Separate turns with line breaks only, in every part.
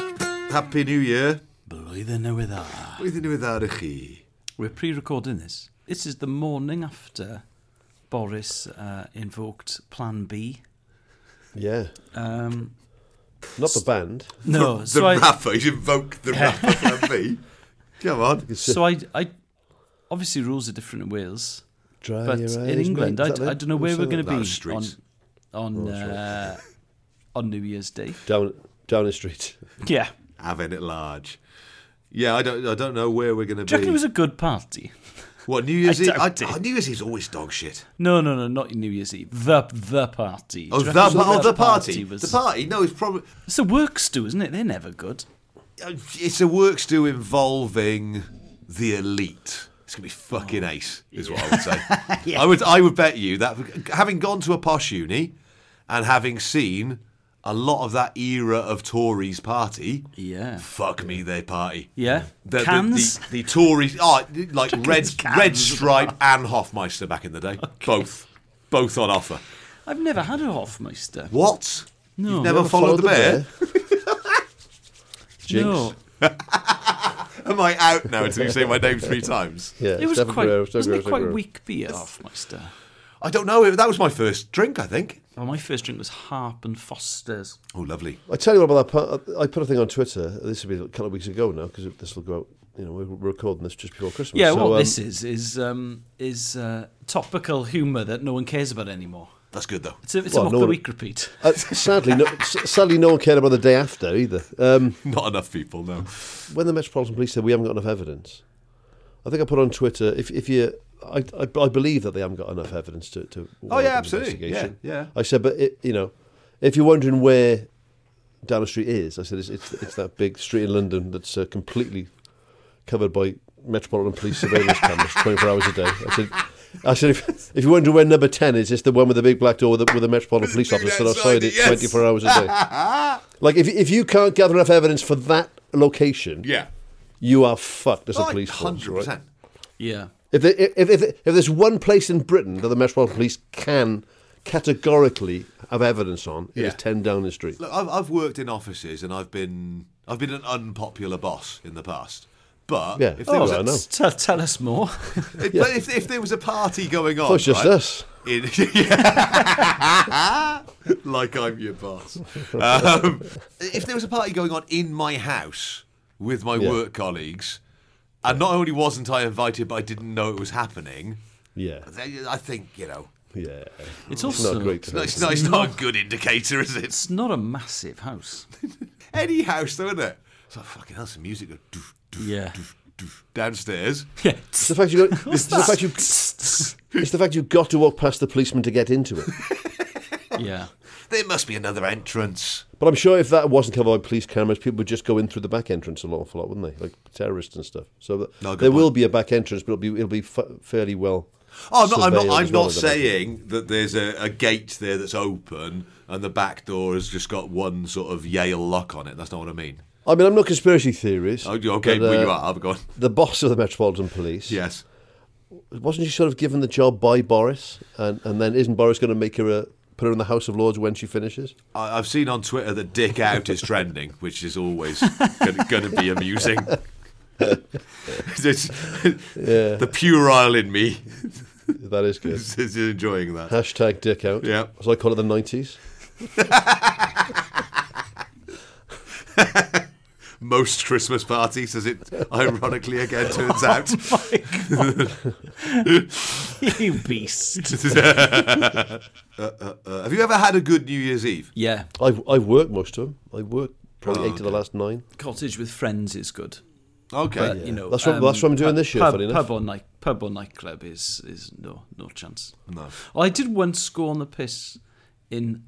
Happy New Year.
Blwyddyn newydd dda.
Blwyddyn newydd dda i chi.
We're pre-recording this. This is the morning after Boris uh, invoked Plan B.
Yeah,
Um,
not the band.
no,
the
so I,
rapper, he's invoked the rapper from me. Come on.
so I, I, obviously rules are different in Wales,
Dry
Oh,
but
your eyes,
in England, I,
mate. Is
I
that it?
don't know where
What's
we're
that?
That
going
was
to be on
streets.
on uh, on New Year's Day.
Down, down the street.
Yeah,
Having it large. Yeah, I don't I don't know where we're going
do you
to
reckon
be.
it was a good party?
what, New Year's
I
Eve?
doubt it.
oh, New Year's Eve's always dog shit.
No, no, no, not New Year's Eve. The the party. Do
Oh,
you
the,
reckon
pa- oh, the party.
was-
The party. No, it's probably.
It's the works do, isn't it? They're never good.
Uh, It's a work stew involving the elite. It's gonna be fucking
Oh,
ace, is what I would say. I would, I would bet you that having gone to a posh uni and having seen a lot of that era of Tories party,
Yeah.
fuck me, they party.
Yeah.
The, the-
Cans?
The, the, Tories, oh, like red,
cans.
red stripe and Hofmeister back in the day, both, both on offer.
I've never had a Hofmeister.
What?
No.
You've never, followed, the bear?
Jinx.
No.
Am I out now until you say my name three times?
Yeah,
It was
Stefan
quite,
Guerrero, Stefan
wasn't
Guerrero,
it
Stefan
quite
Guerrero.
weak beer, Hofmeister?
I don't know. That was my first drink, I think.
Well, my first drink was Harp and Foster's.
Oh, lovely.
I tell you what about that. Part, I put a thing on Twitter. This would be a couple of weeks ago now because this will go out. You know, we're recording this just before Christmas.
Yeah,
so,
what
um,
this is is um, is uh, topical humour that no one cares about anymore.
That's good though.
It's a, it's
Well,
a mock
no
the
one-
week repeat.
uh, sadly, no, s- sadly, no one cared about the day after either. Um,
Not enough people know.
when the Metropolitan Police said we haven't got enough evidence, I think I put on Twitter if if you. I, I, I believe that they haven't got enough evidence to. to
Oh
warrant
yeah,
an
absolutely. Yeah,
investigation.
yeah.
I said, but it, you know, if you're wondering where down the street is, I said it's it's, it's that big street in London that's uh, completely covered by Metropolitan Police surveillance cameras 24 hours a day. I said. I said, if, if you're wondering where number 10 is, it's the one with the big black door with the, with the Metropolitan Police
dude
Officer stood
outside
outside
it,
it
yes.
24 hours a day. like, if, if you can't gather enough evidence for that location,
Yeah.
you are fucked as a
Like
police force.
Oh, hundred
Right?
percent.
Yeah.
If, there, if, if, if there's one place in Britain that the Metropolitan Police can categorically have evidence on, it is
Yeah.
10 down the street.
Look, I've, I've worked in offices and I've been I've been an unpopular boss in the past. But
Yeah.
if there
Oh,
was
I
a,
know.
Tell, tell us more.
if, but if, if there was a party going on,
Oh, it's just
right,
us.
in- Yeah. like I'm your boss. Um, if there was a party going on in my house with my
Yeah.
work colleagues, and not only wasn't I invited, but I didn't know it was happening.
Yeah.
I think you know.
Yeah.
It's also
not great. to
No,
have.
it's not, it's not a good indicator, is it?
It's not a massive house.
Any house, though, isn't it? It's like fucking hell. Some music goes doof, doof,
Yeah.
doof, doof, downstairs.
Yeah.
It's the fact you got, it's the fact you, it's the fact you've got to walk past the policeman to get into it.
yeah.
There must be another entrance.
But I'm sure if that wasn't covered by police cameras, people would just go in through the back entrance an awful lot, wouldn't they? Like terrorists and stuff. So that-
No, good
there will
point.
be a back entrance, but it'll be it'll be f- fairly well.
Oh, I'm not, I'm
surveilled
not,
as
I'm
well
not
as the back
saying that there's a, a gate there that's open and the back door has just got one sort of Yale lock on it. That's not what I mean.
I mean, I'm not conspiracy theorist.
Oh, Okay,
but,
well, you
uh,
are. I've gone.
The boss of the Metropolitan Police.
Yes.
Wasn't she sort of given the job by Boris? And, and then isn't Boris going to make her a, put her in the House of Lords when she finishes?
I, I've seen on Twitter that dick out is trending, which is always going to be amusing. It's- The puerile in me
That is good.
is, is enjoying that.
Hashtag dick out.
Yeah.
So I call it the 90s.
Most Christmas parties, as it ironically again turns out.
Oh
You beast.
Uh, have you ever had a good New Year's Eve?
Yeah.
I've, I've worked most of them. I've worked probably
Oh,
eight of the last nine.
Cottage with friends is good.
Okay.
But you know, um,
That's what- that's what I'm doing this year,
Pub,
funny enough.
pub or night, pub or nightclub is is no no chance.
No.
Well, I did once score on the piss in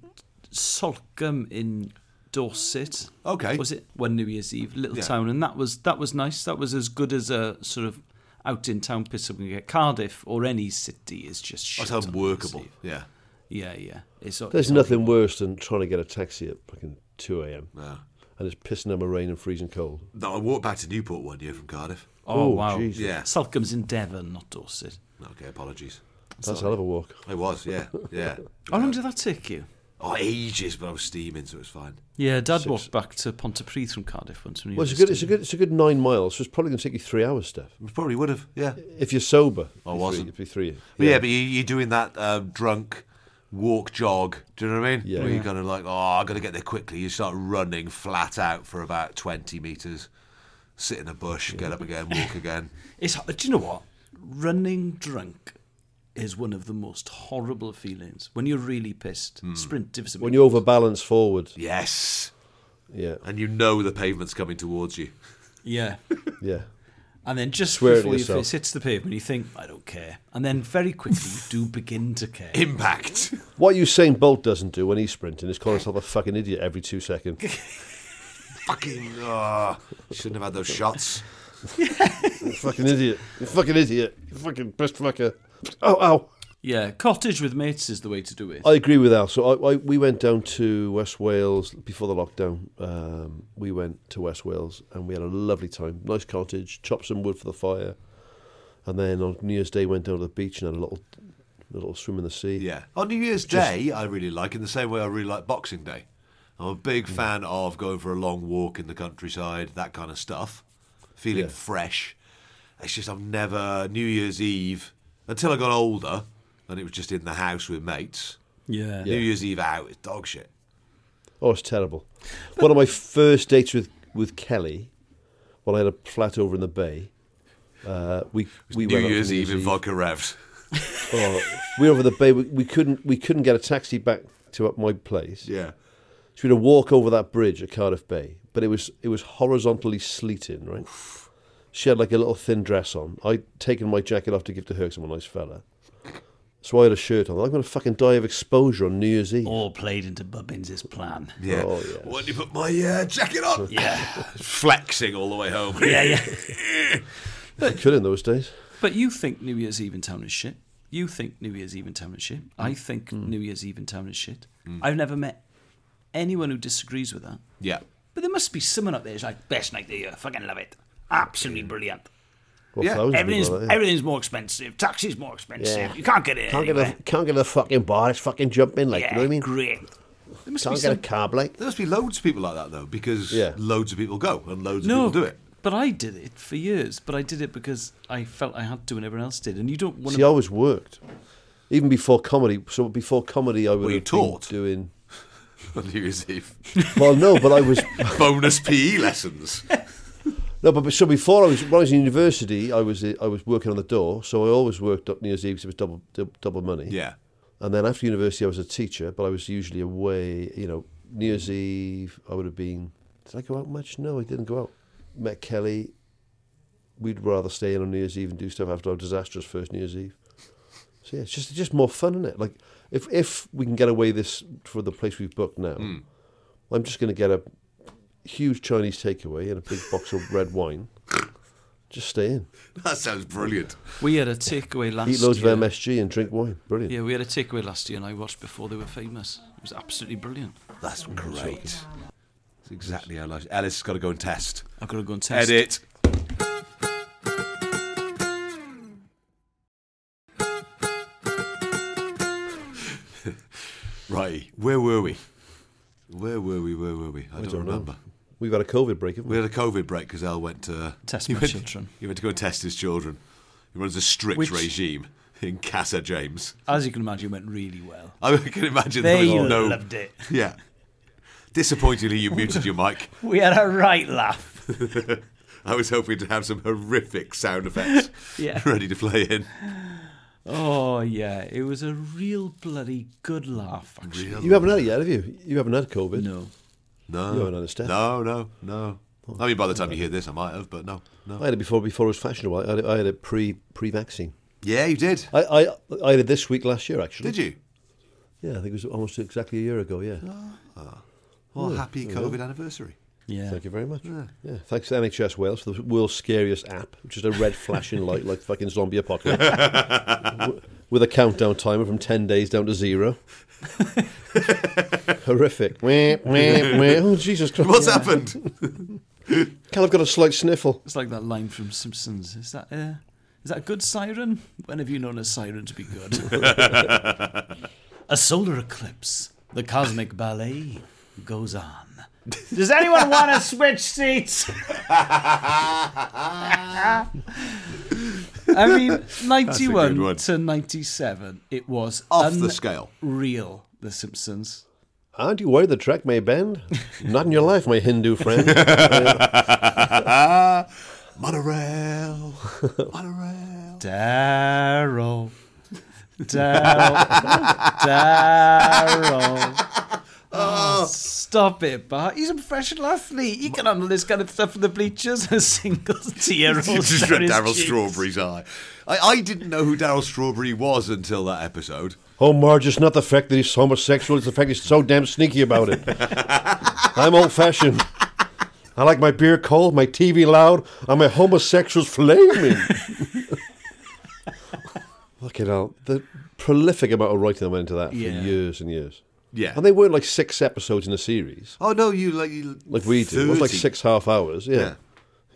Solcombe in Dorset.
Okay.
was it one New Year's Eve, little
Yeah.
town, and that was that was nice. That was as good as a sort of out in town piss up and get. Cardiff or any city is just shit
That's
on New Year's
unworkable.
Eve.
Yeah.
Yeah, yeah. It's,
There's
it's
nothing worse than trying to get a taxi at fucking 2 a.m.
No.
and it's pissing down the rain and freezing cold.
No, I walked back to Newport one year from Cardiff.
Oh,
Oh,
wow.
Jesus.
Yeah.
Salcombe's in Devon, not Dorset.
Okay, apologies.
That's a hell of a walk.
I was, yeah, yeah.
How long did that take you?
Oh, ages, but I was steaming, so it was fine.
Yeah, Dad walked back to Pontypridd from Cardiff once when he
Well,
was
it's a good,
a
it's a good, it's a good nine miles. So it's probably going to take you three hours, Steph.
It probably would have, yeah. But
If you're sober,
I
it'd be
wasn't.
Three, it'd be three.
yeah, but you, you're doing that um, drunk walk jog. Do you know what I mean?
Yeah.
Where you're
Yeah.
kind of like, oh, I got to get there quickly. You start running flat out for about 20 meters, sit in a bush, get up again, walk again.
It's, do you know what? Running drunk is one of the most horrible feelings. When you're really pissed, sprint divisible.
Hmm. When you overbalance forward,
Yes.
yeah,
And you know the pavement's coming towards you.
yeah.
yeah.
And then just
Swear at
before your
yourself.
face hits the pavement, you think, I don't care. And then very quickly, you do begin to care.
Impact.
What Usain Bolt doesn't do when he's sprinting is call himself a fucking idiot every two seconds.
Fucking. Oh, shouldn't have had those shots.
You're a fucking idiot. You're a fucking idiot. You're a fucking best fucker. Oh, ow.
Yeah, cottage with mates is the way to do it.
I agree with Al. So I, I, we went down to West Wales before the lockdown. Um, we went to West Wales and we had a lovely time. Nice cottage, chopped some wood for the fire, and then on New Year's Day went down to the beach and had a little, a little swim in the sea.
Yeah. On New Year's Day, I really like, in the same way I really like Boxing Day. I'm a big fan of going for a long walk in the countryside, that kind of stuff, feeling
Yeah.
fresh. It's just I've never, New Year's Eve, until I got older and it was just in the house with mates,
yeah.
New Year's Eve out is dog shit.
Oh, it's terrible. One of my first dates with, with Kelly, when I had a flat over in the bay, uh, we we
New
went up to
Year's
New
Eve in vodka revs.
Oh, we were over the bay. We, we couldn't we couldn't get a taxi back to up my place.
Yeah.
So we had to walk over that bridge at Cardiff Bay, but it was it was horizontally sleeting, right? She had like a little thin dress on. I'd taken my jacket off to give to her 'cause I'm a nice fella. So I had a shirt on. I'm going to fucking die of exposure on New Year's
Oh.
Eve.
All played into Bubbins' plan.
Yeah.
Oh, yes.
Why did you put my uh, jacket on?
Yeah.
Flexing all the way home.
yeah, yeah.
I could in those days.
But you think New Year's Eve in town is shit. You think New Year's Eve in town is shit.
Hmm.
I think New Year's Eve in town is shit. I've never met anyone who disagrees with that.
yeah.
But there must be someone up there who's like, best night of the year, fucking love it. Absolutely brilliant.
Well,
Yeah,
thousands of people
Everything's,
like that, yeah.
everything's more expensive, taxi's more expensive,
Yeah.
you can't get in
Can't get,
anywhere.
a, can't get a fucking bar. It's fucking jumping, like,
yeah,
you know what I mean?
great. There must be
Can't get a
some...
cab, like.
There must be loads of people like that, though, because
Yeah.
loads of people go and loads
No,
of people do it.
but I did it for years. But I did it because I felt I had to and everyone else did. And you don't want
See, I
to...
always worked. Even before comedy. So before comedy, I would
you
have
taught?
been doing...
on New Year's Eve.
Well, no, but I was...
Bonus PE lessons.
No, but but so before I was when I was in university, I was I was working on the door, so I always worked up New Year's Eve 'cause it was double dou- double money.
Yeah.
And then after university, I was a teacher, but I was usually away. You know, New Year's Eve, I would have been. Did I go out much? No, I didn't go out. Met Kelly. We'd rather stay in on New Year's Eve and do stuff after our disastrous first New Year's Eve. So yeah, it's just just more fun, isn't it? Like if if we can get away this for the place we've booked now, I'm just going to get a huge Chinese takeaway and a big box of red wine. Just stay in,
That sounds brilliant.
We had a takeaway last
eat loads
year.
of MSG and drink wine. Brilliant.
Yeah, we had a takeaway last year and I watched before they were famous. It was absolutely brilliant.
That's great. That's exactly how life. Ellis has got to go and test.
I've got to go and test.
Edit. right. Where were we? Where were we? Where were we? I, don't,
don't know.
remember.
We've had a COVID break, haven't
We
we?
had a COVID break because El went to
Test
he
my
went-
children.
He went to go and test his children. He runs a strict
Which-
regime in Casa James.
As you can imagine, it went really well.
I can imagine there
They
was no
loved it.
Yeah. Disappointingly, you muted your mic.
We had a right laugh.
I was hoping to have some horrific sound effects
Yeah.
ready to play in.
Oh, yeah. It was a real bloody good laugh, actually.
You haven't had it yet, have you? You haven't had COVID.
No.
No.
You haven't had a step.
No, no, no. I mean, by the time you hear this, I might have, but no, no.
I had it before before it was fashionable. I had it, I had it pre pre vaccine.
Yeah, you did.
I, I I had it this week last year actually.
Did you?
Yeah, I think it was almost exactly a year ago. Yeah.
Well, happy COVID anniversary.
Yeah.
Thank you very much. Yeah. Thanks to NHS Wales for the world's scariest app, which is a red flashing light like fucking zombie apocalypse, W- with a countdown timer from ten days down to zero. Horrific. Wah, wah, wah. Oh Jesus Christ!
What's happened?
Cal, I've got a slight sniffle.
It's like that line from Simpsons. Is that uh, is that a good siren? When have you known a siren to be good? a solar eclipse. The cosmic ballet goes on. Does anyone want to switch seats? I mean,
one.
91 to 97, it was
Off the scale.
Real, The Simpsons.
Aren't you worried the track may bend? Not in your life, my Hindu friend.
Monorail. Monorail.
Daryl. Daryl. Daryl. Oh, stop it, Bart. He's a professional athlete. He can handle this kind of stuff from the bleachers. A single tear rolls
Just
down
read
his
Daryl
cheek.
Strawberry's eye. I, I didn't know who Daryl Strawberry was until that episode.
oh, Marge, it's not the fact that he's homosexual, it's the fact he's so damn sneaky about it. I'm old fashioned. I like my beer cold, my TV loud, and my homosexuals flaming. Look it out. The prolific amount of writing that went into that for
Yeah.
years and years.
Yeah.
And they weren't like six episodes in a series.
Oh no, you like you,
Like we do. It was like
30.
six half hours.
Yeah.
Yeah.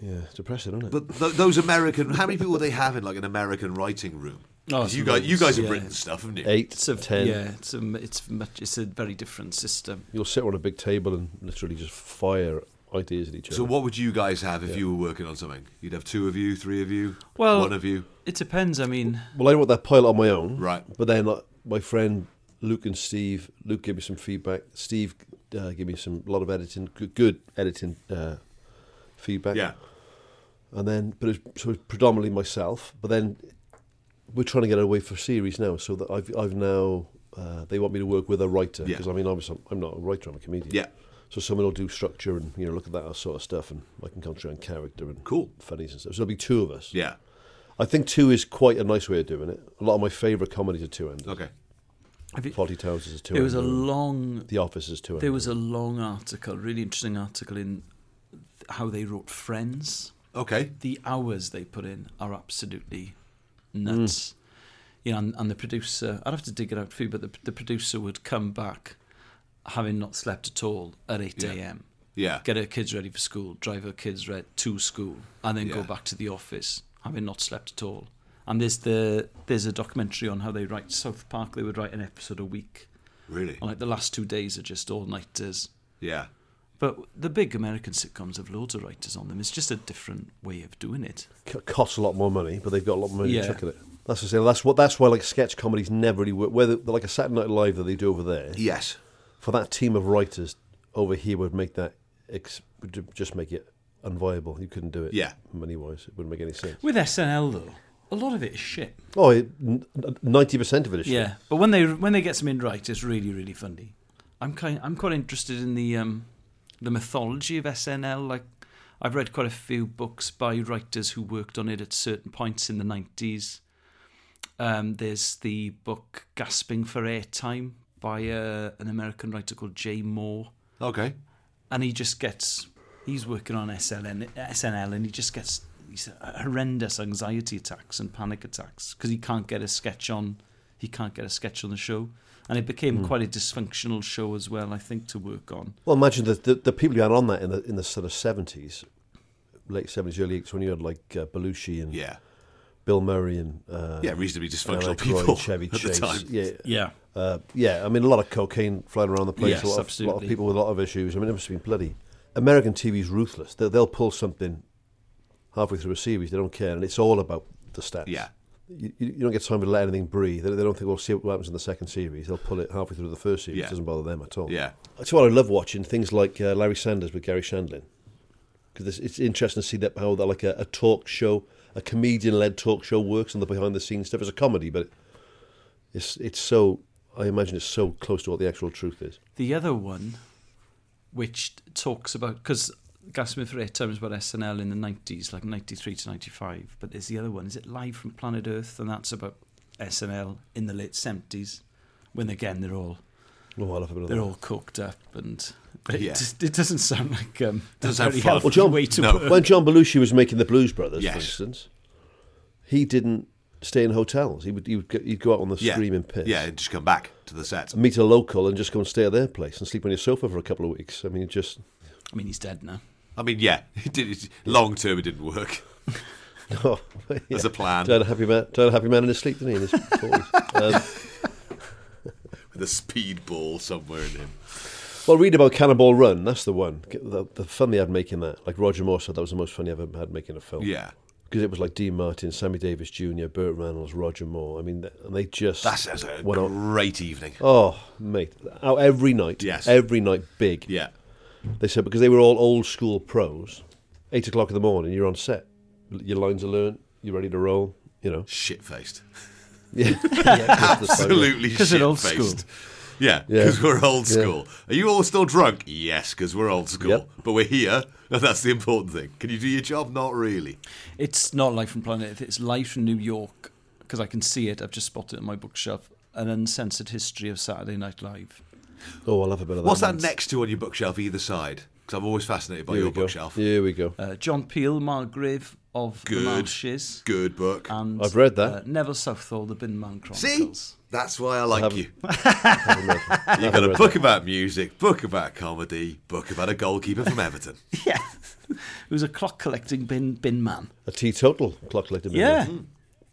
Yeah, it's depressing, isn't it?
But th- those American, how many people they have in like an American writing room?
Oh,
'Cause you
it's
guys, you guys have
loads,
written
yeah.
stuff, haven't you?
Eight,
It's a,
ten.
Yeah, it's a, it's much, it's a very different system.
You'll sit on a big table and literally just fire ideas at each other.
So what would you guys have if you were working on something? You'd have two of you, three of you,
Well-
one of you.
It depends. I mean,
well, I wrote that pilot on my own.
Right.
But then uh, my friend Luke and Steve, Luke gave me some feedback. Steve uh, gave me some lot of editing, good, good editing uh, feedback.
Yeah.
And then, but it was, so it was predominantly myself. But then we're trying to get away for series now, so that I've I've now uh, they want me to work with a writer
Yeah.
because I mean obviously I'm, I'm not a writer, I'm a comedian.
Yeah.
So someone will do structure and you know look at that sort of stuff, and I can concentrate on character and
Cool.
funnies and stuff. So there'll be two of us.
Yeah.
I think two is quite a nice way of doing it. A lot of my favourite comedies are two ended.
Okay.
have you-
Fawlty Towers is a two.
it was a long
The Office is two.
There was a long article, really interesting article in how they wrote Friends.
Okay.
The hours they put in are absolutely
Mm.
nuts. You know, and, and the producer, I'd have to dig it out for you, but the, the producer would come back having not slept at all at 8
Yeah.
a.m.,
Yeah.
get her kids ready for school, drive her kids re- to school, and then go
Yeah.
back to the office having not slept at all. And there's the there's a documentary on how they write South Park. They would write an episode a week,
Really.
and like the last two days are just all nighters.
Yeah.
But the big American sitcoms have loads of writers on them. It's just a different way of doing it.
C- costs a lot more money, but they've got a lot more money
Yeah.
to chuck at it. That's to say, that's what that's why like sketch comedies never really work. Whether like a Saturday Night Live that they do over there,
Yes.
for that team of writers over here would make that ex- would ju- just make it unviable. You couldn't do it.
Yeah.
money wise, it wouldn't make any sense.
With SNL though, a lot of it is shit.
Oh, ninety percent of it is shit.
Yeah, but when they when they get something right, it's really really funny. I'm kind I'm quite interested in the um, the mythology of SNL. Like I've read quite a few books by writers who worked on it at certain points in the 90s. Um, there's the book Gasping for Airtime by uh, an American writer called Jay Moore.
Okay.
and he just gets he's working on SLN, SNL and he just gets these horrendous anxiety attacks and panic attacks because he can't get a sketch on he can't get a sketch on the show and it became quite a dysfunctional show as well I think to work on
Well, imagine the, the the people who had on that in the in the sort of seventies, late seventies, early eighties, when you had like uh, Belushi and
Yeah.
Bill Murray and uh,
Yeah. Reasonably dysfunctional
Aykroyd,
people
Chevy
at the
Chase.
time.
Yeah,
yeah
uh, yeah. I mean, a lot of cocaine flying around the place.
Yes,
a lot of, lot of
absolutely.
people with a lot of issues. I mean, it must have been bloody. American TV's ruthless. They'll, they'll pull something halfway through a series. They don't care, and it's all about the stats.
Yeah.
You, you you don't get time to let anything breathe. They, they don't think, well, see what happens in the second series. They'll pull it halfway through the first series.
Yeah.
It doesn't bother them at all.
Yeah.
That's what I love watching things like uh, Larry Sanders with Gary Shandling because it's interesting to see that how that like a, a talk show, a comedian-led talk show works and the behind-the-scenes stuff. It's a comedy, but it's it's so I imagine it's so close to what the actual truth is.
the other one which talks about because Gasping for Airtime is about SNL in the 90s like 93 to 95 but there's the other one is it Live from Planet Earth and that's about SNL in the late 70s when again they're all
Oh, I love a bit of
they're
that.
all cooked up and but it,
Yeah.
just, it doesn't sound like um,
Doesn't
a
sound
very
fun.
healthy
Well,
John-
way to
no.
work.
When John Belushi was making the Blues Brothers,
Yes.
for instance, he didn't stay in hotels. He would he would go, he'd go out on the
Yeah.
screaming piss.
Yeah. And just come back to the set.
Meet a local and just go and stay at their place and sleep on your sofa for a couple of weeks. I mean, just
I mean, he's dead now.
I mean, yeah. It did. It, long term, it didn't work.
Oh, yeah.
As a plan.
Died a happy man. Died a happy man in his sleep, didn't he? In his 40s. Um,
With the speedball somewhere in him.
Well, read about Cannonball Run. That's the one. The, the fun they had making that. Like Roger Moore said, that was the most fun he ever had making a film.
Yeah,
Because it was like Dean Martin, Sammy Davis Jr., Burt Reynolds, Roger Moore. I mean, th- and they just.
that sounds like a
went on.
great evening.
Oh, mate. Out every night.
Yes.
Every night, big.
Yeah,
They said because they were all old school pros, eight o'clock in the morning, you're on set. Your lines are learnt, you're ready to roll, you know.
shit faced.
Oh, Yeah. Yeah, just the same.
Absolutely
'Cause they're old
shit-faced.
school.
Yeah,
Yeah.
because we're old school. Are you all still drunk? Yes, because we're old school.
Yep.
But we're here, and that's the important thing. Can you do your job? Not really.
It's not live from Planet Earth. It's live from New York because I can see it. I've just spotted it on my bookshelf. An uncensored history of Saturday Night Live.
Oh, I'll have a bit of that.
What's that
man.
next to on your bookshelf either side? Because I'm always fascinated by
Here we
your
go.
bookshelf.
Here we go.
Uh, John Peel, Margrave of
Good.
the Marshes,
Good book.
and
I've read that.
Uh, Neville Southall, The Bin Man
See?
Chronicles.
That's why I like
haven't-
you.
I've
You've got a
read
book about music, book about comedy, book about a goalkeeper from Everton.
Yeah. Who's a clock collecting bin bin man.
that. A teetotal clock later.
Yeah.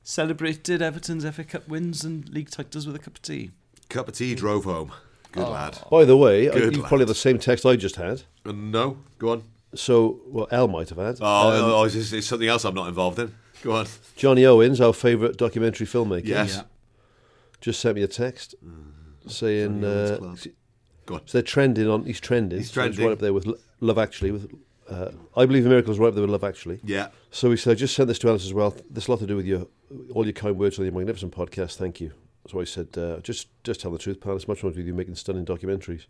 Celebrated Everton's FA Cup wins and league titles with a cup of tea.
Cup of tea, drove home. Good
Oh.
lad.
By the way, I,
Good
you
lad.
probably have the same text I just had.
Uh, no, go on.
So, well, Al might have had.
Oh,
Um,
oh, it's, it's- it's something else I'm not involved in. Go on.
Johnny Owens, our favourite documentary filmmaker,
Yes.
Yeah.
just sent me a text saying
Mm-hmm. Owens
uh,
Club.
so
Go on.
they're trending on. He's trending.
He's
so
trending.
right up there with Lo- Love Actually. With uh, I believe in miracles, right up there with Love Actually.
Yeah.
So he said, I just sent this to Alice as well. There's a lot to do with your all your kind words on your magnificent podcast. Thank you. So I said, uh, just just tell the truth, pal. It's much more to do with you making stunning documentaries.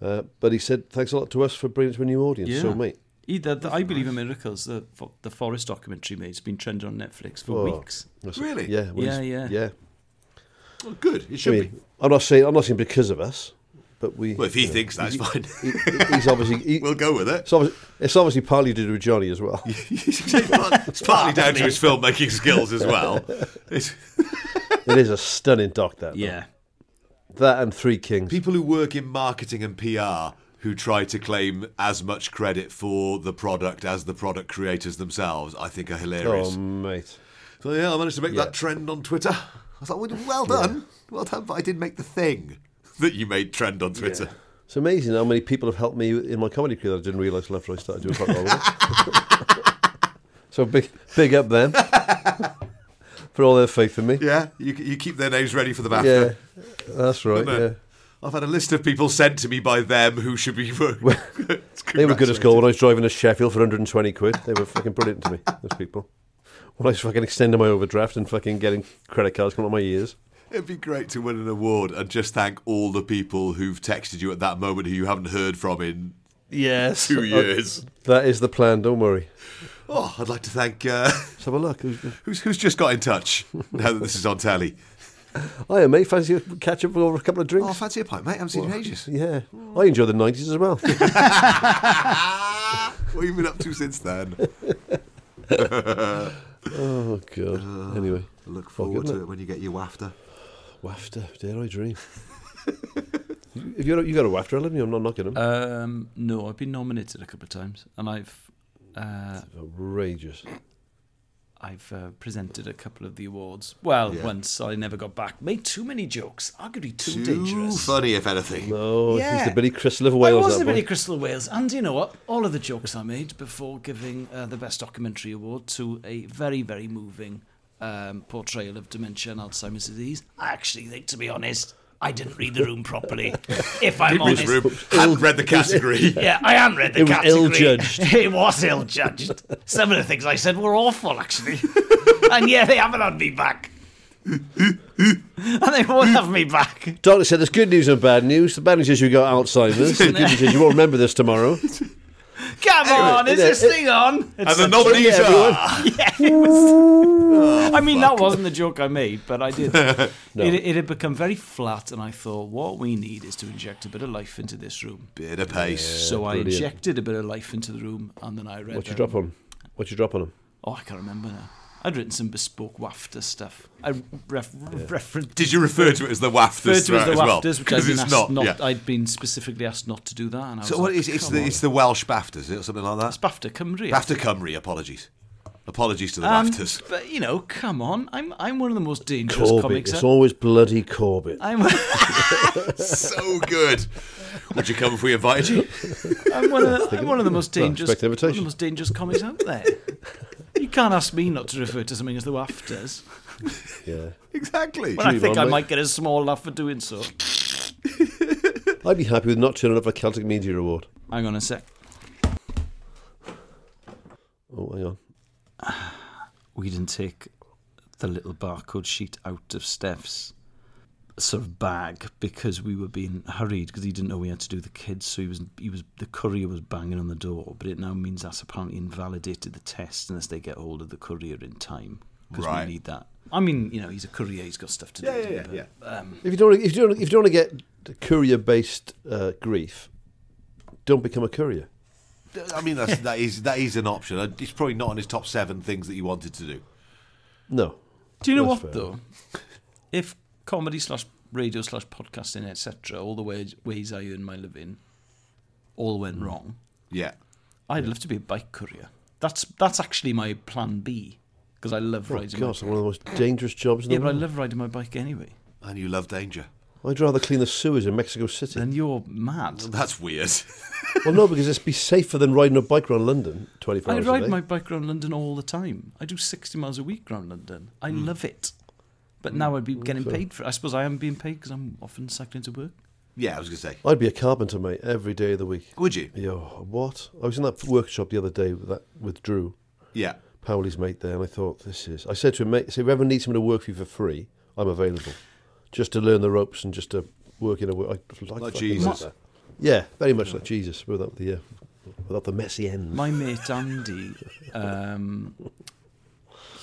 Uh, but he said, thanks a lot to us for bringing it to a new audience. So,
Yeah.
mate,
Either the, I Believe in Miracles, the fo- the Forest documentary made, has been trending on Netflix for
Oh.
weeks.
that's-
Really?
yeah, well,
Yeah,
he's-
yeah.
yeah.
Well, good. It
I
should be.
mean, I'm not saying I'm not saying because of us, but we.
Well, if he thinks that's fine,
he, he's obviously. He,
we'll go with it.
it's, obviously it's obviously partly to do with Johnny as well.
it's part- it's partly down to his filmmaking skills as well. It's,
it is a stunning doc that. though.
Yeah.
That and Three Kings.
people who work in marketing and PR who try to claim as much credit for the product as the product creators themselves, I think are hilarious.
oh, mate.
So Um, yeah, I managed to make
Yeah.
that trend on Twitter. I was like, well, well done, well done, but I did make the thing that you made trend on Twitter.
It's amazing how many people have helped me in my comedy career that I didn't realise till after I started doing quite well. so big, big up them for all their faith in me.
Yeah, you, you keep their names ready for the BAFTA.
Yeah, that's right.
Isn't
Yeah,
it? uh, I've had a list of people sent to me by them who should be.
they were good as gold when I was driving to Sheffield for 120 quid. They were fucking brilliant to me. Those people. When I was fucking extending my overdraft and fucking getting credit cards coming out my ears.
It'd be great to win an award and just thank all the people who've texted you at that moment who you haven't heard from in
Yes,
two years.
that is the plan. Don't worry.
Oh, I'd like to thank uh,
Let's have a look. Who's-
who's who's just got in touch now that this is on telly.
Hiya, mate. Fancy a catch up over a couple of drinks?
Oh, fancy a pint, mate? I haven't seen you in ages.
yeah, I enjoy the 90s as well.
What have you been up to since then?
oh god. Anyway.
Look
forward to it
when you get your wafter.
Wafter, dare I dream? If you're, you got a wafter, haven't you? I'm not knocking him.
Um, no, I've been nominated a couple of times, and I've uh,
Outrageous.
I've uh, presented a couple of the awards. Well,
Yeah.
once I never got back. Made too many jokes. Arguably too,
Too
dangerous.
funny, if anything.
No, Oh, he's
Yeah.
the Billy Crystal of
I
Wales.
was the
that
Billy
boy.
Crystal Wales, and you know what? All of the jokes I made before giving uh, the Best Documentary Award to a very, very moving um, portrayal of dementia and Alzheimer's disease. I actually think, to be honest, I didn't read the room properly. if I'm
Read
honest,
this room. Hadn't read the category.
yeah, I am read the
It was
category.
ill-judged.
it was ill judged. Some of the things I said were awful, actually, and yeah, they haven't had me back, and they won't have me back.
Doctor said there's good news and bad news. The bad news is you got Alzheimer's. the good news is you won't remember this tomorrow.
Come on, is this thing on?
And the nominees
Yeah, everyone.
are.
I mean, that wasn't the joke I made, but I did. it, it had become very flat, and I thought, what we need is to inject a bit of life into this room.
Bit of pace.
So I
brilliant.
injected a bit of life into the room, and then I read.
What you
that-
drop on? What you drop on him?
Oh, I can't remember now. I'd written some bespoke wafter stuff. I ref- referenced.
Did you refer to it as the
Referred
wafters
to as
throughout
the
as well?
wafters, which I'd
Because
been,
it's
asked
not.
not,
yeah.
I'd been specifically asked not to do that. And I was
So
like,
what is it's
"Come
the
on."
it's the Welsh BAFTAs, is it, or something like that?
It's BAFTA Cymru.
BAFTA Cymru, apologies. Apologies to the
Um,
BAFTAs.
but you know, come on, I'm I'm one of the most dangerous
Corbett.
comics. eh?
It's
out-
always bloody Corbett.
I'm
so good. Would you come if we invited you?
I'm one of the, I'm one of the most
Well,
dangerous
expect an
one of the
invitation.
most dangerous comics out there. You can't ask me not to refer to something as the wafters.
Yeah.
Exactly.
Well, I
Dream
think
on,
I
mate.
might get a small laugh for doing so.
I'd be happy with not turning up for Celtic Media Award.
Hang on a sec.
Oh, hang on.
We didn't take the little barcode sheet out of Steph's sort of bag because we were being hurried because he didn't know we had to do the kids. So he was he was the courier was banging on the door, but it now means that's apparently invalidated the test unless they get hold of the courier in time because
Right.
we need that. I mean, you know, he's a courier; he's got stuff to
Yeah,
do.
yeah, yeah,
but,
yeah.
Um,
If you don't, if you don't, if you don't want to get courier-based uh, grief, don't become a courier.
I mean, that's, that is that is an option. Uh, It's probably not on his top seven things that he wanted to do.
No.
Do you know
That's
what
fair.
though? If comedy slash radio slash podcasting etc. All the ways ways I earn my living, all went
Hmm.
wrong.
Yeah.
I'd love to be a bike courier. That's that's actually my plan B because I love
Oh, Mm.
riding.
gosh,
my
one of the most dangerous jobs in
yeah,
the
but I
world.
love riding my bike anyway.
And you love danger.
I'd rather clean the sewers in Mexico City.
Then you're mad.
That's weird.
well, no, because it's be safer than riding a bike around London 24
I
hours a
ride
day.
my bike around London all the time. I do sixty miles a week around London. I
Hmm.
love it. But now I'd be getting paid for. it. I suppose I am being paid because I'm often cycling to work.
yeah, I was going to say.
I'd be a carpenter, mate, every day of the week.
Would you?
Yo, what? I was in that workshop the other day with, that, with Drew,
Yeah.
Powley's mate there, and I thought, this is... I said to him, mate, so if you ever need someone to work for you for free, I'm available. Just to learn the ropes and just to work in a... wo- I, I, fucking
Like
like
Jesus.
that. Yeah, very much like Jesus, without the, uh, without the messy end.
My mate Andy, um,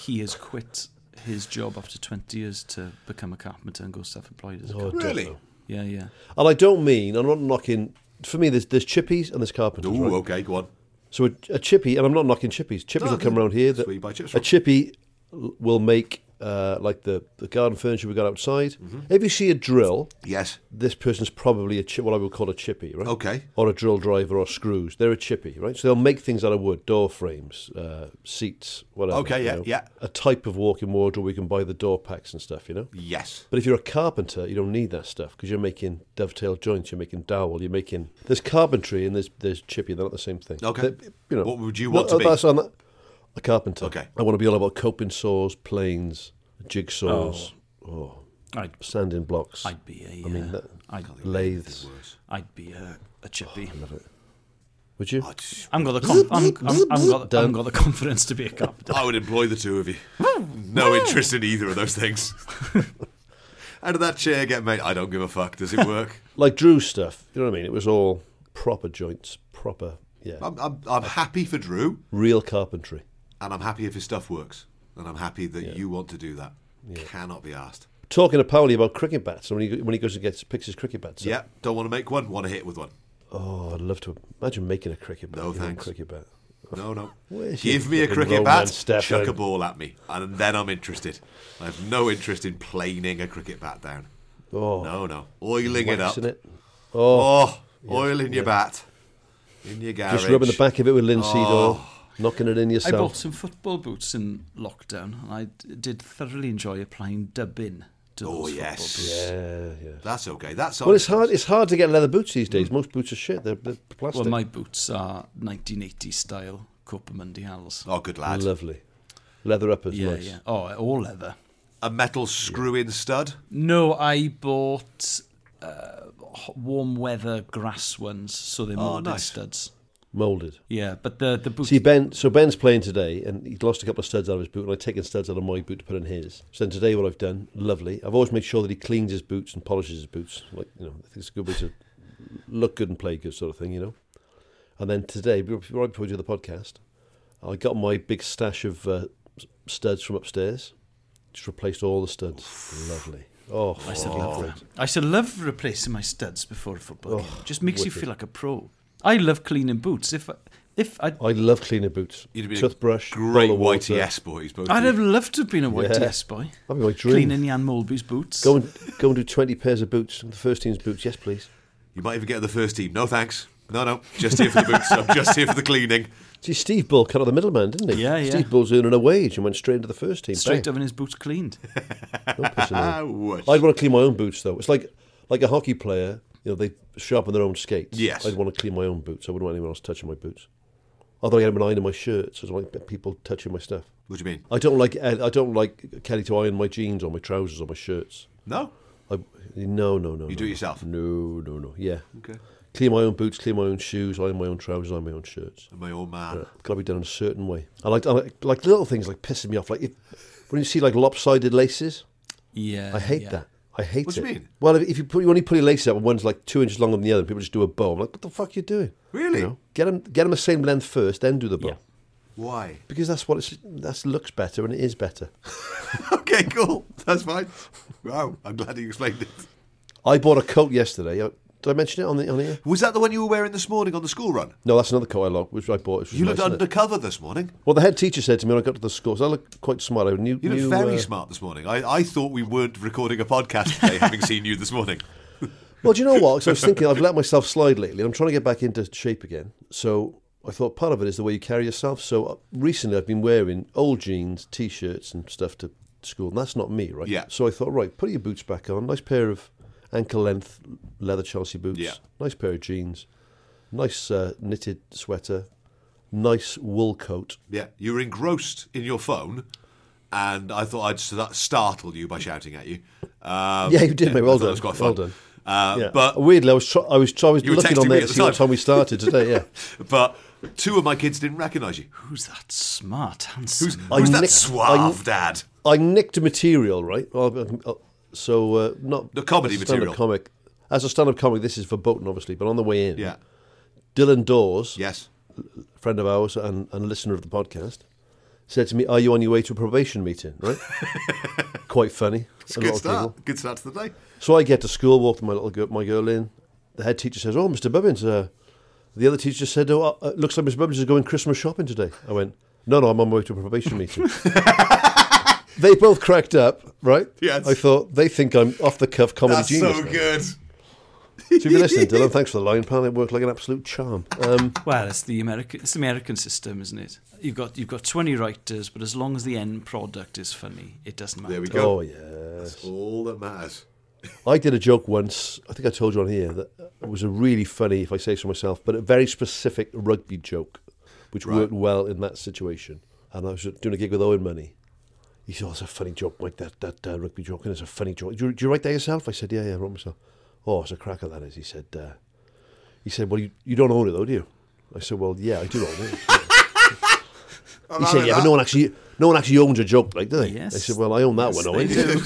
he has quit his job after 20 years to become a carpenter and go self-employed as a
Oh, I
carpenter.
don't
Really?
know.
Yeah, yeah.
And I don't mean, I'm not knocking... For me, there's, there's chippies and there's carpenters, right?
Ooh, okay, go on.
So a, a chippy, and I'm not knocking chippies. Chippies
No,
will come
no,
round here.
that's
that-
where you buy chips
a
from.
chippy l- will make uh, like the, the garden furniture we got outside.
Mm-hmm.
If you see a drill,
Yes.
this person's probably a chip, what I would call a chippy, right?
Okay.
Or a drill driver or screws. They're a chippy, right? So they'll make things out of wood, door frames, uh, seats, whatever.
Okay,
you
yeah,
know.
yeah.
A type of walk-in wardrobe we can buy the door packs and stuff, you know.
Yes.
But if you're a carpenter, you don't need that stuff because you're making dovetail joints, you're making dowel, you're making. There's carpentry and there's there's chippy. They're not the same thing.
Okay.
They're- you know,
What would you want to be?
That's on that, a carpenter.
Okay.
I want to be all about coping saws, planes, jigsaws, oh,
I'd,
sanding blocks,
I'd be a,
mean,
uh,
that-
I'd,
lathes.
I'd be a, a chippy.
Would you?
I'd just-
I've got, the conf- I'm, I'm, I've, got, I've got the confidence to be a carpenter.
I would employ the two of you. No interest in either of those things. How did that chair get made? I don't give a fuck. Does it work?
Like Drew's stuff. You know what I mean? It was all proper joints, proper, yeah,
I'm, I'm, I'm happy for Drew,
real carpentry.
and I'm happy if his stuff works. And I'm happy that you want to do that. Cannot be asked.
Talking to Pauli about cricket bats, and when he when he goes and gets picks his cricket bats, up,
Yeah, don't want to make one, want to hit with one.
Oh, I'd love to imagine making a cricket bat.
No,
your own
thanks.
Cricket bat.
No, no.
Where's
Give
your
me a
fucking
cricket bat,
romance, Stefan?
chuck a ball at me, and then I'm interested. I have no interest in planing a cricket bat down.
Oh,
No, no. Oiling it up.
waxing it. Oh,
Oh, oil in your bat. In your garage.
just rubbing the back of it with linseed oil,
Oh.
knocking it in
I bought
yourself.
some football boots in lockdown and I d- did thoroughly enjoy applying dubbing to
Oh,
those football
yes.
boots.
Yeah, yeah.
That's okay. That's
Well, it's hard. It's hard to get leather boots these days. Most boots are shit. They're, they're plastic.
Well, my boots are 1980s style Copa Mundials.
Oh, good lad.
Lovely. Leather uppers,
yeah,
nice.
yeah. Oh, all leather.
A metal screw in stud.
No, I bought uh, hot- warm weather grass ones, so they're molded
nice.
studs.
Molded.
Yeah, but the the boots.
Oh, See Ben. So Ben's playing today, and he lost a couple of studs out of his boot, and I've taken studs out of my boot to put in his. So then today, what I've done, lovely. I've always made sure that he cleans his boots and polishes his boots. Like you know, I think it's a good way to look good and play good, sort of thing, you know. And then today, be- right before we do the podcast, I got my big stash of uh, s- studs from upstairs. Just replaced all the studs. lovely. Oh,
I still love
great.
that. I still love replacing my studs before a football game. Just makes you
Oh, wicked.
feel like a pro. I love cleaning boots. If I, if I,
I love cleaning boots.
You'd have been
Toothbrush,
a great
bowl of water.
YTS boys. both
I'd
of
have
you.
loved to have been a
Yeah.
YTS boy.
That'd be my dream.
Cleaning Jan Mulby's boots.
Go and go and do twenty pairs of boots. The first team's boots, yes, please.
You might even get the first team. No thanks. No, no. Just here for the boots. I'm just here for the cleaning.
See, Steve Bull cut out the middleman, didn't he?
Yeah, yeah.
Steve Bull's earning a wage and went straight into the first team.
Straight
Bang.
up in his boots cleaned.
No pissing around.
Ah, whoosh.
I'd want to clean my own boots though. It's like like a hockey player, you know, they sharpen their own skates.
Yes.
I'd want to clean my own boots. I wouldn't want anyone else touching my boots. Although I get them an iron in my shirts, so I don't like people touching my stuff.
What do you mean?
I don't like uh, I don't like Kelly to iron my jeans or my trousers or my shirts.
No.
I, no, no, no.
You do it yourself?
No, no, no. Yeah.
Okay.
Clean my own boots, clean my own shoes, iron my own trousers, iron my own shirts.
Am I old man?
Got to be done in a certain way. I like, I like like little things like pissing me off. Like if, when you see like lopsided laces,
Yeah.
I hate
yeah.
that. I hate
What
it.
do you mean?
Well, if if you put you only put your laces up and one's like two inches longer than the other, people just do a bow. I'm like, what the fuck are you doing?
Really?
You know, get them get them the same length first, then do the bow.
Yeah.
Why?
Because that's what it's that looks better and it is better.
Okay, cool. That's fine. Wow, I'm glad you explained it.
I bought a coat yesterday. Uh, Did I mention it on the on here?
Was that the one you were wearing this morning on the school run?
No, that's another coat I locked, which I bought. Which was
You
nice,
looked
isn't it?
undercover this morning.
Well, the head teacher said to me when I got to the school, so I looked quite smart. I knew,
You looked
knew,
very
uh,
smart this morning. I, I thought we weren't recording a podcast today, having seen you this morning.
Well, do you know what? 'Cause I was thinking I've let myself slide lately, and I'm trying to get back into shape again. So I thought part of it is the way you carry yourself. So uh, recently, I've been wearing old jeans, t-shirts, and stuff to school, and that's not me, right?
Yeah.
So I thought, right, put your boots back on. Nice pair of ankle-length leather Chelsea boots.
Yeah.
Nice pair of jeans. Nice uh, knitted sweater. Nice wool coat.
Yeah, you were engrossed in your phone, and I thought I'd st- startle you by shouting at you. Um,
Yeah, you did, mate.
I
Well
thought
done.
It was quite
Well
fun.
done.
Uh,
Yeah.
But
weirdly, I was try- I was try- I was
You were
looking
texting
on
me
there
at
to
the
see what
time.
time we started today. Yeah.
but two of my kids didn't recognise you.
Who's that smart, handsome?
Who's,
I
who's that
nicked-
suave
I-
dad?
I nicked material, right? Well, uh, so uh, not
The comedy
as a stand-up
material.
Comic. As a stand-up comic, this is verboten, obviously. But on the way in,
Yeah.
Dylan Dawes,
Yes.
friend of ours and, and listener of the podcast, said to me, "Are you on your way to a probation meeting?" Right? Quite funny.
It's a
a lot
good
of
start.
people.
Good start to the day.
So I get to school, walk my little girl, my girl in. The head teacher says, "Oh, Mr. Bubbins." Uh, the other teacher said, "Oh, uh, looks like Mr. Bubbins is going Christmas shopping today." I went, "No, no, I'm on my way to a probation meeting." they both cracked up, right?
Yes.
I thought they think I'm off the cuff comedy
That's
genius.
so
now."
good.
So if you're listening, Dylan, thanks for the line, pal. It worked like an absolute charm. Um,
Well, it's the American it's the American system, isn't it? You've got you've got twenty writers, but as long as the end product is funny, it doesn't matter.
There we go.
oh yeah.
That's all that matters.
I did a joke once. I think I told you on here that it was a really funny, if I say so myself, but a very specific rugby joke, which worked well in that situation. And I was doing a gig with Owen Money. He said, "Oh, it's a funny joke, Mike. That that uh, rugby joke, and it's a funny joke. Do you, do you write that yourself?" I said, "Yeah, yeah, I wrote myself." Oh, it's a cracker that is. He said, uh, "He said, well, you, you don't own it though, do you?" I said, "Well, yeah, I do own it." he said, "Yeah, but no one actually, no one actually owns a joke like that."
Yes.
I said, "Well, I own that
Yes,
one,
they
Owen."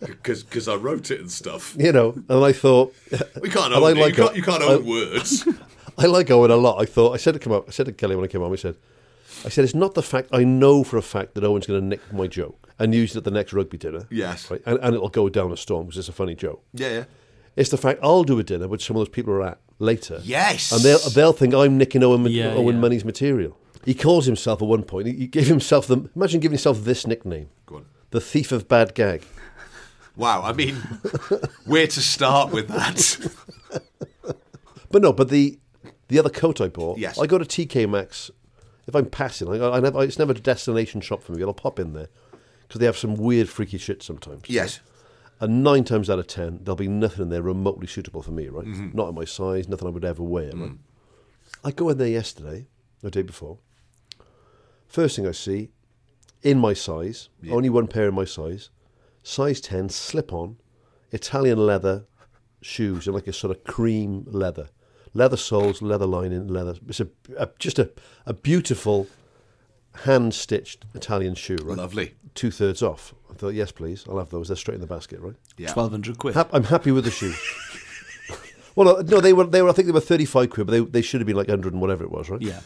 Because I wrote it and stuff.
You know, and I thought,
We can't own
And I
it.
like
you, can't,
it.
you can't
I-
own words.
I like Owen a lot. I thought I said to come up. I said to Kelly when I came on. We said, I said it's not the fact. I know for a fact that Owen's going to nick my joke and use it at the next rugby dinner.
Yes.
right? and, and it'll go down a storm because it's a funny joke.
yeah, yeah.
It's the fact I'll do a dinner with some of those people are at later.
Yes.
and they'll they'll think I'm nicking Owen
Yeah,
Owen
yeah.
Money's material. He calls himself at one point. He, he gave himself the imagine giving yourself this nickname,
Go on.
the thief of bad gag.
Wow, I mean, where to start with that?
But no, but the the other coat I bought,
Yes.
I go to TK Maxx. If I'm passing, I, I never, it's never a destination shop for me. I'll pop in there because they have some weird, freaky shit sometimes.
yes.
And nine times out of ten, there'll be nothing in there remotely suitable for me, right? Not in my size, nothing I would ever wear. Right? I go in there yesterday, the day before. First thing I see, in my size, only one pair in my size, size 10, slip on, Italian leather shoes in like a sort of cream leather. Leather soles, leather lining, leather. It's a, a just a, a beautiful hand stitched Italian shoe, right?
Lovely.
two thirds off. I thought, yes, please, I'll have those. They're straight in the basket, right?
Yeah.
Twelve hundred quid.
Hap- I'm happy with the shoe. well, uh, no, they were, they were. I think they were 35 quid, but they, they should have been like 100 and whatever it was, right?
Yeah.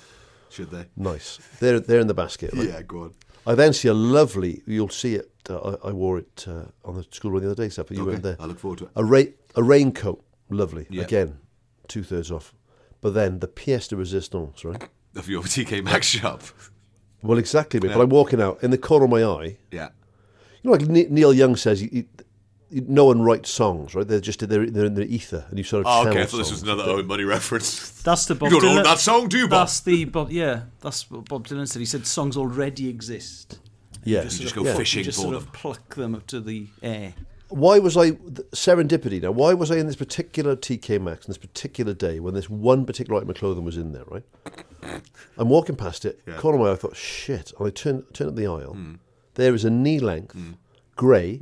Should they?
Nice. They're they're in the basket. Right?
Yeah, go on.
I then see a lovely. You'll see it. Uh, I, I wore it uh, on the school run the other day, stuff. You weren't there.
I look forward to it.
A, ra- a raincoat, lovely.
Yeah.
Again, two thirds off. But then the pièce de résistance, right?
Of your TK Maxx shop.
Well, exactly. mate. But I'm walking out in the corner of my eye.
Yeah.
You know, like Ne- Neil Young says, he, he, no one writes songs, right? They're just they're, they're in the ether, and you sort of.
Oh,
channel
okay. I thought this was
songs.
another Owen Money reference.
That's the Bob
you don't
Dylan.
own that song, do you, Bob?
That's the Bob. Yeah, that's what Bob Dylan said. He said songs already exist.
Yeah.
You just
Sort
go
of-
yeah.
fishing
you just
for
sort
them.
of pluck them up to the air.
Why was I serendipity? Now, why was I in this particular TK Maxx on this particular day when this one particular item of clothing was in there? Right. I'm walking past it,
Yeah. Hmm.
corner of my eye. I thought, shit. And I turn turn up the aisle. There is a knee length, grey,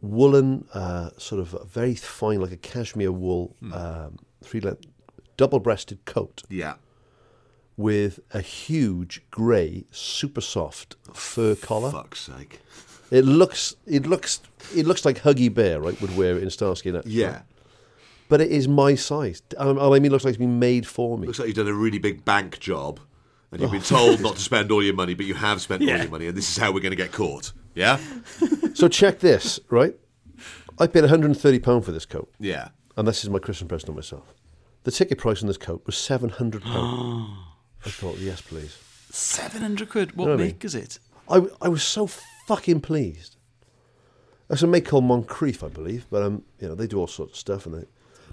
woolen, uh, sort of very fine, like a cashmere wool,
Hmm.
um, three length, double breasted coat.
Yeah.
with a huge grey, super soft fur collar.
Fuck's sake.
It looks, it looks, it looks like Huggy Bear, right? Would wear it in Starsky Hutch.
Yeah.
but it is my size. Um, I mean, it looks like it's been made for me.
Looks like you've done a really big bank job and you've been told not to spend all your money, but you have spent all
Yeah.
your money, and this is how we're going to get caught. Yeah?
so check this, right? I paid 130 pound for this coat,
Yeah.
and this is my Christmas present to myself. The ticket price on this coat was 700 pound. I thought, yes, please.
Seven hundred quid. What
know what I mean?
make is it?
I, w- I was so fucking pleased. That's a make called Moncrief, I believe, but um, you know they do all sorts of stuff, and they,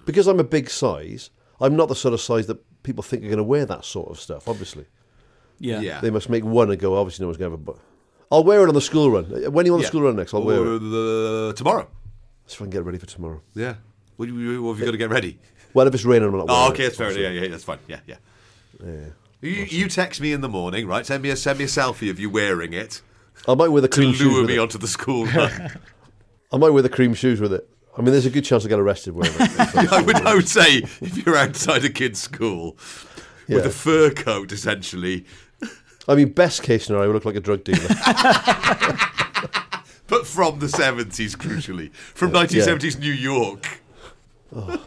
because I'm a big size, I'm not the sort of size that people think are going to wear that sort of stuff. Obviously,
Yeah.
Yeah.
they must make one and go. Obviously, no one's going to have a. Bu- I'll wear it on the school run. Uh, When are you on the
Yeah.
school run next? I'll wear
Or
it
the- tomorrow.
so I can get ready for tomorrow.
Yeah. What, do you- what have you got to get ready?
Well, if it's raining, I'm not.
Oh,
wearing
okay,
it,
that's fair.
obviously.
Yeah, yeah, that's fine. Yeah, yeah. You, you text me in the morning, right? Send me a send me a selfie of you wearing it
I might wear the
to
cream shoes.
lure
With
me
it.
onto the school run.
I might wear the cream shoes with it. I mean, there's a good chance I get arrested wearing it.
I would I would say if you're outside a kid's school with
Yeah.
a fur coat, essentially,
I mean, best case scenario, I look like a drug dealer.
but from the seventies, crucially, from nineteen seventies New York.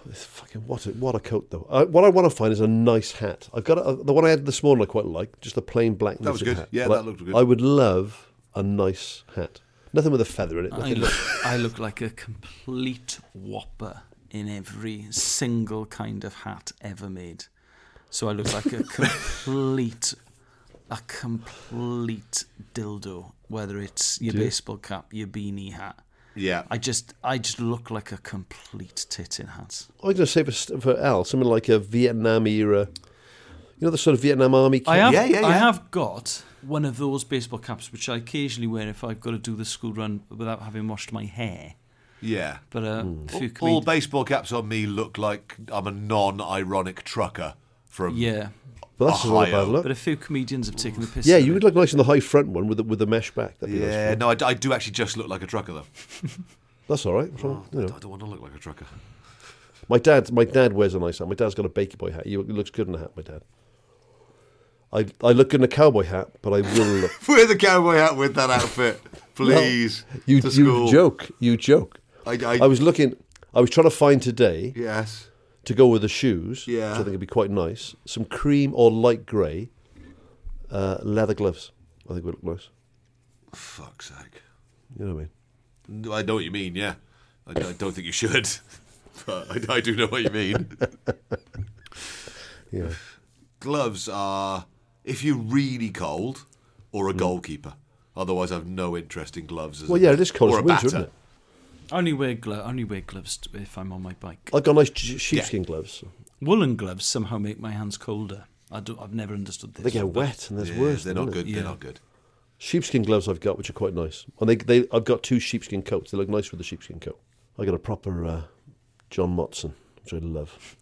It's fucking what a what a coat though. Uh, what I want to find is a nice hat. I've got a, the one I had this morning. I quite like just a plain black. That
was good. Yeah, that looked good.
I would love a nice hat. Nothing with a feather in it.
I
Nothing
look, I look like a complete whopper in every single kind of hat ever made. So I look like a complete, a complete dildo. Whether it's your baseball cap, your beanie hat,
Yeah,
I just, I just look like a complete tit in hat.
I was going to say for, st- for Al something like a Vietnam era. You know the sort of Vietnam army.
I
kit?
have,
Yeah, yeah,
I
yeah.
have got one of those baseball caps which I occasionally wear if I've got to do the school run without having washed my hair.
yeah.
But uh, a few
Mm. All
comedians,
baseball caps on me look like I'm a non-ironic trucker from
yeah,
But that's just not a
Ohio.
bad look.
but a few comedians have taken the piss.
yeah,
out of
you
it.
would look nice in the high front one with the, with the mesh back. That'd be
Yeah,
nice.
no, I, d- I do actually just look like a trucker though.
That's all right. That's all right. You
I
know.
don't want to look like a trucker.
My dad, my dad wears a nice hat. My dad's got a baker boy hat. He looks good in a hat. My dad. I I look good in a cowboy hat, but I will look
Wear the cowboy hat with that outfit, please.
You,
to
you
school.
joke. You joke.
I, I,
I was looking. I was trying to find today
yes.
to go with the shoes,
Yeah.
which I think would be quite nice. Some cream or light grey uh, leather gloves. I think would look nice.
Fuck's sake.
You know what I mean?
I know what you mean. Yeah, I, I don't think you should, but I, I do know what you mean.
Yeah.
Gloves are if you're really cold or a goalkeeper. Otherwise, I've no interest in gloves. As
Hmm. Well,
a,
yeah, it is cold
or
as
a
winter,
batter.
isn't it?
I only wear glo- I only wear gloves t- if I'm on my bike.
I've got nice j- sheepskin gloves.
Woolen gloves somehow make my hands colder. I don't, I've never understood this.
They get wet, and there's
Yeah,
worse.
they're
than
not
that.
good. They're
Yeah.
not good.
Sheepskin gloves I've got, which are quite nice, and they, they I've got two sheepskin coats. They look nice with the sheepskin coat. I got a proper uh, John Motson, which I love.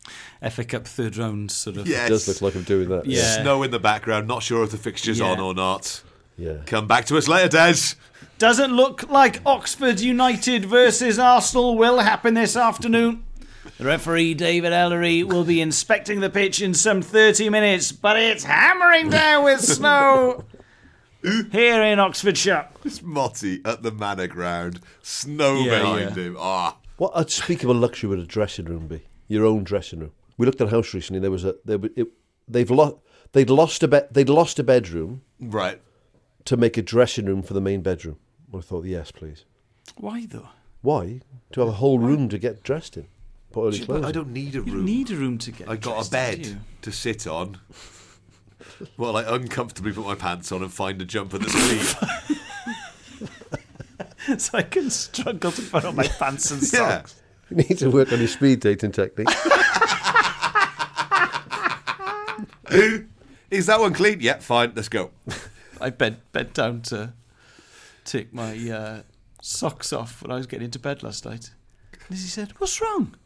FA Cup third round sort of.
Yes.
It does look like I'm doing that.
Yeah.
Snow in the background. Not sure if the fixture's
Yeah.
on or not.
Yeah.
Come back to us later, Des.
Doesn't look like Oxford United versus Arsenal will happen this afternoon. The referee David Ellery will be inspecting the pitch in some 30 minutes, but it's hammering down with snow here in Oxfordshire.
It's Motti at the Manor Ground. Snow
Yeah,
behind
yeah.
him. Ah.
What unspeakable luxury would a dressing room be? Your own dressing room. We looked at a house recently. There was a there, wa- it, they've lost they'd lost a bed they'd lost a bedroom
Right.
to make a dressing room for the main bedroom. I thought, yes, please.
Why though?
Why to have a whole room to get dressed in? Put all your
But
clothes.
I
in.
don't need a
You
room.
need a room to get.
I got a
dressed, do
bed
you?
to sit on. Well, I uncomfortably put my pants on and find a jumper that's clean.
so I can struggle to put on my pants and
Yeah.
socks.
You need to work on your speed dating technique.
Is that one clean? Yeah, fine. Let's go.
I bent bent down to take my uh, socks off when I was getting into bed last night. Lizzie said, "What's wrong?"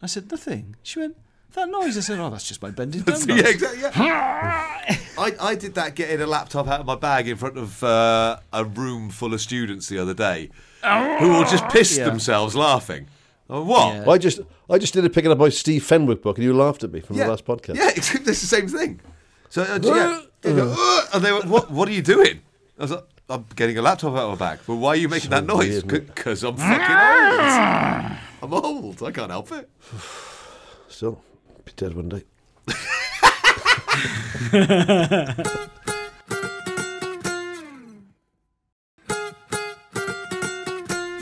I said, "Nothing." She went, "That noise." I said, "Oh, that's just my bending down."
yeah, exactly. Yeah. I, I did that getting a laptop out of my bag in front of uh, a room full of students the other day who all just pissed
Yeah.
themselves laughing. Oh, what?
Yeah.
I just I just did a picking up my Steve Fenwick book, and you laughed at me from the last podcast.
Yeah, except it's the same thing. So, uh, yeah, they go, "Ugh," and they went, what, what are you doing? I was like, I'm getting a laptop out of my bag. Well, why are you making that noise?
weird, isn't
Because I'm fucking old. I'm old. I can't help it.
So, be dead one day.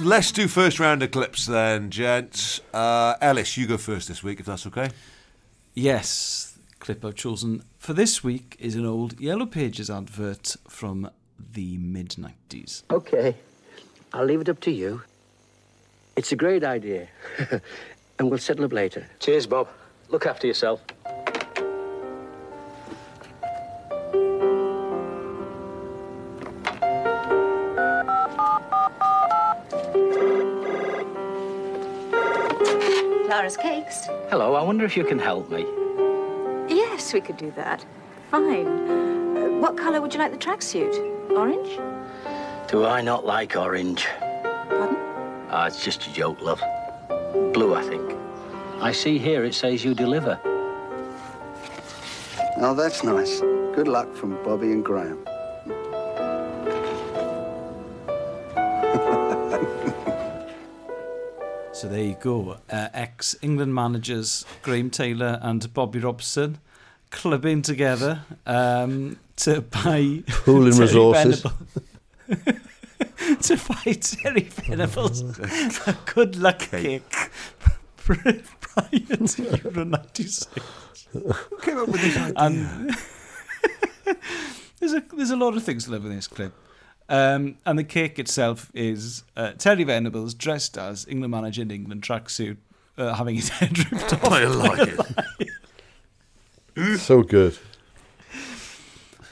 Let's do first round of clips then, gents. Uh, Ellis, you go first this week, if that's okay.
Yes, clip I've chosen for this week is an old Yellow Pages advert from the mid 90s.
Okay. I'll leave it up to you. It's a great idea. and we'll settle up later.
Cheers, Bob. Look after yourself.
Clara's cakes.
Hello, I wonder if you can help me.
Yes, we could do that. Fine. Uh, what colour would you like the tracksuit? Orange?
Do I not like orange?
Pardon?
Ah, it's just a joke, love. Blue, I think. I see here it says you deliver.
Oh, that's nice. Good luck from Bobby and Graham.
So there you go. Uh, Ex England managers Graham Taylor and Bobby Robson clubbing together um, to buy
Pool and
Terry
resources.
Venable- to buy Terry Venables a good luck
Cake.
kick prior to Euro 96.
Who came up with this idea?
And there's a there's a lot of things to love in this clip. Um, and the cake itself is uh, Terry Venables dressed as England manager in England tracksuit, uh, having his head ripped off.
I like it.
So good.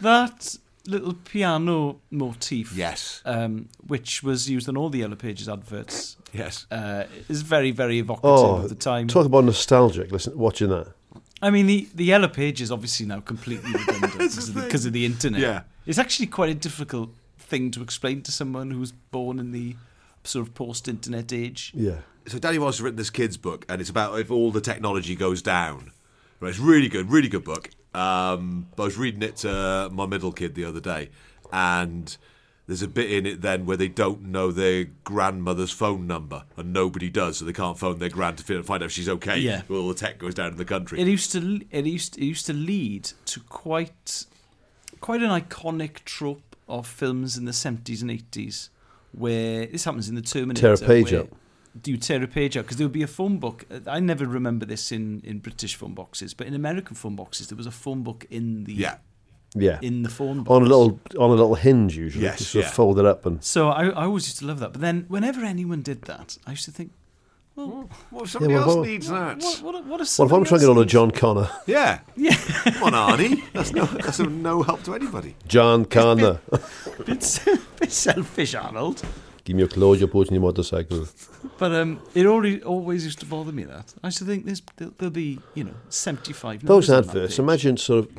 That little piano motif,
Yes.
um, which was used in all the Yellow Pages adverts,
Yes.
uh, is very very evocative
Oh,
of the time.
talk about nostalgic. Listen, watching that.
I mean, the, the yellow page is obviously now completely redundant because of, the, 'cause of the internet.
Yeah.
It's actually quite a difficult thing to explain to someone who was born in the sort of post internet age.
Yeah.
So Danny Ross has written this kid's book, and it's about if all the technology goes down. Right, it's really good, really good book. Um, but I was reading it to my middle kid the other day, and there's a bit in it then where they don't know their grandmother's phone number, and nobody does, so they can't phone their grand to fi- find out if she's okay.
Yeah.
when all the tech goes down in the country.
It used to it used it used to lead to quite quite an iconic trope of films in the seventies and eighties where this happens in the Terminator.
Tear a page
where-
out.
Do you tear a page out? Because there would be a phone book. I never remember this in, in British phone boxes, but in American phone boxes, there was a phone book in the
yeah,
Yeah.
in the phone box.
on a little on a little hinge usually.
Yes,
Just sort
yeah.
of fold it up and
So I, I always used to love that. But then whenever anyone did that, I used to think, well,
well, if somebody
Yeah, well,
else
what-
needs that.
what, what, what if
well, if I'm trying to get on a John Connor,
Yeah, yeah. Come on, Arnie. That's no, that's of no help to anybody.
John Connor,
a bit, bit selfish, Arnold.
give me your clothes, you're pushing your motorcycle.
But um, it already always used to bother me that I used to think there's there'll, there'll be you know 75
Those
numbers on that
adverts,
page.
imagine sort of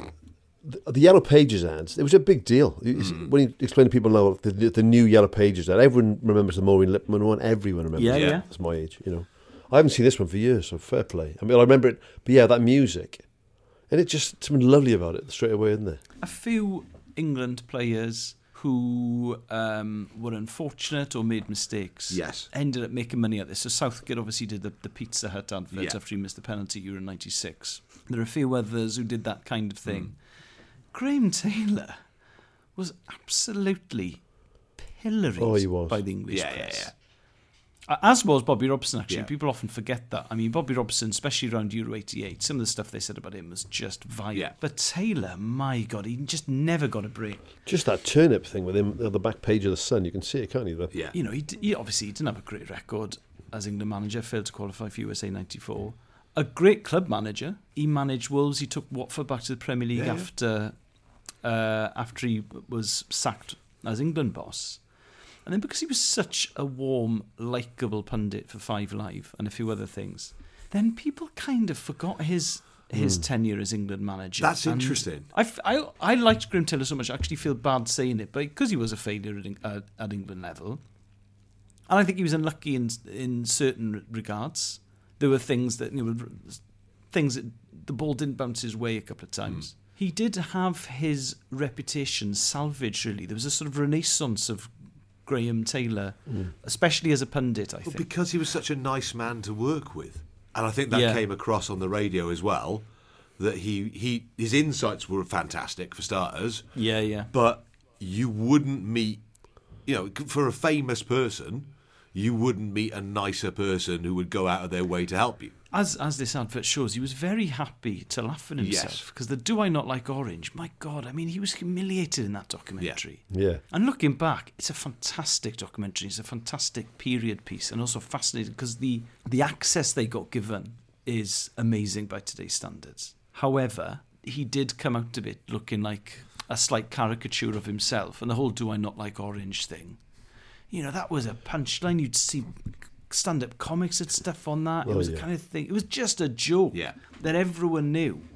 the- the Yellow Pages ads. It was a big deal You- you- when you explain to people now the, the new Yellow Pages ad. Everyone remembers the Maureen Lipman one. Everyone remembers.
Yeah,
it.
yeah.
It's my age, you know. I haven't seen this one for years, so fair play. I mean, I remember it, but yeah, that music, and it just something lovely about it straight away, isn't there?
a few England players who um, were unfortunate or made mistakes
Yes.
ended up making money out of this. So Southgate obviously did the, the Pizza Hut advert
Yeah.
after he missed the penalty Euro 96. There are a few others who did that kind of
Hmm.
thing. Graham Taylor was absolutely pilloried
Oh, he was.
by the English
Yeah, yeah,
press.
yeah.
As was Bobby Robson, actually.
Yeah.
People often forget that. I mean, Bobby Robson, especially around Euro 88, some of the stuff they said about him was just vile.
Yeah.
But Taylor, my God, he just never got a break.
Just that turnip thing with him on the back page of the Sun. You can see it, can't you? There.
Yeah.
You know, he, d- he obviously he didn't have a great record as England manager, failed to qualify for USA 94. A great club manager. He managed Wolves. He took Watford back to the Premier League
Yeah, yeah.
after Uh, after he was sacked as England boss. And then because he was such a warm, likable pundit for Five Live and a few other things, then people kind of forgot his his tenure as England manager.
Hmm. That's
And
interesting.
I, f- I, I liked Graham Taylor so much, I actually feel bad saying it, but because he was a failure at, Eng- uh, at England level, and I think he was unlucky in in certain regards. There were things that you know, things that the ball didn't bounce his way a couple of times. He did have his reputation salvaged. Really, there was a sort of renaissance of Graham Taylor, especially as a pundit. I
Well,
think.
because he was such a nice man to work with, and I think that
Yeah.
came across on the radio as well. That he he his insights were fantastic for starters,
Yeah, yeah.
but you wouldn't meet, you know, c- for a famous person, you wouldn't meet a nicer person who would go out of their way to help you.
as as this advert shows, he was very happy to laugh at
Yes.
himself because the "Do I Not Like Orange?" My God, I mean, he was humiliated in that documentary.
Yeah.
And looking back, it's a fantastic documentary. It's a fantastic period piece, and also fascinating because the the access they got given is amazing by today's standards. However, he did come out of it looking like a slight caricature of himself, and the whole "Do I Not Like Orange?" thing. You know, that was a punchline. You'd see stand-up comics and stuff on that. it
Oh,
was
yeah.
kind of kind of thing. It was just a joke
Yeah.
that everyone knew.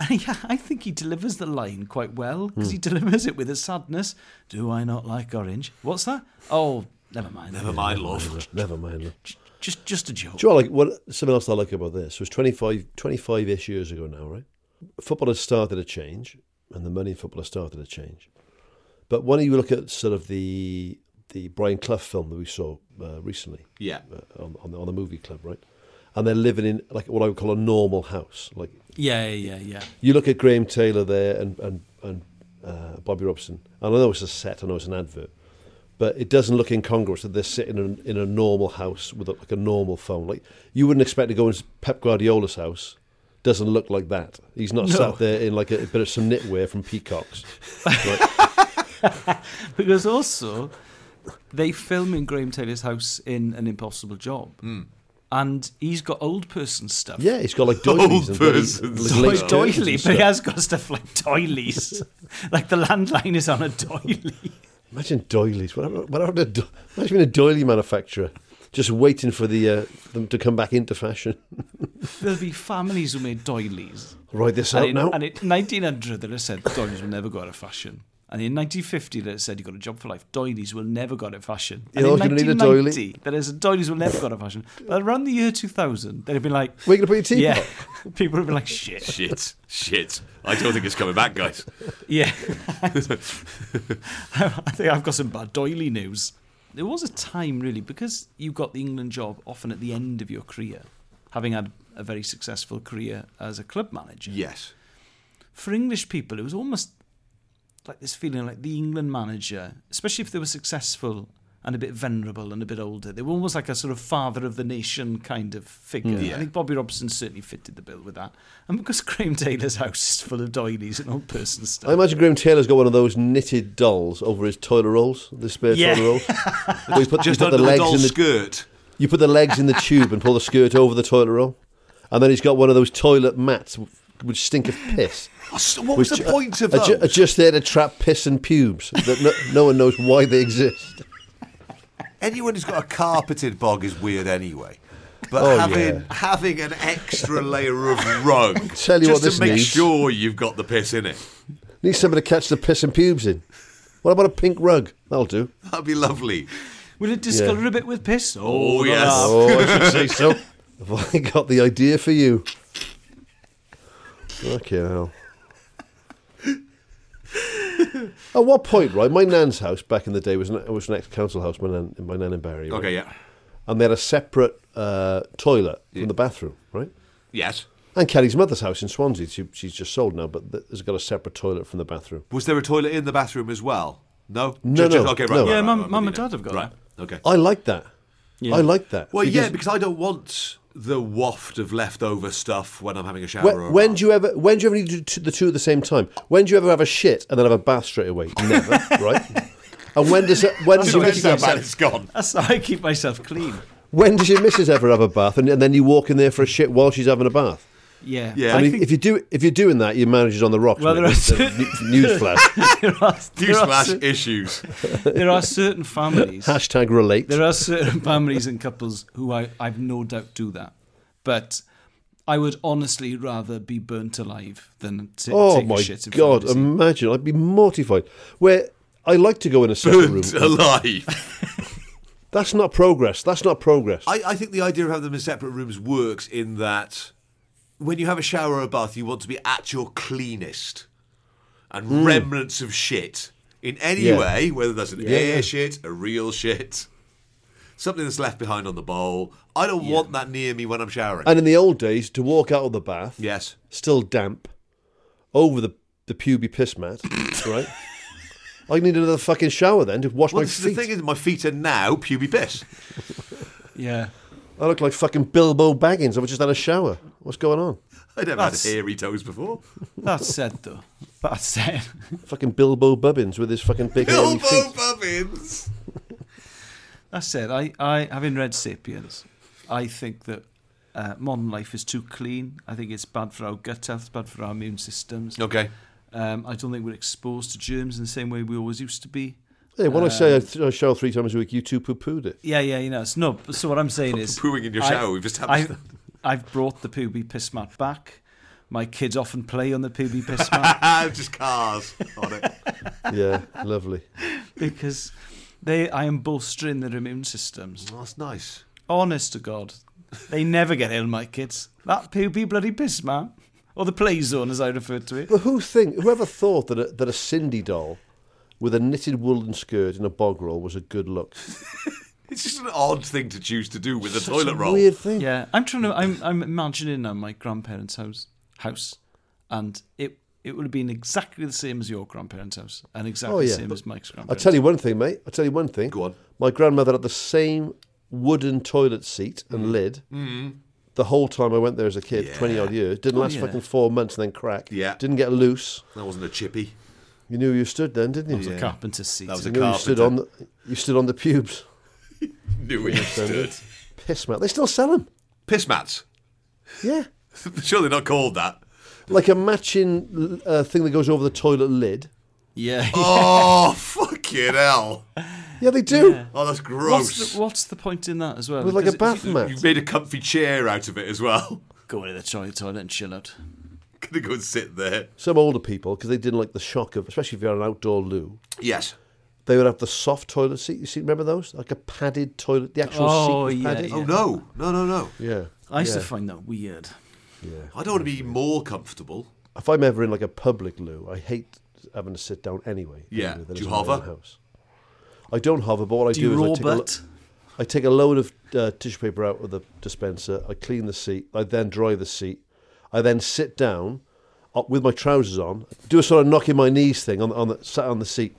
And he, I think he delivers the line quite well because
Hmm.
he delivers it with a sadness. Do I not like orange? What's that? Oh, never mind.
Never mind, love.
Never mind. Look.
J- Just, just a joke.
Do you know what, like what something else I like about this was 25 25 ish years ago now, right? Football has started to change, and the money in football has started to change. But when you look at sort of the the Brian Clough film that we saw uh, recently,
Yeah.
uh, on, on, the, on the movie club, right? And they're living in like what I would call a normal house. Like
Yeah, yeah, yeah.
you look at Graham Taylor there and and and uh, Bobby Robson. And I know it's a set. I know it's an advert. But it doesn't look incongruous that they're sitting in, in a normal house with a, like a normal phone. Like you wouldn't expect to go into Pep Guardiola's house. Doesn't look like that. He's not
No.
sat there in like a, bit of some knitwear from Peacocks. Right?
Because also, they film in Graham Taylor's house in An Impossible Job.
Hmm.
And he's got old person stuff.
yeah, he's got like doilies
Old
and bloody-
person.
like, lace
Like
curtains
doily,
and
but he
stuff.
has got stuff like doilies. like the landline is on a doily.
Imagine doilies. What happened, what happened to do- imagine being a doily manufacturer just waiting for the uh, them to come back into fashion.
There'll be families who made doilies.
Ride this
And
out
in,
now.
and in 1900, they'll have said doilies will never go out of fashion. And in 1950, they'll have said you got a job for life. Doilies will never go out of fashion. And
You're
in
always gonna need a doily.
1990, they'll have said doilies will never go out of fashion. But around the year 2000, they'll have been like,
Where you gonna put your
Yeah.
teapot?
People have been like, shit.
Shit, shit. I don't think it's coming back, guys.
Yeah. I think I've got some bad doily news. There was a time, really, because you got the England job often at the end of your career, having had a very successful career as a club manager.
Yes.
for English people, it was almost like this feeling like the England manager, especially if they were successful and a bit venerable and a bit older, they were almost like a sort of father of the nation kind of figure.
Yeah.
I think Bobby Robson certainly fitted the bill with that. And because Graham Taylor's house is full of doilies and old person
I
stuff.
imagine Graham Taylor's got one of those knitted dolls over his toilet rolls, the spare
Yeah.
toilet rolls. Where you put,
Just
you put
under
the
the,
legs
doll
in the
skirt.
you put the legs in the tube and pull the skirt over the toilet roll, and then he's got one of those toilet mats w- which stink of piss.
Oh, so What was
which
the
are-
point of
are ju-
those?
are just there to trap piss and pubes that no, no one knows why they exist.
Anyone who's got a carpeted bog is weird anyway. But
Oh,
having
yeah.
having an extra layer of rug
Tell you
just
what this
to make
needs.
sure you've got the piss in it.
Need somebody to catch the piss and pubes in. What about a pink rug? That'll do.
That'd be lovely.
Will it discolour a bit with piss?
Oh,
not
yes.
that.
Oh, I should say so. Have I got the idea for you? Fucking hell. At what point, right? My nan's house back in the day was an, was an ex-council house. My nan, my nan in Barry. right?
Okay, yeah.
And they had a separate uh, toilet from the bathroom, right?
Yes.
And Kelly's mother's house in Swansea, she, she's just sold now, but th- has got a separate toilet from the bathroom.
Was there a toilet in the bathroom as well? No?
No,
Ju- ju-
no,
okay, right.
no.
right,
Yeah,
right,
mum-
right,
mum
with
and
you now.
dad have got
Right. Okay.
I like that.
Yeah.
I like that.
Well, yeah, because I don't want the waft of leftover stuff when I'm having a shower. or a
When, when
bath.
do you ever? When do you ever need to do t- the two at the same time? When do you ever have a shit and then have a bath straight away? Never, right? And when does uh, when does your
Depends how
missus,
bad it's gone.
That's how I keep myself clean.
when does your missus ever have a bath and, and then you walk in there for a shit while she's having a bath?
Yeah.
Yeah.
I,
I
mean,
think-
if you do if you're doing that, your manager's on the rocks.
Well,
mate.
there are
There's- there's new- newsflash.
there, are, there, are,
Newsflash
cer-
issues.
there are certain families.
Hashtag relate.
There are certain families and couples who I, I've no doubt do that. But I would honestly rather be burnt alive than to
oh
take a
my
shit in
god! um,
front of you.
Imagine I'd be mortified. Where I like to go in a separate room.
Burnt alive.
That's not progress. That's not progress.
I, I think the idea of having them in separate rooms works in that when you have a shower or a bath, you want to be at your cleanest. And remnants of shit in any
Hmm. Yeah.
way, whether that's an
yeah.
air shit, a real shit, something that's left behind on the bowl. I don't want that near me when I'm showering.
and in the old days, to walk out of the bath,
yes.
still damp, over the the puby piss mat, right? I need another fucking shower then to wash
Well,
my
this is
feet.
the thing is, my feet are now pubic piss.
Yeah.
I look like fucking Bilbo Baggins. I've just had a shower. What's going on?
I never
That's-
had hairy toes before.
That said, though, that said,
Fucking Bilbo Bubbins with his fucking big hairy
Bilbo
feet.
Bubbins.
that said, I, I having read *Sapiens*, I think that uh, modern life is too clean. I think it's bad for our gut health, bad for our immune systems.
Okay.
Um, I don't think we're exposed to germs in the same way we always used to be.
Hey, when I say I, th- I shower three times a week, you two poo pooed it.
Yeah, yeah, you know. It's, no, but- so what I'm saying is,
Pooing in your
I-
shower, we've established
I've, I've brought the poobie piss mat back. My kids often play on the poobie piss mat
Just cars on it.
Yeah, lovely.
because they. I am bolstering their immune systems.
Well, Oh, that's nice.
Honest to God, they never get ill, my kids. That poobie bloody piss mat, or the play zone, as I refer to it.
But who think? Whoever thought that a, that a Cindy doll with a knitted woolen skirt and a bog roll was a good look?
It's just an odd thing to choose to do with a
It's
toilet
a
roll.
Weird thing.
Yeah, I'm trying to. I'm, I'm imagining now my grandparents' house, house, and it it would have been exactly the same as your grandparents' house, and exactly
Oh, yeah.
the same as Mike's
I'll
grandparents.
tell you one thing, mate. I'll tell you one thing.
Go on.
My grandmother had the same wooden toilet seat and
Mm.
lid the whole time I went there as a kid, 20 odd years. Didn't last
yeah.
fucking four months and then crack.
Yeah.
Didn't get loose.
That wasn't a chippy.
You knew you stood then, didn't you?
It was a carpenter's seat.
That was
You
a
knew you stood,
carpenter.
on the, you stood on the pubes.
Knew where you stood.
Piss mat. They still sell them.
Piss mats.
Yeah.
Sure, they're not called that.
Like a matching uh, thing that goes over the toilet lid.
yeah.
Oh, fucking hell.
Yeah, they do.
Yeah.
Oh, that's
What's
gross.
the, what's the point in that as well?
With like a
Because if
bath
you-
mat.
you made a comfy chair out of it as well.
Go into the toilet, toilet and chill out.
Gonna go and sit there.
Some older people, because they didn't like the shock of, especially if you're on an outdoor loo,
Yes.
they would have the soft toilet seat. You see, remember those? Like a padded toilet, the actual
Oh,
seat was
yeah,
padded.
yeah.
Oh, no. No, no, no.
Yeah.
I used
Yeah.
to find that weird.
I don't want to be more comfortable.
If I'm ever in like a public loo, I hate having to sit down anyway.
Yeah.
anyway, than
Do you
is my own
hover?
House. I don't hover, but what I
Do
do,
you raw
is I take, a lo-
butt?
I take a load of uh, tissue paper out of the dispenser. I clean the seat. I then dry the seat. I then sit down uh, with my trousers on, do a sort of knocking my knees thing on, on the sat on the seat,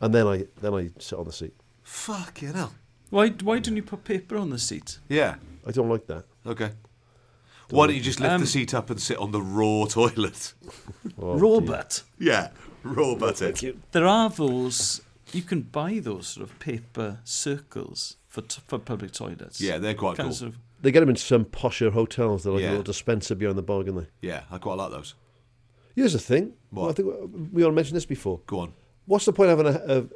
and then I then I sit on the seat.
Fucking hell.
Why why don't you put paper on the seat?
Yeah.
I don't like that.
Okay. Why don't you just lift
Um,
the seat up and sit on the raw toilet?
Oh,
Raw butt.
Yeah. Raw butt it.
There are those you can buy those sort of paper circles for t- for public toilets.
Yeah, they're quite
Kind
cool.
of sort of-
They get them in some posher hotels. They're like
Yeah.
a little dispenser behind the bar, aren't they?
Yeah, I quite like those.
Here's the thing.
What?
Well, I think we all mentioned this before.
Go on.
What's the point of having a, a-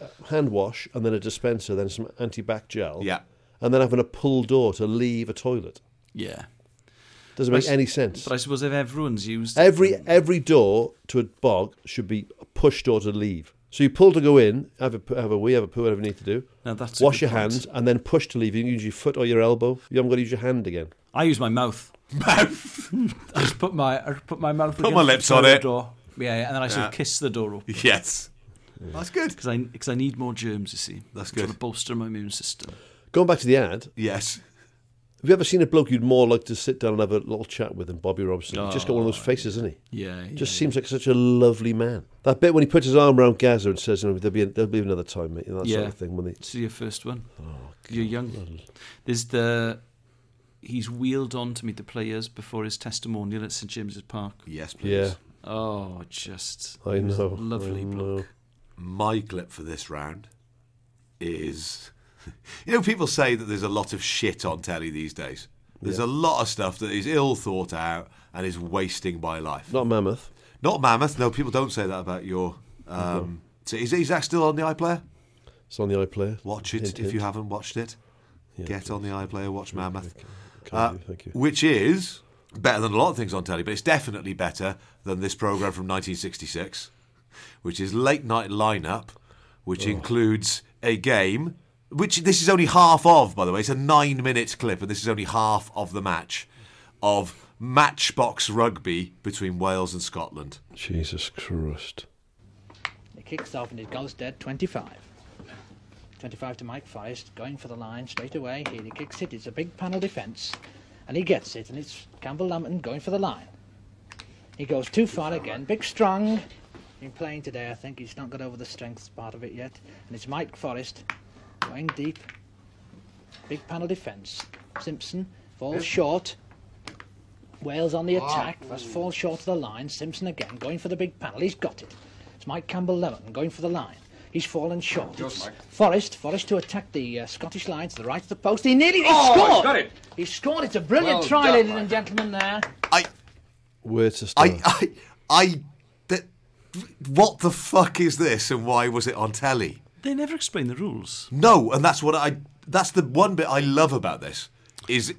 a hand wash and then a dispenser, then some anti-bac gel,
Yeah.
and then having a pull door to leave a toilet?
yeah.
Doesn't make
But I s-
any sense.
But I suppose if everyone's used
Every every door to a bog should be a push door to leave. So you pull to go in, have a p- have a wee, have a poo, whatever you need to do.
Now that's a
wash
good
your
point.
hands and then push to leave. You can use your foot or your elbow. You haven't got to use your hand again.
I use my mouth.
Mouth.
I just put my I just put my mouth
my
against the
lips on
toilet
it.
Door. Yeah, yeah, and then I sort of kiss the door open
Yes. That's good.
because I because I need more germs. You see,
That's
Trying
good.
to bolster my immune system.
Going back to the ad,
Yes.
Have you ever seen a bloke you'd more like to sit down and have a little chat with than Bobby Robson? He's just got one
Oh,
of those faces, isn't he?
Yeah,
Just
yeah,
seems like such a lovely man. That bit when he puts his arm around Gaza and says, you know, there'll, be there'll be another time, mate, and that sort
Yeah.
of thing. When they,
This is your first one.
Oh,
You're young. There's the. He's wheeled on to meet the players before his testimonial at St James's Park.
Yes, please.
yeah,
Oh, just
I know.
lovely
I
bloke.
know.
My clip for this round is you know, people say that there's a lot of shit on telly these days. There's a lot of stuff that is ill thought out and is wasting my life.
Not Mammoth.
Not Mammoth. No, people don't say that about your. Um, so is, is that still on the iPlayer?
It's on the iPlayer.
Watch it
Hint,
if you
hint.
haven't watched it. Get on the iPlayer, watch Mammoth. Uh,
Can't do, thank you.
Which is better than a lot of things on telly, but it's definitely better than this programme from 1966, which is Late Night Lineup,
Oh.
which includes a game, which this is only half of, by the way. It's a nine minute clip, and this is only half of the match of matchbox rugby between Wales and Scotland.
Jesus Christ.
He kicks off and his goal's dead 25. 25 to Mike Forrest, going for the line straight away. Here he kicks it, it's a big panel defence. And he gets it, and it's Campbell Lambton going for the line. He goes too far again, big strong. Been playing today, I think. He's not got over the strength part of it yet. And it's Mike Forrest going deep. Big panel defence. Simpson falls short. Wales on the attack. First fall short of the line. Simpson again going for the big panel. He's got it. It's Mike Campbell Levin going for the line. He's fallen short. It's Forrest, Forrest to attack the uh, Scottish line to the right of the post. He nearly he scored. Got it. He scored. It's a brilliant try, ladies and gentlemen. There.
I,
Where to start?
I, I, I, that, what the fuck is this, and why was it on telly?
They never explain the rules.
No, and that's what I. That's the one bit I love about this. Is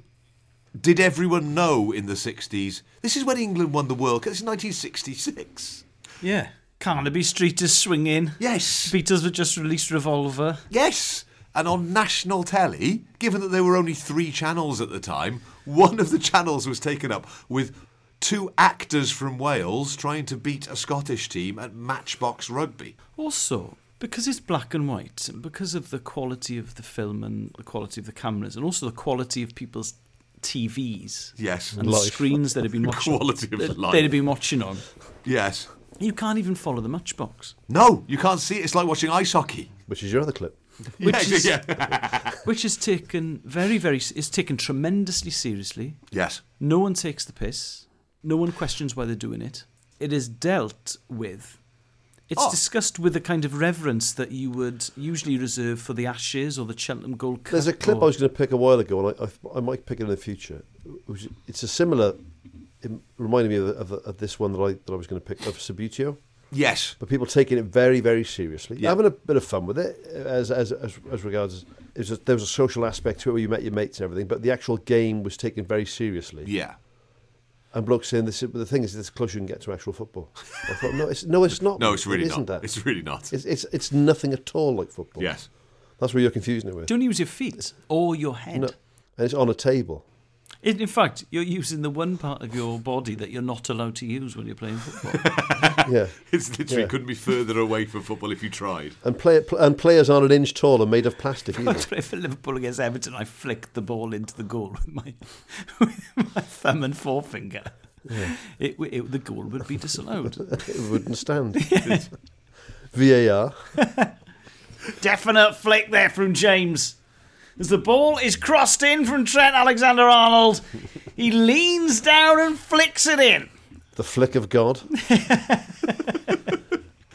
did everyone know in the '60s? This is when England won the World Cup. This is 1966.
Yeah. Carnaby Street is swinging.
Yes,
Beatles have just released Revolver.
yes. And on national telly, given that there were only three channels at the time, one of the channels was taken up with two actors from Wales trying to beat a Scottish team at matchbox rugby.
Also, because it's black and white, and because of the quality of the film and the quality of the cameras, and also the quality of people's TVs
Yes,
and the screens that have been watching,
Quality of
that
life.
they'd have been watching on,
yes.
you can't even follow the matchbox,
No, you can't see it. It's like watching ice hockey.
Which is your other clip.
which
Yeah,
is
yeah.
which is taken very, very, is taken tremendously seriously.
Yes.
No one takes the piss. No one questions why they're doing it. It is dealt with. It's
Oh.
discussed with the kind of reverence that you would usually reserve for the Ashes or the Cheltenham Gold Cup.
There's a clip
or-
I was going to pick a while ago, and I, I, I might pick it in the future. It was- It's a similar. It reminded me of, of, of this one that I that I was going to pick of Sabutio,
Yes.
but people taking it very very seriously,
Yeah.
having a bit of fun with it as as as, as regards. It was a, there was a social aspect to it where you met your mates and everything, but the actual game was taken very seriously.
Yeah.
And blokes saying this. is- The thing is, this is close you can get to actual football. I thought, no, it's no, it's not.
No, it's really
it
not.
isn't that.
It's really not.
It's, it's it's nothing at all like football.
yes.
that's where you're confusing it with.
Don't use your feet or your head.
No, and it's on a table.
In, in fact, you're using the one part of your body that you're not allowed to use when you're playing football.
Yeah.
It's literally
Yeah.
couldn't be further away from football if you tried.
And, play, pl- and players aren't an inch tall and made of plastic either.
For Liverpool against Everton, I flicked the ball into the goal with my, with my thumb and forefinger. It, w- it, the goal would be disallowed.
it wouldn't stand. VAR.
Definite flick there from James. As the ball is crossed in from Trent Alexander Arnold, he leans down and flicks it in.
The flick of God.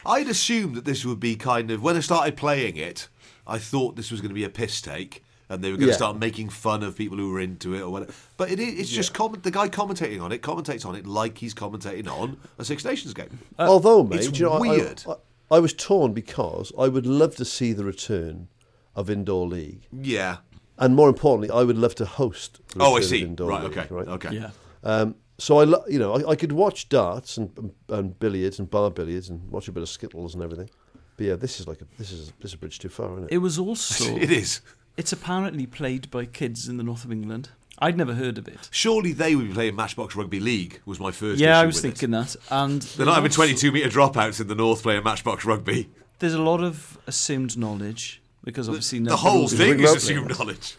I'd assumed that this would be kind of when I started playing it, I thought this was going to be a piss take and they were going
Yeah.
to start making fun of people who were into it or whatever. But it, is- it's just comment, the guy commentating on it commentates on it like he's commentating on a Six Nations game.
Although, mate,
Uh, it's
do you know, I-
weird.
I, I, I was torn because I would love to see the return of indoor league,
Yeah.
and more importantly, I would love to host. The
Oh, I
return of
see.
Indoor
Right.
League,
Okay. Okay.
Um, so I, lo- you know, I, I could watch darts and, and, and billiards and bar billiards and watch a bit of skittles and everything. But yeah, this is like a, this is this is a bridge too far, isn't it?
It was also.
It is.
It's apparently played by kids in the north of England. I'd never heard of it.
Surely they would be playing Matchbox Rugby League was my first.
Yeah, I
issue
was
with it.
thinking that. And
They're not having
also-
22 metre dropouts in the North playing Matchbox Rugby.
There's a lot of assumed knowledge because obviously
the whole
rules-
thing is
rugby.
assumed knowledge.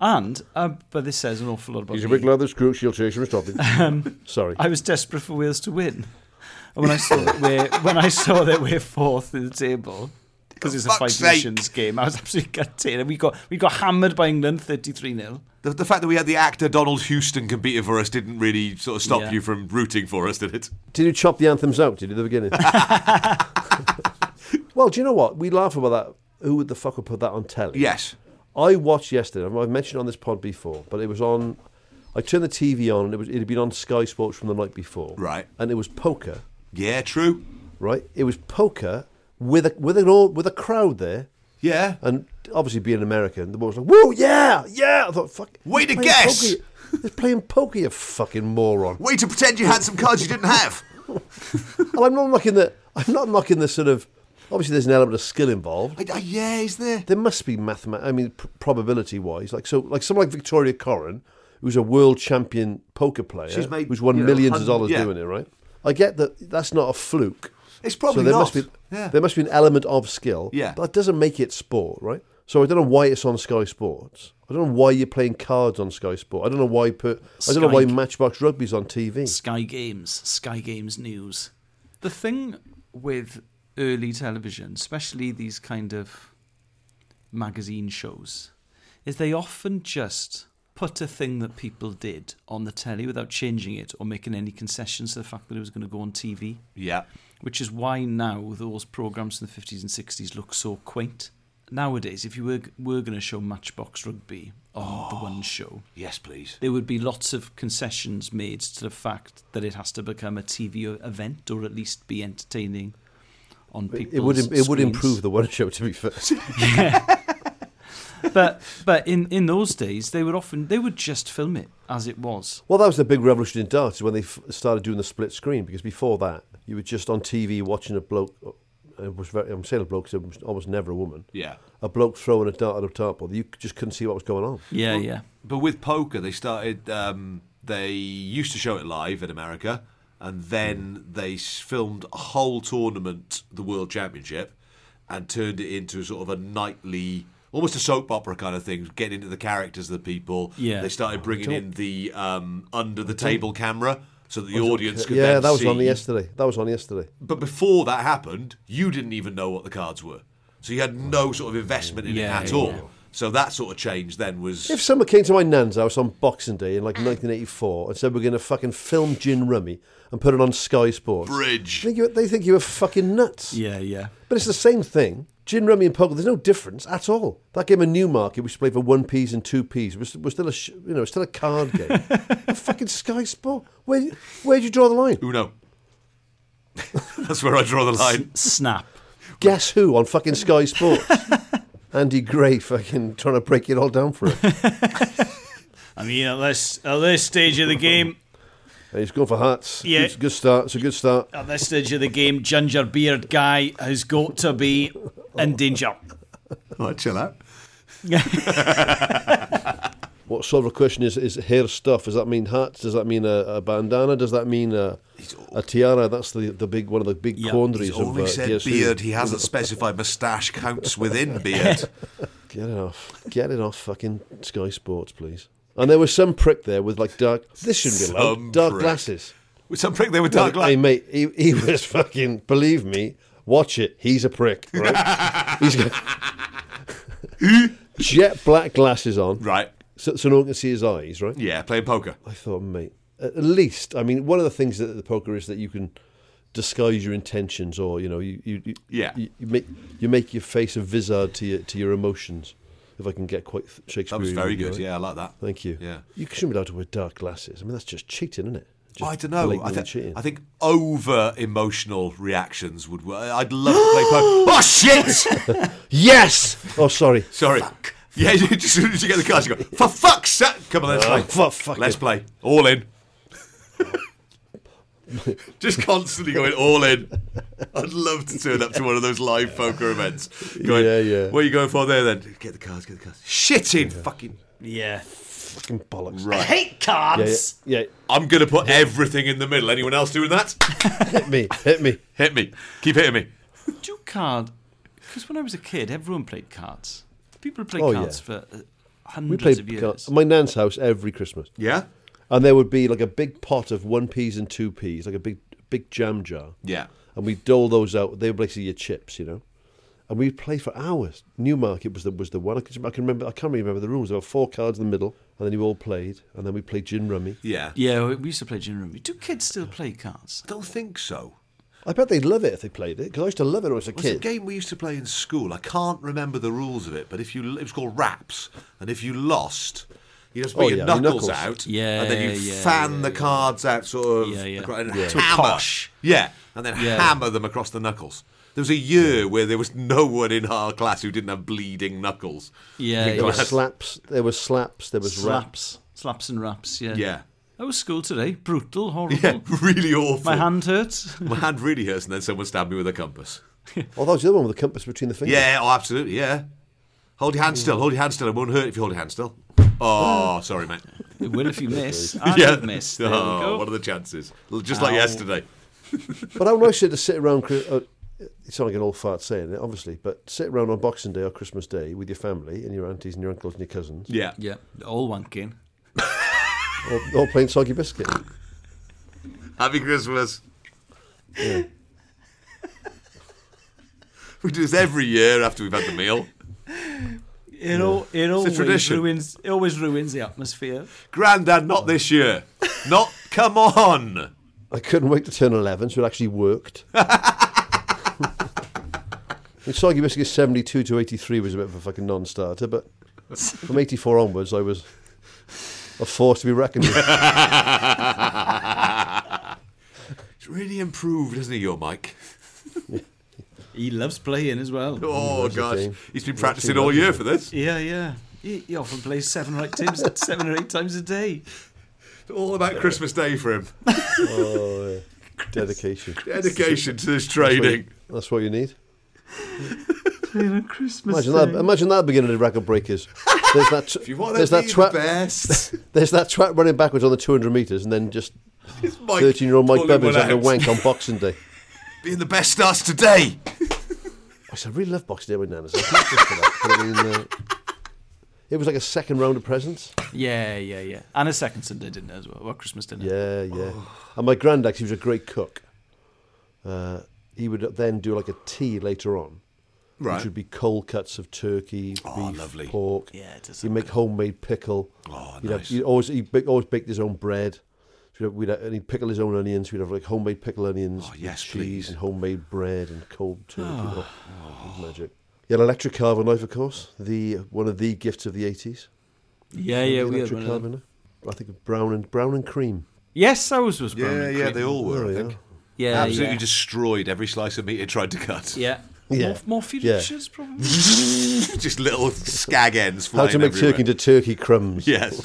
And, um, but this says an awful lot about
He's a
me.
big leather screw. She'll chase him and stop him. Sorry.
Um, I was desperate for Wales to win. And when I saw that we're when I saw that we're fourth in the table because it's a
fuck's
five
sake.
nations game, I was absolutely gutted. And we got we got hammered by England thirty three 0
The, the fact that we had the actor Donald Houston competing for us didn't really sort of stop
Yeah.
you from rooting for us, did it?
Did you chop the anthems out? Did you at the beginning? well, do you know what? We laugh about that. Who would the fuck would put that on telly?
Yes.
I watched yesterday. I've mentioned on this pod before, but it was on. I turned the TV on, and it was it had been on Sky Sports from the night before.
Right.
And it was poker.
Yeah, true.
Right. It was poker with a with an all with a crowd there,
Yeah.
Uh,
and obviously being an American, the boy was like, "Whoa, yeah, yeah!" I thought, "Fuck,
Way to
playing
guess.
Poker, you- they're playing poker, you fucking moron."
Way to pretend you had some cards you didn't have.
and I'm not knocking the I'm not knocking the sort of obviously there's an element of skill involved.
I, I, yeah, is there?
there must be mathemat. I mean, pr- probability wise, like so, like someone like Victoria Corrin, who's a world champion poker player,
She's made,
who's won
you know,
millions of
hun-
dollars
yeah.
doing it, right? I get that that's not a fluke.
It's probably
so there
not.
must be
yeah.
there must be an element of skill.
Yeah.
but that doesn't make it sport, right? So I don't know why it's on Sky Sports. I don't know why you're playing cards on Sky Sport. I don't know why per, I don't know why
Sky-
Matchbox Rugby's on TV.
Sky Games, Sky Games News. The thing with early television, especially these kind of magazine shows, is they often just put a thing that people did on the telly without changing it or making any concessions to the fact that it was going to go on TV.
Yeah.
which is why now those programs from the 50s and 60s look so quaint. Nowadays, if you were, were going to show Matchbox Rugby on the One Show,
Yes, please.
there would be lots of concessions made to the fact that it has to become a TV o- event or at least be entertaining on people's
It would im- it would
screens.
improve the one show to be fair.
but but in, in those days they would often they would just film it as it was
Well, that was the big revolution in darts is when they f- started doing the split screen because before that you were just on TV watching a bloke. uh, It was very, I'm saying a bloke 'cause it was almost never a woman.
Yeah.
A bloke throwing a dart at a tarp ball. You just couldn't see what was going on.
yeah yeah
But with poker, they started. Um, they used to show it live in America, and then
Hmm.
they s- filmed a whole tournament, the World Championship, and turned it into sort of a nightly, almost a soap opera kind of thing. Getting into the characters of the people.
Yeah.
They
Oh,
started bringing in the um, under the table camera. So that the audience could
yeah,
then
that was
see.
on yesterday. That was on yesterday.
But before that happened, you didn't even know what the cards were, so you had no sort of investment in
Yeah,
it at
yeah,
all.
yeah.
So that sort of change then was
If someone came to my nan's house on Boxing Day in like
Ah.
1984 and said we're going to fucking film Gin Rummy and put it on Sky Sports,
bridge.
they think you, they think you were fucking nuts.
yeah yeah
But it's the same thing. Gin rummy and poker. There's no difference at all. That game of Newmarket, we used to play for one piece and two peas. Was was still a sh- you know still a card game. a fucking Sky Sport. Where where do you draw the line?
Uno. That's where I draw the line.
snap
Guess who on fucking Sky Sports? Andy Gray fucking trying to break it all down for him.
I mean at this at this stage of the game
And he's going for hearts.
Yeah.
It's a good start. It's a good start.
At this stage of the game, ginger beard guy has got to be in danger.
Right, chill out.
What sort of a question is is hair stuff? Does that mean hats? Does that mean a, a bandana? Does that mean a, a tiara? That's the, the big one of the big
Yeah,
quandaries
He's only
of uh,
said
DSV.
beard. He hasn't specified moustache counts within beard.
Get it off. Get it off fucking Sky Sports, please. And there was some prick there with like dark. This shouldn't be allowed.
Some
dark
prick.
glasses.
With some prick there with dark glasses.
Hey, mate, he, he was fucking. Believe me, watch it. He's a prick. Right? He's got jet black glasses on,
Right.
so, so no one can see his eyes, right?
Yeah, playing poker.
I thought, mate, at least. I mean, one of the things that the poker is that you can disguise your intentions, or you know, you you, you
Yeah.
you, you make you make your face a vizard to your to your emotions. If I can get quite
That
Shakespearean,
was very
with you,
good.
right?
Yeah, I like that.
Thank you.
Yeah.
You shouldn't be allowed to wear dark glasses. I mean, that's just cheating, isn't it? Just
I don't know. I,
blatantly
think-
cheating.
I think over emotional reactions would work. I'd love to play poker. Oh, shit!
yes. Oh, sorry.
Sorry. Yeah, you, as soon as you get the cards, you go, for fuck's sake! Come on, let's play.
Oh, for fuck
let's
it.
play. All in. Just constantly going all in. I'd love to turn up to one of those live poker events. Going,
Yeah, yeah.
What are you going for there then? Get the cards, get the cards. Shit in fucking.
Yeah.
Fucking bollocks.
Right.
Hate cards!
Yeah, yeah,
I'm going to put everything in the middle. Anyone else doing that?
yeah. Hit me. Hit me.
Hit me. Keep hitting me.
Do card. Because when I was a kid, everyone played cards. People played
Oh,
cards for uh,
We
hundreds
played
of years.
piccata at my nan's house every Christmas,
Yeah?
and there would be like a big pot of one peas and two peas, like a big big jam jar.
Yeah.
and we dole those out. They were basically your chips, you know. And we'd play for hours. Newmarket was the was the one. I can, I can remember. I can't remember the rules. There were four cards in the middle, and then you all played, and then we played gin rummy.
Yeah.
Yeah, we we used to play gin and rummy. Do kids still play cards?
I don't think so.
I bet they'd love it if they played it because I used to love it when I was a
It was a
kid.
game we used to play in school. I can't remember the rules of it, but if you it was called raps, and if you lost, you just put
Oh,
your
yeah, your
knuckles,
knuckles.
out,
Yeah,
and then you
yeah,
fan
yeah,
the cards out, sort of,
Yeah, yeah.
acro- and
Yeah. To a
hammer,
kosh.
yeah, and then
Yeah.
hammer them across the knuckles. There was a year where there was no one in our class who didn't have bleeding knuckles.
Yeah,
There
yeah.
were slaps. There were slaps. There was raps.
slaps, slaps and raps. Yeah.
Yeah,
I was school today. Brutal, horrible.
yeah, really awful.
My hand hurts.
My hand really hurts, and then someone stabbed me with a compass.
Oh, that was the other one with the compass between the fingers.
Yeah, oh, absolutely, yeah. Hold
Mm.
your hand still. Hold your hand still. It won't hurt if you hold your hand still. Oh, sorry, mate.
it will if you miss. I
yeah.
have missed. There
oh,
we go.
What are the chances? L- Just like yesterday.
But how nice it is to sit around. Chri- Uh, it's not like an old fart saying it, obviously, but sit around on Boxing Day or Christmas Day with your family and your aunties and your uncles and your cousins,
Yeah.
Yeah, all wanking.
all, all playing soggy biscuit.
Happy Christmas. we do this every year after we've had the meal.
It all it always
tradition.
ruins it always ruins the atmosphere.
Grandad, not this year. Not, come on.
I couldn't wait to turn 11, so it actually worked. I mean, Soggy Biscuit 72 to 83 was a bit of a fucking non starter, but from 84 onwards, I was a force to be reckoned with.
It's really improved, hasn't he, your Mike?
Mm,
He loves playing as well.
Oh,
the
gosh.
game.
He's been practicing all year for this.
Yeah, yeah. He, he often plays seven or eight times, seven or eight times a day.
It's all about Christmas Day for him.
Oh, yeah. Dedication.
Dedication to this
That's what,
training.
you, that's what you need.
Christmas.
Imagine that, imagine that beginning of Record Breakers. There's that, tw-
If you want
there's,
to
that
be the
twat,
best,
there's that twat running backwards on the 200 metres, and then just
it's Mike
13 year old Mike
pulling
Bevan's
one
having a
out.
wank on Boxing Day.
Being the best starts today.
I said, I really love Boxing Day with Nana. So I'm grateful for that. But I mean, uh, it was like a second round of presents.
Yeah, yeah, yeah. And a second Sunday dinner as well. Well, Christmas dinner.
Yeah, yeah.
Oh.
And my granddad, 'cause he was a great cook. Uh, he would then do like a tea later on, which
Right.
would be cold cuts of turkey,
Oh,
beef,
lovely.
pork.
Yeah, it does
He'd
sound
make homemade pickle.
Oh,
He'd have-
nice.
he'd always he ba- always baked his own bread. So we'd have, we'd have, and he'd pickle his own onions. We'd have like homemade pickle onions,
Oh,
with
yes,
cheese,
please. Ah.
and homemade bread and cold turkey. Oh, it was magic. He had an electric carver knife, of course. The one of the gifts of the eighties.
Yeah, yeah, we had
electric
one of them.
carver knife. I think of brown and brown and cream.
Yes, ours was brown.
Yeah,
and
yeah,
cream.
they all were, I think.
Yeah,
Absolutely
yeah.
destroyed every slice of meat it tried to cut.
yeah.
Yeah.
More, more few
Yeah.
dishes, probably.
Just little skag ends
How
flying
to make
everywhere.
turkey into turkey crumbs.
Yes,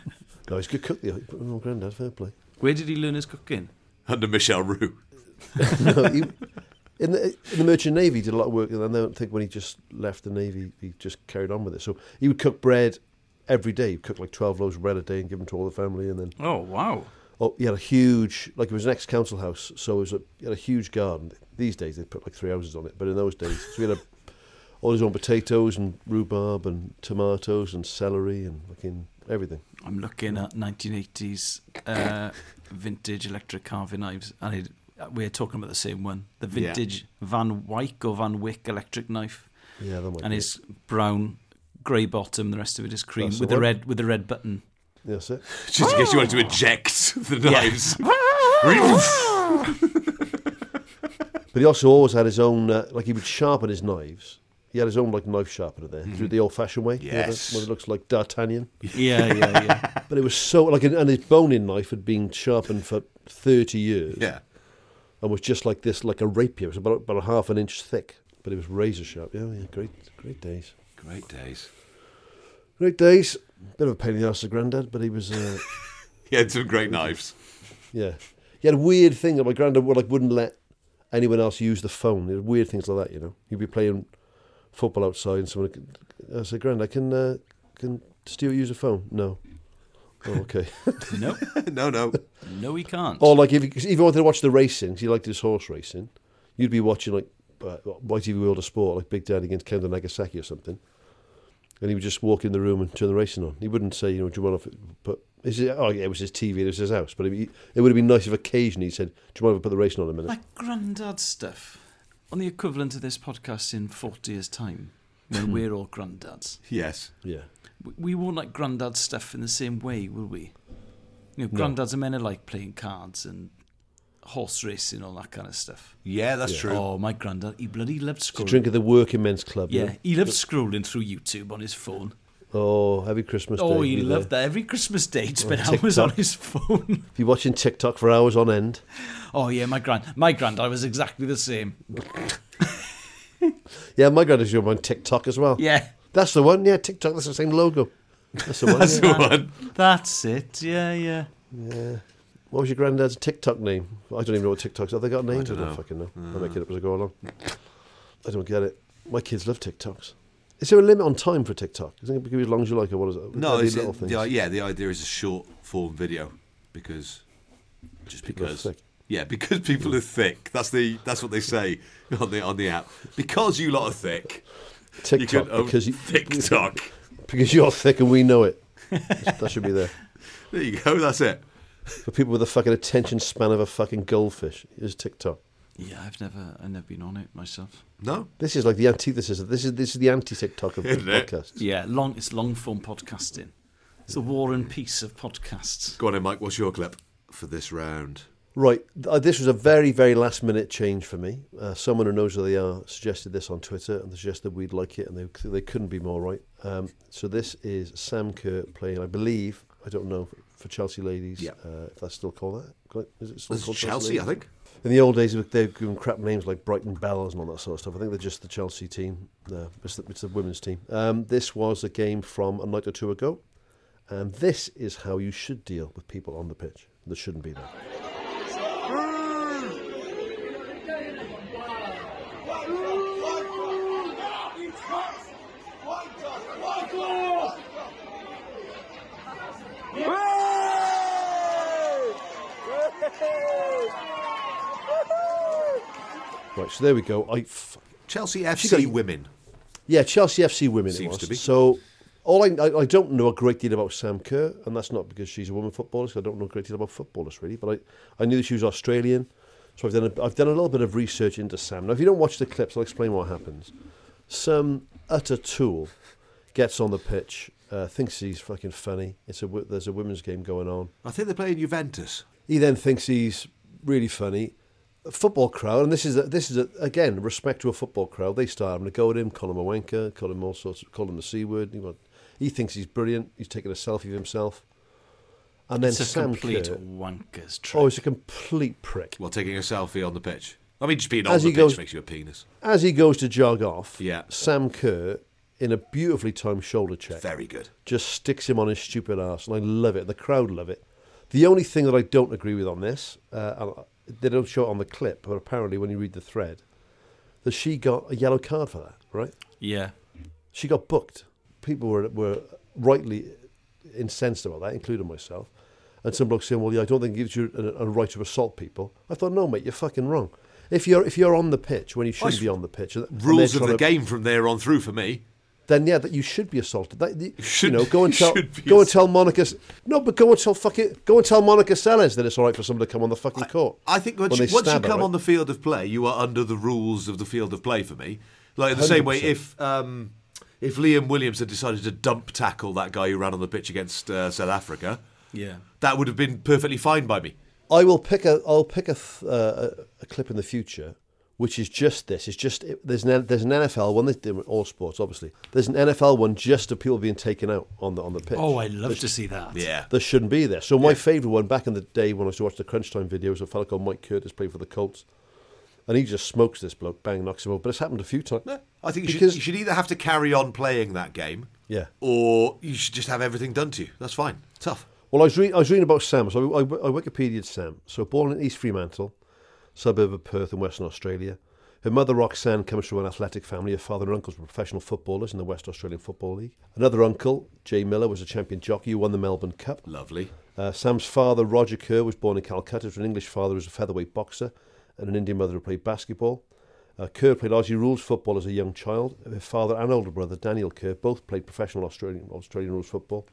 No, he's a good cook, the oh, granddad, fair play.
Where did he learn his cooking?
under Michelle Roux.
No, he, in, the, in the Merchant Navy, he did a lot of work, and I don't think when he just left the Navy, he just carried on with it. So he would cook bread every day. He'd cook like 12 loaves of bread a day and give them to all the family. And then
Oh, wow.
oh, he had a huge, like it was an ex council house, so it was a, he had a huge garden. These days, they put like three houses on it, but in those days, so he had a, all his own potatoes and rhubarb and tomatoes and celery and fucking everything.
I'm looking at 1980s uh, vintage electric carving knives, and it, we're talking about the same one. The
Yeah.
vintage Van Wyck or Van Wyck electric knife,
Yeah, that might
and
be
it's brown, grey bottom. The rest of it is cream
That's the
with the
one.
red with the red button.
it. That's it.
Just in case you wanted to eject the knives.
But he also always had his own, uh, like he would sharpen his knives. He had his own like knife sharpener there, through the old-fashioned way. you know, the-
Mm-hmm. Yes.
one that looks like D'Artagnan.
Yeah, yeah, yeah.
But it was so like, an, and his boning knife had been sharpened for thirty years,
yeah,
and was just like this, like a rapier. It was about about a half an inch thick, but it was razor sharp. Yeah, yeah, great, great days,
great days.
great days. Bit of a pain in the ass to granddad, but he was, uh,
He had some great knives.
yeah. He had a weird thing that my granddad would like wouldn't let anyone else use the phone. He had weird things like that, you know. He'd be playing football outside, and someone. Could, I said, "Grandad, can uh, can Stuart use a phone?" No. Oh, okay.
no,
no, no.
no, he can't.
Or like if you, 'cause if you wanted to watch the racing, 'cause you liked his horse racing, you'd be watching like uh, YTV World of Sport, like Big Daddy against Kendo Nagasaki or something. and he would just walk in the room and turn the racing on. He wouldn't say, you know, do you want to put? Is it? Oh, yeah, it was his TV. It was his house. But it, it would have been nice if occasionally he said, "Do you mind if I put the racing on a minute?"
Like grandad stuff. On the equivalent of this podcast in 40 years' time, when we're all grandads.
Yes.
yeah.
We- We won't like grandad stuff in the same way, will we? You know, grandads are men who like playing cards and horse racing, all that kind of stuff.
Yeah, that's true.
Oh, my grandad, he bloody loved scrolling.
Drink at the working men's club.
yeah, he loved scrolling through YouTube on his phone.
Oh, every Christmas day.
Oh, he
he'd be
loved
there.
that. Every Christmas day, he'd spend hours on his phone.
Be watching TikTok for hours on end.
Oh yeah, my grand, my granddad was exactly the same.
Yeah, my granddad's on TikTok as well.
Yeah,
That's the one. Yeah, TikTok. That's the same logo. That's the one. yeah.
Go on.
that's it. Yeah, yeah.
What was your granddad's TikTok name? I don't even know what TikToks are. They got names. I don't, fucking know.
Mm.
I make it up as I go along. I don't get it. My kids love TikToks. Is there a limit on time for TikTok? Isn't it can be as long as you like, or what is it?
No,
They're
it's,
little
the, yeah, the idea is a short form video because just
People are
because.
thick.
Yeah, because people are thick. That's the that's what they say on the on the app. Because you lot are thick, you
TikTok
can own
because you,
TikTok.
because you're thick and we know it. that should be there
There you go. That's it.
for people with a fucking attention span of a fucking goldfish. Is TikTok.
Yeah, I've never, I've never been on it myself.
No,
This is like the antithesis. Of, this is this is the anti TikTok of
Isn't it?
podcasts.
Yeah, long, it's long form podcasting. It's the war and peace of podcasts.
go on, then, Mike. What's your clip for this round?
Right, th- uh, this was a very, very last minute change for me. Uh, someone who knows who they are suggested this on Twitter and suggested we'd like it, and they, they couldn't be more right. Um, so this is Sam Kerr playing, I believe, I don't know, for Chelsea Ladies,
Yeah.
uh, if that's still called that. Got- Is it still
This is
called
Chelsea, I
Ladies?
think.
In the old days, they've given crap names like Brighton Bells and all that sort of stuff. I think they're just the Chelsea team. No, it's the, it's the women's team. Um, this was a game from a night or two ago, and this is how you should deal with people on the pitch that shouldn't be there. Right, so there we go. I f-
Chelsea FC
got-
women.
yeah, Chelsea FC women
Seems
it was.
to be.
So all I, I I don't know a great deal about Sam Kerr, and that's not because she's a woman footballer. So I don't know a great deal about footballers really, but I, I knew that she was Australian, so I've done a, I've done a little bit of research into Sam. Now, if you don't watch the clips, I'll explain what happens. Some utter tool gets on the pitch, uh, thinks he's fucking funny. It's a wo- there's a women's game going on.
I think they're playing Juventus.
He then thinks he's really funny. A football crowd, and this is a, this is a, again respect to a football crowd. They start having a go at him, call him a wanker, call him all sorts, of, call him the c word. He, want- he thinks he's brilliant. He's taking a selfie of himself, and then
It's a
Sam
complete
Kerr,
wankers trip.
oh, he's a complete prick.
Well, taking a selfie on the pitch. I mean, just being on
As
the
he
pitch
goes-
makes you a penis.
As he goes to jog off,
Yeah.
Sam Kerr, in a beautifully timed shoulder check,
Very good.
just sticks him on his stupid ass, and I love it. The crowd love it. The only thing that I don't agree with on this, uh, and I- they don't show it on the clip, but apparently when you read the thread, that she got a yellow card for that. Right?
Yeah,
She got booked. People were were rightly incensed about that, including myself. And some bloke saying, "Well, yeah, I don't think it gives you a, a right to assault people." I thought, "No, mate, you're fucking wrong. If you're if you're on the pitch when you shouldn't
it's
be on the pitch, and they're
Rules of
trying
the
to-
game from there on through for me.
then yeah, that you should be assaulted. That, you,
should-
you know, go and
you
tell
should be
go and tell Monica. S- No, but go and tell fucking go and tell Monica Sellers that it's all right for someone to come on the fucking court.
I think once,
when
you,
they
once you
stab her,
come
right?
on the field of play, you are under the rules of the field of play for me. Like in the same way,
100%.
if um, if Liam Williams had decided to dump tackle that guy who ran on the pitch against uh, South Africa,
yeah.
that would have been perfectly fine by me.
I will pick a I'll pick a th- uh, a- a clip in the future, which is just this. It's just it- there's an there's an NFL one. They do all sports, obviously. There's an NFL one just of people being taken out on the on the pitch.
Oh, I love to see that.
Yeah,
that shouldn't be there. So my favourite one back in the day when I used to watch the Crunch Time videos, a fella called Mike Curtis played for the Colts, and he just smokes this bloke, bang, knocks him out. But it's happened a few times.
I think you should,
Because-
you should either have to carry on playing that game,
Yeah.
or you should just have everything done to you. That's fine. Tough.
Well, I was, re- I was reading about Sam. So I, I, I Wikipedia'd Sam. So born in East Fremantle, suburb of Perth in Western Australia. Her mother, Roxanne, comes from an athletic family. Her father and uncles were professional footballers in the West Australian Football League. Another uncle, Jay Miller, was a champion jockey who won the Melbourne Cup.
Lovely.
Uh, Sam's father, Roger Kerr, was born in Calcutta to an English father who was a featherweight boxer and an Indian mother who played basketball. Uh, Kerr played Aussie rules football as a young child. Her father and older brother, Daniel Kerr, both played professional Australian, Australian rules football.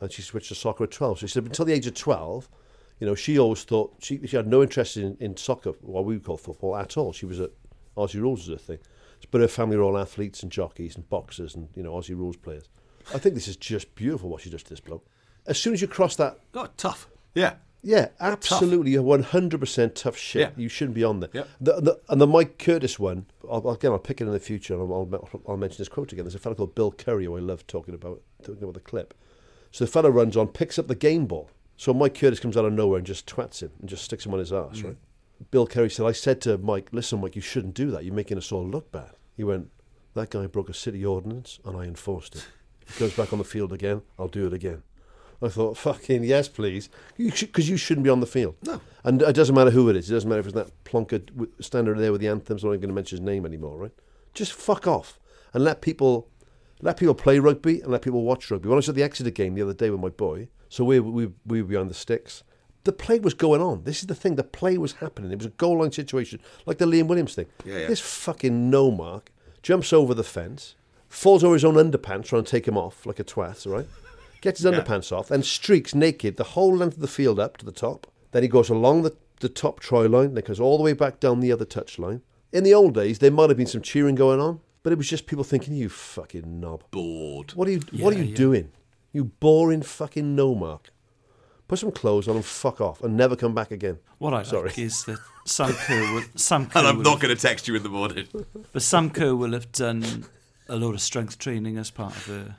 And she switched to soccer at 12. So she said, until the age of 12, you know, she always thought she, she had no interest in, in soccer, what we would call football, at all. She was a Aussie rules was her thing. But her family were all athletes and jockeys and boxers and, you know, Aussie rules players. I think this is just beautiful what she does to this bloke. As soon as you cross that
Oh, tough. Yeah.
Yeah, absolutely, one hundred percent tough shit.
Yeah.
You shouldn't be on there.
Yeah.
The, the, and the Mike Curtis one, I'll, again, I'll pick it in the future, and I'll, I'll, I'll mention this quote again. There's a fellow called Bill Curry who I love talking about talking about the clip. So the fellow runs on, picks up the game ball. So Mike Curtis comes out of nowhere and just twats him and just sticks him on his ass.
Mm.
Right? Bill Curry said, "I said to Mike, listen, Mike, you shouldn't do that. You're making us all look bad." He went, "That guy broke a city ordinance, and I enforced it. If he goes back on the field again, I'll do it again." I thought, fucking yes, please. Because you, shouldn't be on the field. No. And it doesn't matter who it is. It doesn't matter if it's that plonker w- standing there with the anthems. I'm not going to mention his name anymore, right? Just fuck off and let people let people play rugby and let people watch rugby. When I was at the Exeter game the other day with my boy, so we, we, we were behind the sticks. The play was going on. This is the thing. The play was happening. It was a goal line situation, like the Liam Williams thing.
Yeah, yeah.
This fucking no mark jumps over the fence, falls over his own underpants, trying to take him off like a twat, right? Gets his underpants off, then streaks naked the whole length of the field up to the top. Then he goes along the, the top try line, then goes all the way back down the other touch line. In the old days, there might have been some cheering going on, but it was just people thinking, "You fucking knob,
Bored.
what are you? what are
Yeah,
you
yeah.
doing? You boring fucking no mark. Put some clothes on and fuck off, and never come back again."
What I
Sorry.
like is that Sam Kerr will, Sam Kerr
And I'm
will
not
have-
going to text you in the morning.
but Sam Kerr will have done a lot of strength training as part of her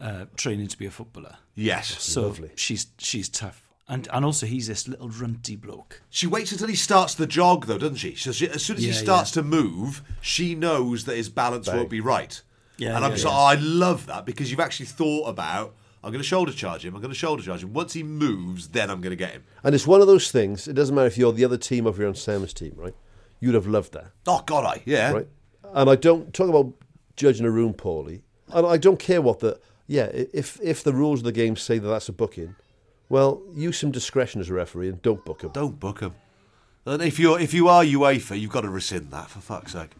uh, training to be a footballer.
Yes.
So
Lovely.
she's she's tough, and and also he's this little runty bloke.
She waits until he starts the jog, though, doesn't she? So she, as soon as he
Yeah,
starts to move, she knows that his balance
Bang.
won't be right.
Yeah,
and I'm
yeah,
just
yeah.
like, oh, I love that because you've actually thought about, I'm going to shoulder charge him, I'm going to shoulder charge him. Once he moves, then I'm going to get him.
And it's one of those things. It doesn't matter if you're the other team or if you're on Sam's team, right? You'd have loved that.
Oh, God, I. Yeah.
right? And I don't talk about judging a room poorly. And I don't care what the yeah. i- If if the rules of the game say that that's a booking, well, use some discretion as a referee and don't book him.
Don't book him. And if you're if you are UEFA, you've got to rescind that for fuck's sake.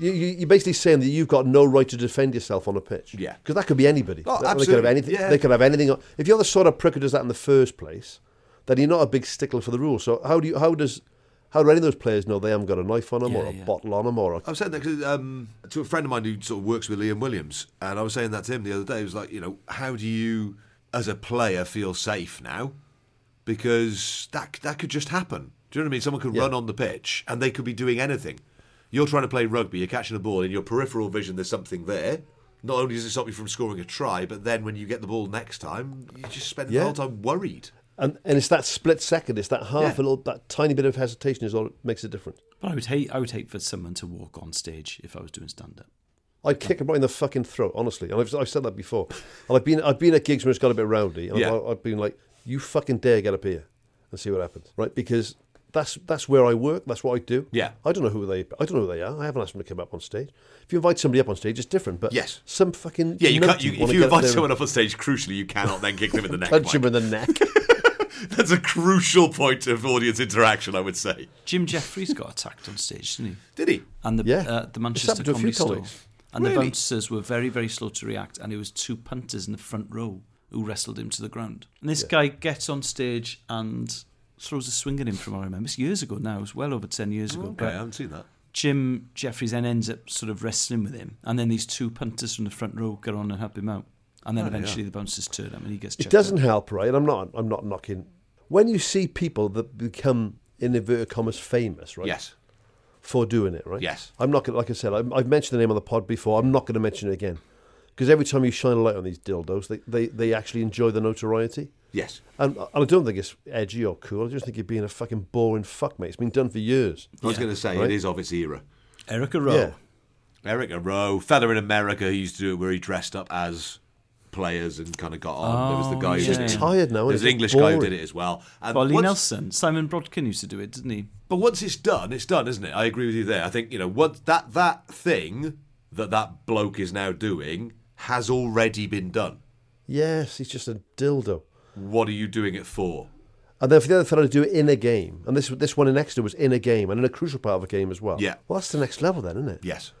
You, you, you're basically saying that you've got no right to defend yourself on a pitch.
Yeah.
because that could be anybody.
Oh,
They- They could have
absolutely,
anything.
yeah.
They could have anything. on- If you're the sort of prick who does that in the first place, then you're not a big stickler for the rules. So how do you? How does? How do any of those players know they haven't got a knife on them or
Yeah,
a
yeah.
bottle on them or a
I was saying that 'cause, um, to a friend of mine who sort of works with Liam Williams, and I was saying that to him the other day. It was like, you know, how do you, as a player, feel safe now? Because that that could just happen. Do you know what I mean? Someone could run on the pitch and they could be doing anything. You're trying to play rugby, you're catching a ball, in your peripheral vision, there's something there. Not only does it stop you from scoring a try, but then when you get the ball next time, you just spend
Yeah.
the whole time worried.
And and it's that split second, it's that half
Yeah.
a little, that tiny bit of hesitation is all that makes a difference.
But I would hate I would hate for someone to walk on stage if I was doing stand up.
I'd kick him right in the fucking throat, honestly. And I've, I've said that before. And I've been I've been at gigs where it's got a bit rowdy, and
Yeah.
I've, I've been like, "You fucking dare get up here and see what happens," right? Because that's that's where I work. That's what I do.
Yeah.
I don't know who they I don't know who they are. I haven't asked them to come up on stage. If you invite somebody up on stage, it's different. But
Yes.
some fucking
Yeah, you
nut
can't. You,
wanna
if
get
you invite
there
someone
and
up on stage, crucially, you cannot then kick them in the neck.
punch
Mike.
him in the neck.
That's a crucial point of audience interaction, I would say.
Jim Jeffries got attacked on stage, didn't he?
Did he?
And the
Yeah.
uh, the
It's
Manchester
happened to a few
Comedy Store.
comics.
And the
Really?
bouncers were very very slow to react, and it was two punters in the front row who wrestled him to the ground. And this guy gets on stage and throws a swing at him from what I remember. It's years ago now. It was well over ten years ago.
Okay,
but
I haven't seen that.
Jim Jeffries then ends up sort of wrestling with him, and then these two punters from the front row get on and help him out, and then eventually the bouncers turn him and he gets.
It
chucked
doesn't
out.
help, right? And I'm not I'm not knocking. When you see people that become in inverted commas famous, right?
Yes.
for doing it, right?
Yes.
I'm not gonna, like I said, I'm, I've mentioned the name of the pod before. I'm not going to mention it again because every time you shine a light on these dildos, they, they, they actually enjoy the notoriety.
Yes.
And, and I don't think it's edgy or cool. I just think you're being a fucking boring fuck, mate. It's been done for years.
I was going to say
Right.
it is of its era.
Erica Rowe.
Yeah.
Erica Rowe, fella in America, who used to do it where he dressed up as players and kind of got on. there was the
Oh,
guy who
yeah.
did it.
Tired now.
There's
isn't
an
it?
English
Boring.
guy who did it as well. And
Bolly
once-
Nelson. Simon Brodkin used to do it, didn't he?
But once it's done, it's done, isn't it? I agree with you there. I think you know what that that thing that that bloke is now doing has already been done.
Yes, he's just a dildo.
What are you doing it for?
And then for the other fella to do it in a game, and this this one in Exeter was in a game and in a crucial part of a game as well.
Yeah.
Well, that's the next level then, isn't it?
Yes.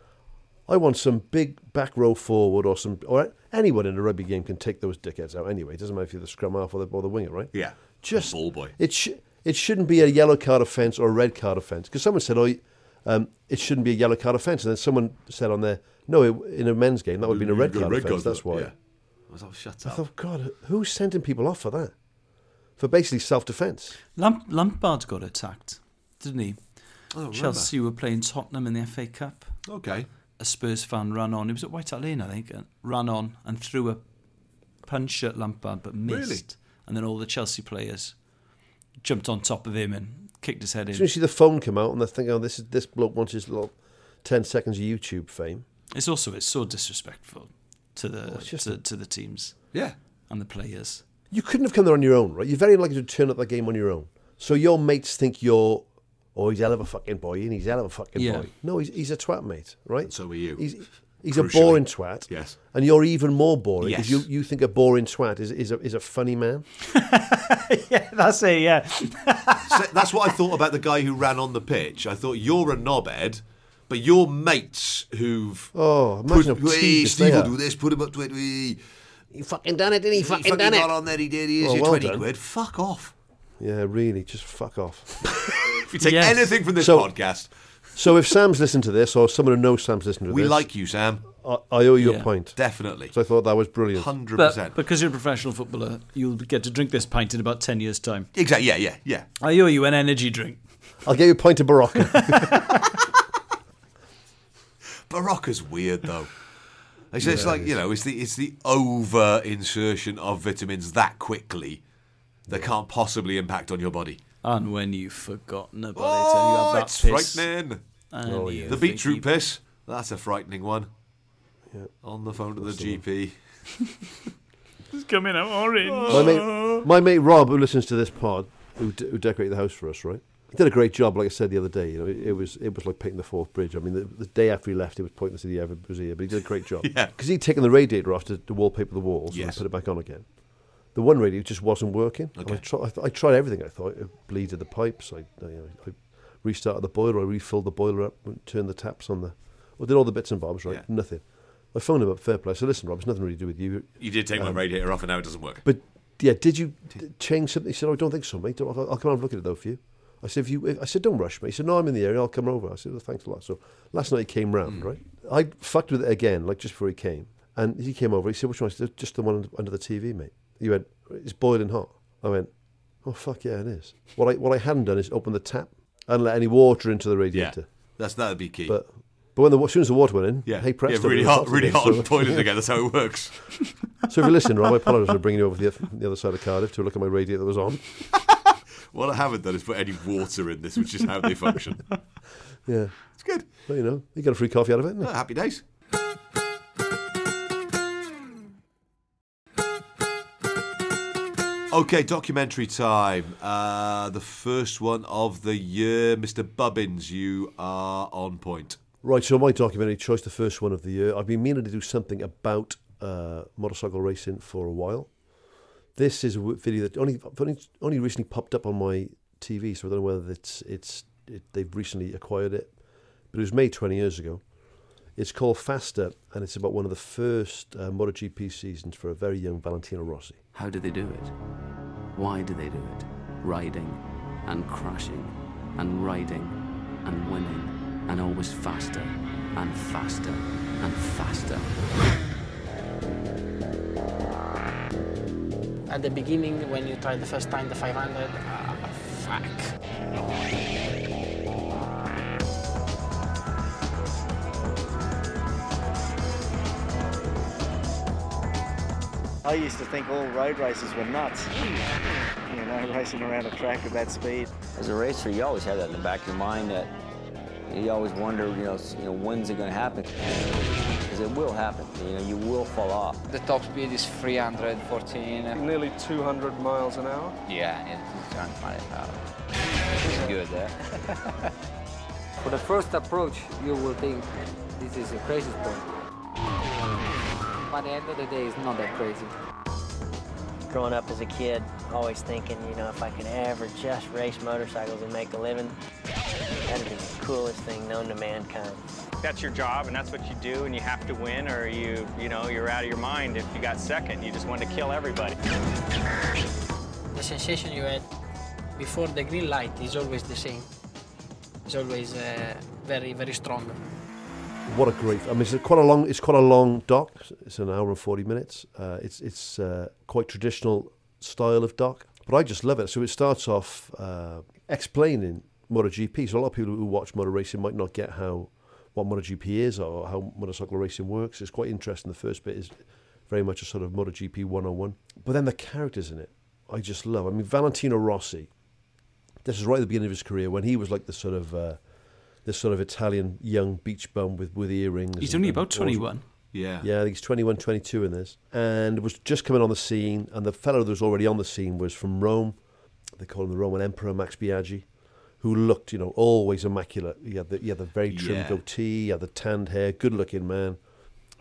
I want some big back row forward or some or anyone in a rugby game can take those dickheads out anyway. It doesn't matter if you're the scrum half or the, or the winger, right?
Yeah.
Just
Ball boy.
It sh- it shouldn't be a yellow card offence or a red card offence because someone said, "Oh, um, it shouldn't be a yellow card offence," and then someone said on there, "No, it, in a men's game that would have been a red
You've got
card offence." That's
for
why.
it, yeah. I was like, shut
I
up.
thought, God, who's sending people off for that? For basically self-defence.
Lamp- Lampard got attacked, didn't he? Chelsea were playing Tottenham in the FA Cup.
okay.
A Spurs fan ran on. It was at White Hart Lane, I think. And ran on and threw a punch at Lampard, but missed.
Really?
And then all the Chelsea players jumped on top of him and kicked his head
As
in.
soon as you see the phone come out and they're thinking, "Oh, this is this bloke wants his little ten seconds of YouTube fame."
It's also it's so disrespectful to the
it's just
to,
a-
to the teams
Yeah.
and the players.
You couldn't have come there on your own, right? You're very likely to turn up that game on your own. So your mates think you're, oh, he's hell of a fucking boy, and he's hell of a fucking
Yeah.
boy. No, he's, he's a twat, mate, right? And
so are you.
He's, he's
Crucially.
a boring twat.
Yes.
And you're even more boring because
Yes.
you, you think a boring twat is, is, a, is a funny man.
Yeah, that's it. Yeah,
So that's what I thought about the guy who ran on the pitch. I thought you're a knobhead, but your mates who've
Oh,
put,
imagine how
hey,
tedious
Steve
they
will
are.
do this, put him up to it. He,
You fucking done it, didn't he?
fucking got on there, he did. Here's
Well,
your
well
20
done.
quid. Fuck off.
Yeah, really, just fuck off.
If you take
Yes.
anything from this
So-
podcast,
so if Sam's listened to this, or someone who knows Sam's listened to
we
this,
like you, Sam.
I, I owe you
Yeah.
a pint.
Definitely.
So I thought that was brilliant.
100%.
but because you're a professional footballer, you'll get to drink this pint in about ten years' time.
exactly. Yeah, yeah, yeah.
I owe you an energy drink.
I'll get you a pint of Barocca.
Barocca's weird, though. It's just like, you know, it's the, it's the over insertion of vitamins that quickly that can't possibly impact on your body.
And when you've forgotten about
Oh,
it, and you have
it's
that piss,
frightening. Oh,
and you
The
think
beetroot
you-
piss. That's a frightening one. On the phone to the GP.
Oh.
my,
Uh-huh.
mate, my mate Rob, who listens to this pod, who, d- who decorated the house for us, right? He did a great job, like I said the other day. You know, it, it was it was like painting the fourth bridge. I mean, the, the day after he left, it was pointless that he ever was here, but he did a great job.
Yeah.
Because he'd taken the radiator off to, to wallpaper the walls and
Yes.
then put it back on again. The one radiator just wasn't working. And I,
Okay.
try, I, th- I tried everything. I thought it bleeded the pipes. I, I, you know, I restarted the boiler. I refilled the boiler up, turned the taps on the. I did all the bits and bobs, right?
Yeah.
Nothing. I phoned him up, fair play. I said, listen, Rob, it's nothing really to do with you.
You did take my radiator off and now it doesn't work.
But yeah, did you d- change something? He said, oh, I don't think so, mate. Don't- I'll, I'll come and look at it though for you. I said, if you, if- I said, don't rush, mate. He said, no, I'm in the area. I'll come over. I said, well, thanks a lot. So last night he came round,
Hmm.
right? I fucked with it again, like just before he came, and he came over. He said, which one? I said, just the one under- under the TV, mate. He went, it's boiling hot. I went, oh fuck yeah, it is. What I what I hadn't done is open the tap and let any water into the
yeah.
radiator.
That's that'd be key.
But but when the, as soon as the water went in,
yeah.
hey, presto,
yeah, really
it was
hot, really
again.
hot
So-
and boiling again. That's how it works.
So if you listen, Rob, I apologise for bringing you over the, oth- the other side of Cardiff to look at my radiator that was on.
What I haven't done is put any water in this, which is how they function.
Yeah.
It's good.
But, you know, you get a free coffee out of it. innit?
Uh, happy days. Okay, documentary time. Uh, the first one of the year. Mr. Bubbins, you are on point.
Right, so my documentary choice, the first one of the year. I've been meaning to do something about uh, motorcycle racing for a while. This is a w- video that only only, only recently popped up on my TV, so I don't know whether it's it's it, they've recently acquired it, but it was made 20 years ago. It's called Faster, and it's about one of the first uh, MotoGP seasons for a very young Valentino Rossi.
How do they do it? Why do they do it? Riding and crashing and riding and winning and always faster and faster and faster.
At the beginning, when you try the first time the 500, ah, fuck.
I used to think all road races were nuts. You know, racing around a track at that speed.
As a racer, you always have that in the back of your mind that you always wonder, you know, s- you know when's it going to happen? Because it will happen. You know, you will fall off.
The top speed is 314.
Nearly 200 miles an hour.
Yeah, it's drunk my good there.
For the first approach, you will think this is a crazy sport.
By the end of the day, it's not that crazy.
growing up as a kid, always thinking, you know, if I could ever just race motorcycles and make a living, that'd be the coolest thing known to mankind.
That's your job, and that's what you do, and you have to win, or you, you know, you're out of your mind. If you got second, you just wanted to kill everybody.
The sensation you had before the green light is always the same. It's always uh, very, very strong.
What a great! I mean, it's a quite a long. It's quite a long doc. It's an hour and forty minutes. Uh, it's it's uh, quite traditional style of doc, but I just love it. So it starts off uh, explaining MotoGP. So a lot of people who watch motor racing might not get how what MotoGP is or how motorcycle racing works. It's quite interesting. The first bit is very much a sort of MotoGP 101. But then the characters in it, I just love. I mean, Valentino Rossi. This is right at the beginning of his career when he was like the sort of uh, this sort of Italian young beach bum with with earrings.
He's
and-
only
and
about
orange-
21. Yeah.
yeah, I think he's 21, 22 in this. And was just coming on the scene, and the fellow that was already on the scene was from Rome. They call him the Roman Emperor Max Biaggi, who looked, you know, always immaculate. He had the, he had the very trim
Yeah.
goatee, he had the tanned hair, good looking man,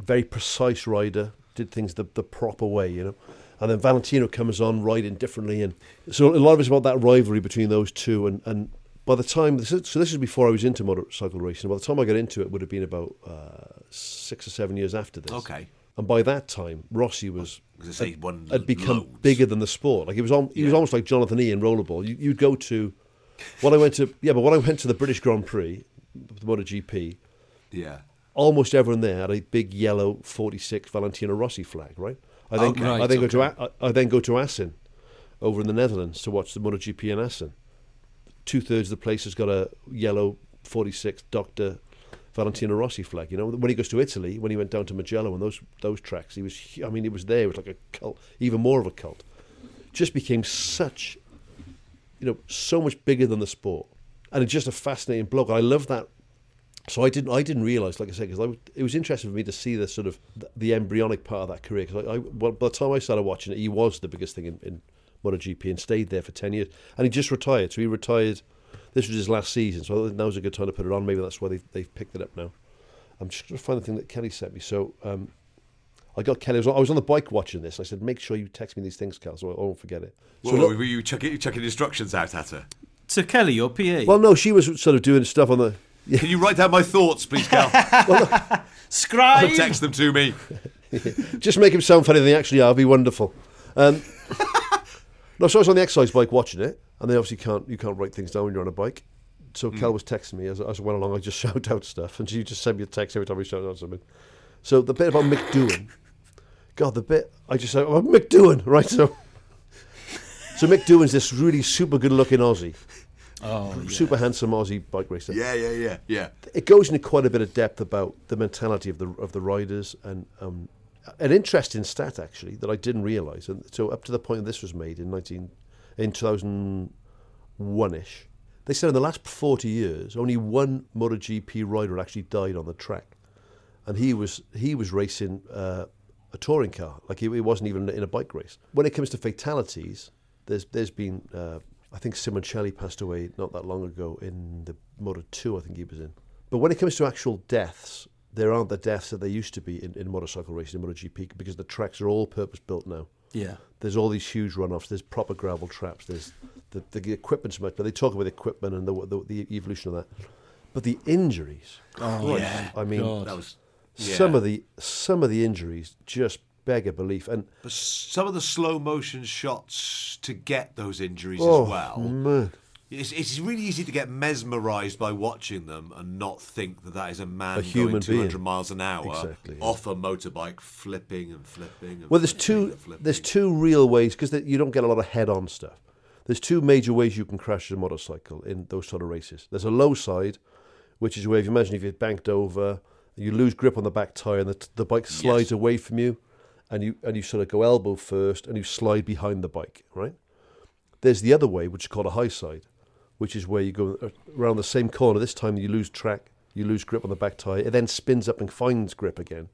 very precise rider, did things the, the proper way, you know. And then Valentino comes on riding differently. And so a lot of it's about that rivalry between those two. And, and by the time, this is, so this is before I was into motorcycle racing. By the time I got into it, it would have been about uh, six or seven years after this.
Okay.
And by that time, Rossi was
I was gonna say,
had,
won
had become bigger than the sport. Like it was, al- he was almost like Jonathan E in rollerball. You, you'd go to when I went to yeah, but when I went to the British Grand Prix, the MotoGP,
Yeah.
almost everyone there had a big yellow 46 Valentino Rossi flag, right? I then,
Okay.
I then
Oh, Right,
go to A- I, I then go to Assen, over in the Netherlands, to watch the MotoGP in Assen. Two thirds of the place has got a yellow 46 Doctor Valentino Rossi flag. You know, when he goes to Italy, when he went down to Magello and those those tracks, he was. hu- I mean, it was there. It was like a cult, even more of a cult. Just became such you know, so much bigger than the sport, and it's just a fascinating bloke. I love that. So I didn't, I didn't realize, like I said, because it was interesting for me to see the sort of th- the embryonic part of that career. Because I, I, well, by the time I started watching it, he was the biggest thing in, in MotoGP and stayed there for ten years, and he just retired. So he retired. This was his last season, so I thought now's a good time to put it on. Maybe that's why they've, they've picked it up now. I'm just trying to find the thing that Kelly sent me. So um, I got Kelly. I was, on, I was on the bike watching this. I said, make sure you text me these things, Cal, so I won't forget it. So
Well,
look-
were you chucking, chucking instructions out at her?
So Kelly or PA?
Well, no, she was sort of doing stuff on the. Yeah.
Can you write down my thoughts, please, Cal?
Scribe.
Text them to me.
Just make him sound funny than they actually are. It'd be wonderful. Um, no, so I was on the exercise bike watching it, and they obviously can't you can't write things down when you're on a bike. So Cal was texting me as, as I went along. I just shout out stuff, and she just sent me a text every time I shout out something. So the bit about Mick Doohan, God, the bit I just said, oh, Mick Doohan, right? So, so Mick Doohan's this really super good-looking Aussie,
Oh,
super handsome Aussie bike racer.
Yeah, yeah, yeah, yeah.
it goes into quite a bit of depth about the mentality of the of the riders and um, an interesting stat actually that I didn't realise. And so up to the point this was made in nineteen in two thousand one ish, they said in the last forty years only one MotoGP rider actually died on the track, and he was he was racing uh, a touring car like he, he wasn't even in a bike race. When it comes to fatalities, there's there's been uh, I think Simoncelli passed away not that long ago in the Moto 2 I think he was in. But when it comes to actual deaths, there aren't the deaths that there used to be in, in motorcycle racing in MotoGP because the tracks are all purpose built now.
Yeah.
There's all these huge runoffs. There's proper gravel traps. There's the, the equipment's much, but they talk about the equipment and the, the, the evolution of that. But the injuries,
Oh,
Christ,
yeah.
I mean,
God. That was-
some
yeah.
of the some of the injuries just beggar belief. And
But some of the slow motion shots to get those injuries
Oh,
as well.
man.
It's, it's really easy to get mesmerised by watching them and not think that that is a man
A human
going 200
being.
miles an hour
Exactly, yeah.
off a motorbike, flipping and flipping. And
Well, there's
flipping
two
and flipping.
there's two real ways because you don't get a lot of head-on stuff. There's two major ways you can crash a motorcycle in those sort of races. There's a low side, which is where if you imagine if you're banked over, you lose grip on the back tire and the, the bike slides away from you, and you and you sort of go elbow first and you slide behind the bike, right? There's the other way, which is called a high side, which is where you go uh, around the same corner. This time you lose track, you lose grip on the back tire. It then spins up and finds grip again,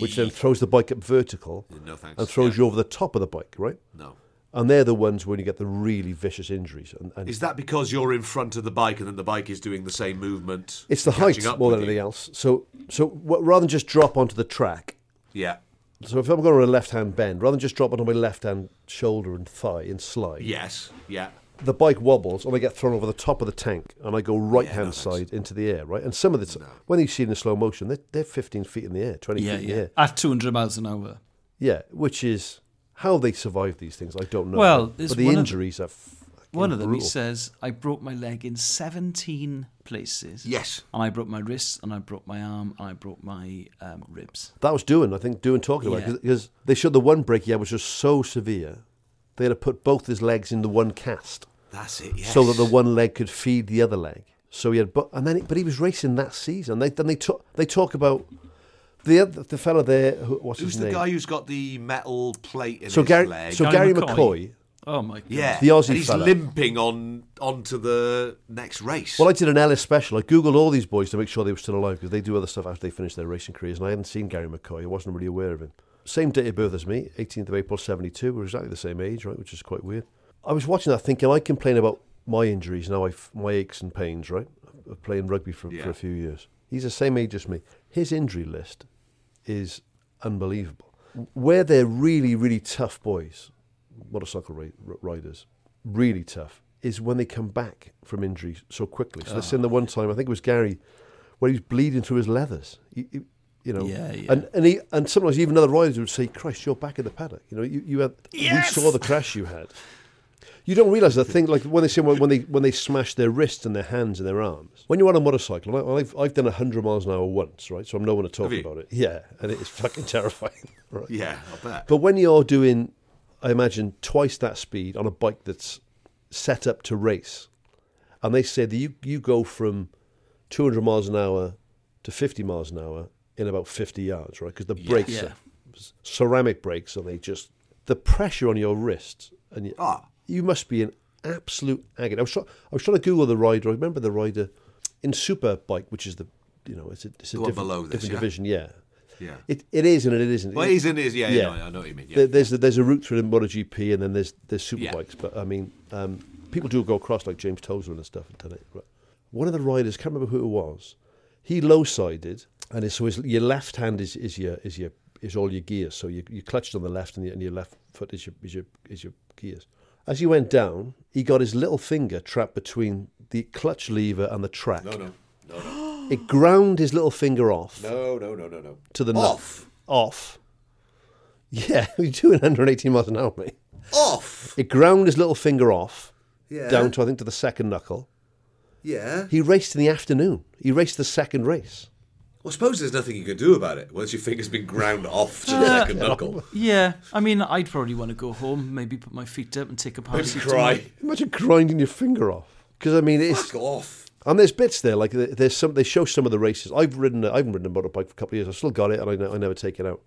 which then throws the bike up vertical
No thanks.
and throws you over the top of the bike, right?
No.
And they're the ones when you get the really vicious injuries. And, and
Is that because you're in front of the bike and then the bike is doing the same movement?
it's the
catching
height
up
more
with
than
you?
anything else. So, so wh- rather than just drop onto the track,
Yeah.
So if I'm going on a left hand bend, rather than just drop it on my left hand shoulder and thigh and slide,
Yes. Yeah.
the bike wobbles and I get thrown over the top of the tank and I go right hand side into the air, right? And some of the when you see it in slow motion, they're, they're 15 feet in the air, 20
Yeah,
feet in
yeah.
the air.
At 200 miles an hour.
Yeah, which is how they survive these things, I don't know.
Well, it's
but the
one of-
injuries are. fucking
One of them, he
brutal.
says, I broke my leg in 17 places.
Yes.
And I broke my wrists, and I broke my arm, and I broke my um, ribs.
That was doing, I think, doing talking about
Yeah.
because they showed the one break he had was just so severe, they had to put both his legs in the one cast.
That's it,
So that the
yes.
one leg could feed the other leg. So he had, but and then, he- but he was racing that season. They then they talk they talk about the other, the fella there. Who, what's
Who's
his
the
name?
guy who's got the metal plate in
So
his
Gary-
leg?
so Gary Gary McCoy. McCoy.
Oh my God.
Yeah,
The Aussie
and he's
fella.
limping on onto the next race.
Well, I did an Ellis special. I googled all these boys to make sure they were still alive because they do other stuff after they finish their racing careers, and I hadn't seen Gary McCoy. I wasn't really aware of him. Same date of birth as me, 18th of April 72. We're exactly the same age, right? Which is quite weird. I was watching that thinking, I complain about my injuries now, I f- my aches and pains, right? Of Playing rugby for, for a few years. He's the same age as me. His injury list is unbelievable. Where they're really, really tough boys, motorcycle ra- riders, really tough, is when they come back from injury so quickly. So
Ah.
they're saying the one time, I think it was Gary, where he was bleeding through his leathers. He- he- you know,
Yeah, yeah.
and and he and sometimes even other riders would say, "Christ, you're back in the paddock." You know, you, you had we saw the crash you had. You don't realise the thing like when they say when, when they when they smash their wrists and their hands and their arms. When you're on a motorcycle, and I, I've I've done hundred miles an hour once, right? So I'm no one to talk
Have you?
about it. Yeah, and it is fucking terrifying. Right?
Yeah, I bet.
But when you're doing, I imagine twice that speed on a bike that's set up to race, and they say that you you go from 200 miles an hour to 50 miles an hour in about 50 yards, right? Because the
Yeah.
brakes
Yeah.
are c- ceramic brakes, and they just the pressure on your wrist, and you,
Ah.
you must be in absolute agony. I was, try, I was trying to Google the rider. I remember the rider in Superbike, which is the you know it's a, it's a
The one
different,
below this,
different
yeah?
division, yeah.
Yeah.
It, it is and it isn't.
Well, it is and it is, yeah, yeah, no, I know what you mean, yeah.
There- There's there's a route through the MotoGP and then there's there's superbikes, but I mean, um, people do go across like James Tozer and stuff and done it. Right. One of the riders, can't remember who it was, he low sided, and it's, so his, your left hand is, is your is your is all your gears. So you you clutched on the left, and your, and your left foot is your is your is your gears. As he went down, he got his little finger trapped between the clutch lever and the track.
No, no, no, no,
It ground his little finger off
no, no, no, no, no.
to the
off.
nut. Off. Yeah, you're doing 118 miles an hour, mate.
Off.
It ground his little finger off.
Yeah.
Down to I think to the second knuckle.
Yeah.
He raced in the afternoon. He raced the second race.
Well, I suppose there's nothing you can do about it once your finger's been ground off to the
Uh,
second knuckle.
Yeah, I mean, I'd probably want to go home, maybe put my feet up and take a
Maybe
paracetamol.
cry.
Imagine grinding your finger off. Because I mean, it's And there's bits there like there- there's some. They show some of the races. I've ridden. a- I haven't ridden a motorbike for a couple of years. I've still got it, and I, ne- I never take it out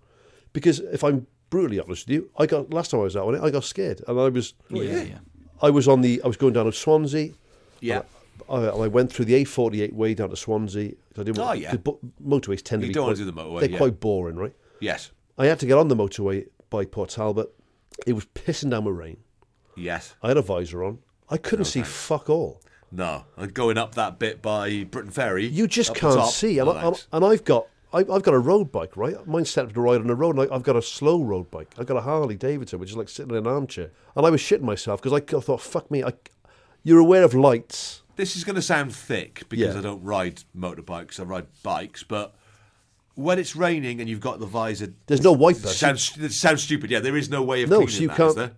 because if I'm brutally honest with you, I got last time I was out on it, I got scared, and I was.
Oh, yeah, yeah.
I was on the. I was going down to Swansea.
Yeah.
I, I went through the A48 way down to Swansea. 'cause I didn't
Oh,
want,
yeah.
'cause bo- motorways tend to
You
be
don't
quite,
wanna do the motorway,
They're
yeah.
quite boring, right?
Yes.
I had to get on the motorway by Port Talbot. It was pissing down with rain.
Yes.
I had a visor on. I
Oh,
couldn't see fuck all.
No. And going up that bit by Britain Ferry.
You just can't see. And, I, am and I've got I, I've got a road bike, right? Mine's set up to ride on a road, and I, I've got a slow road bike. I've got a Harley Davidson, which is like sitting in an armchair. And I was shitting myself because I c- thought, fuck me, I, you're aware of lights.
this is going to sound thick because
Yeah.
I don't ride motorbikes. I ride bikes, but when it's raining and you've got the visor,
There's no wiper.
Sounds it sounds stupid. Yeah, there is no way of
No,
cleaning
so you
that,
can't-
is there?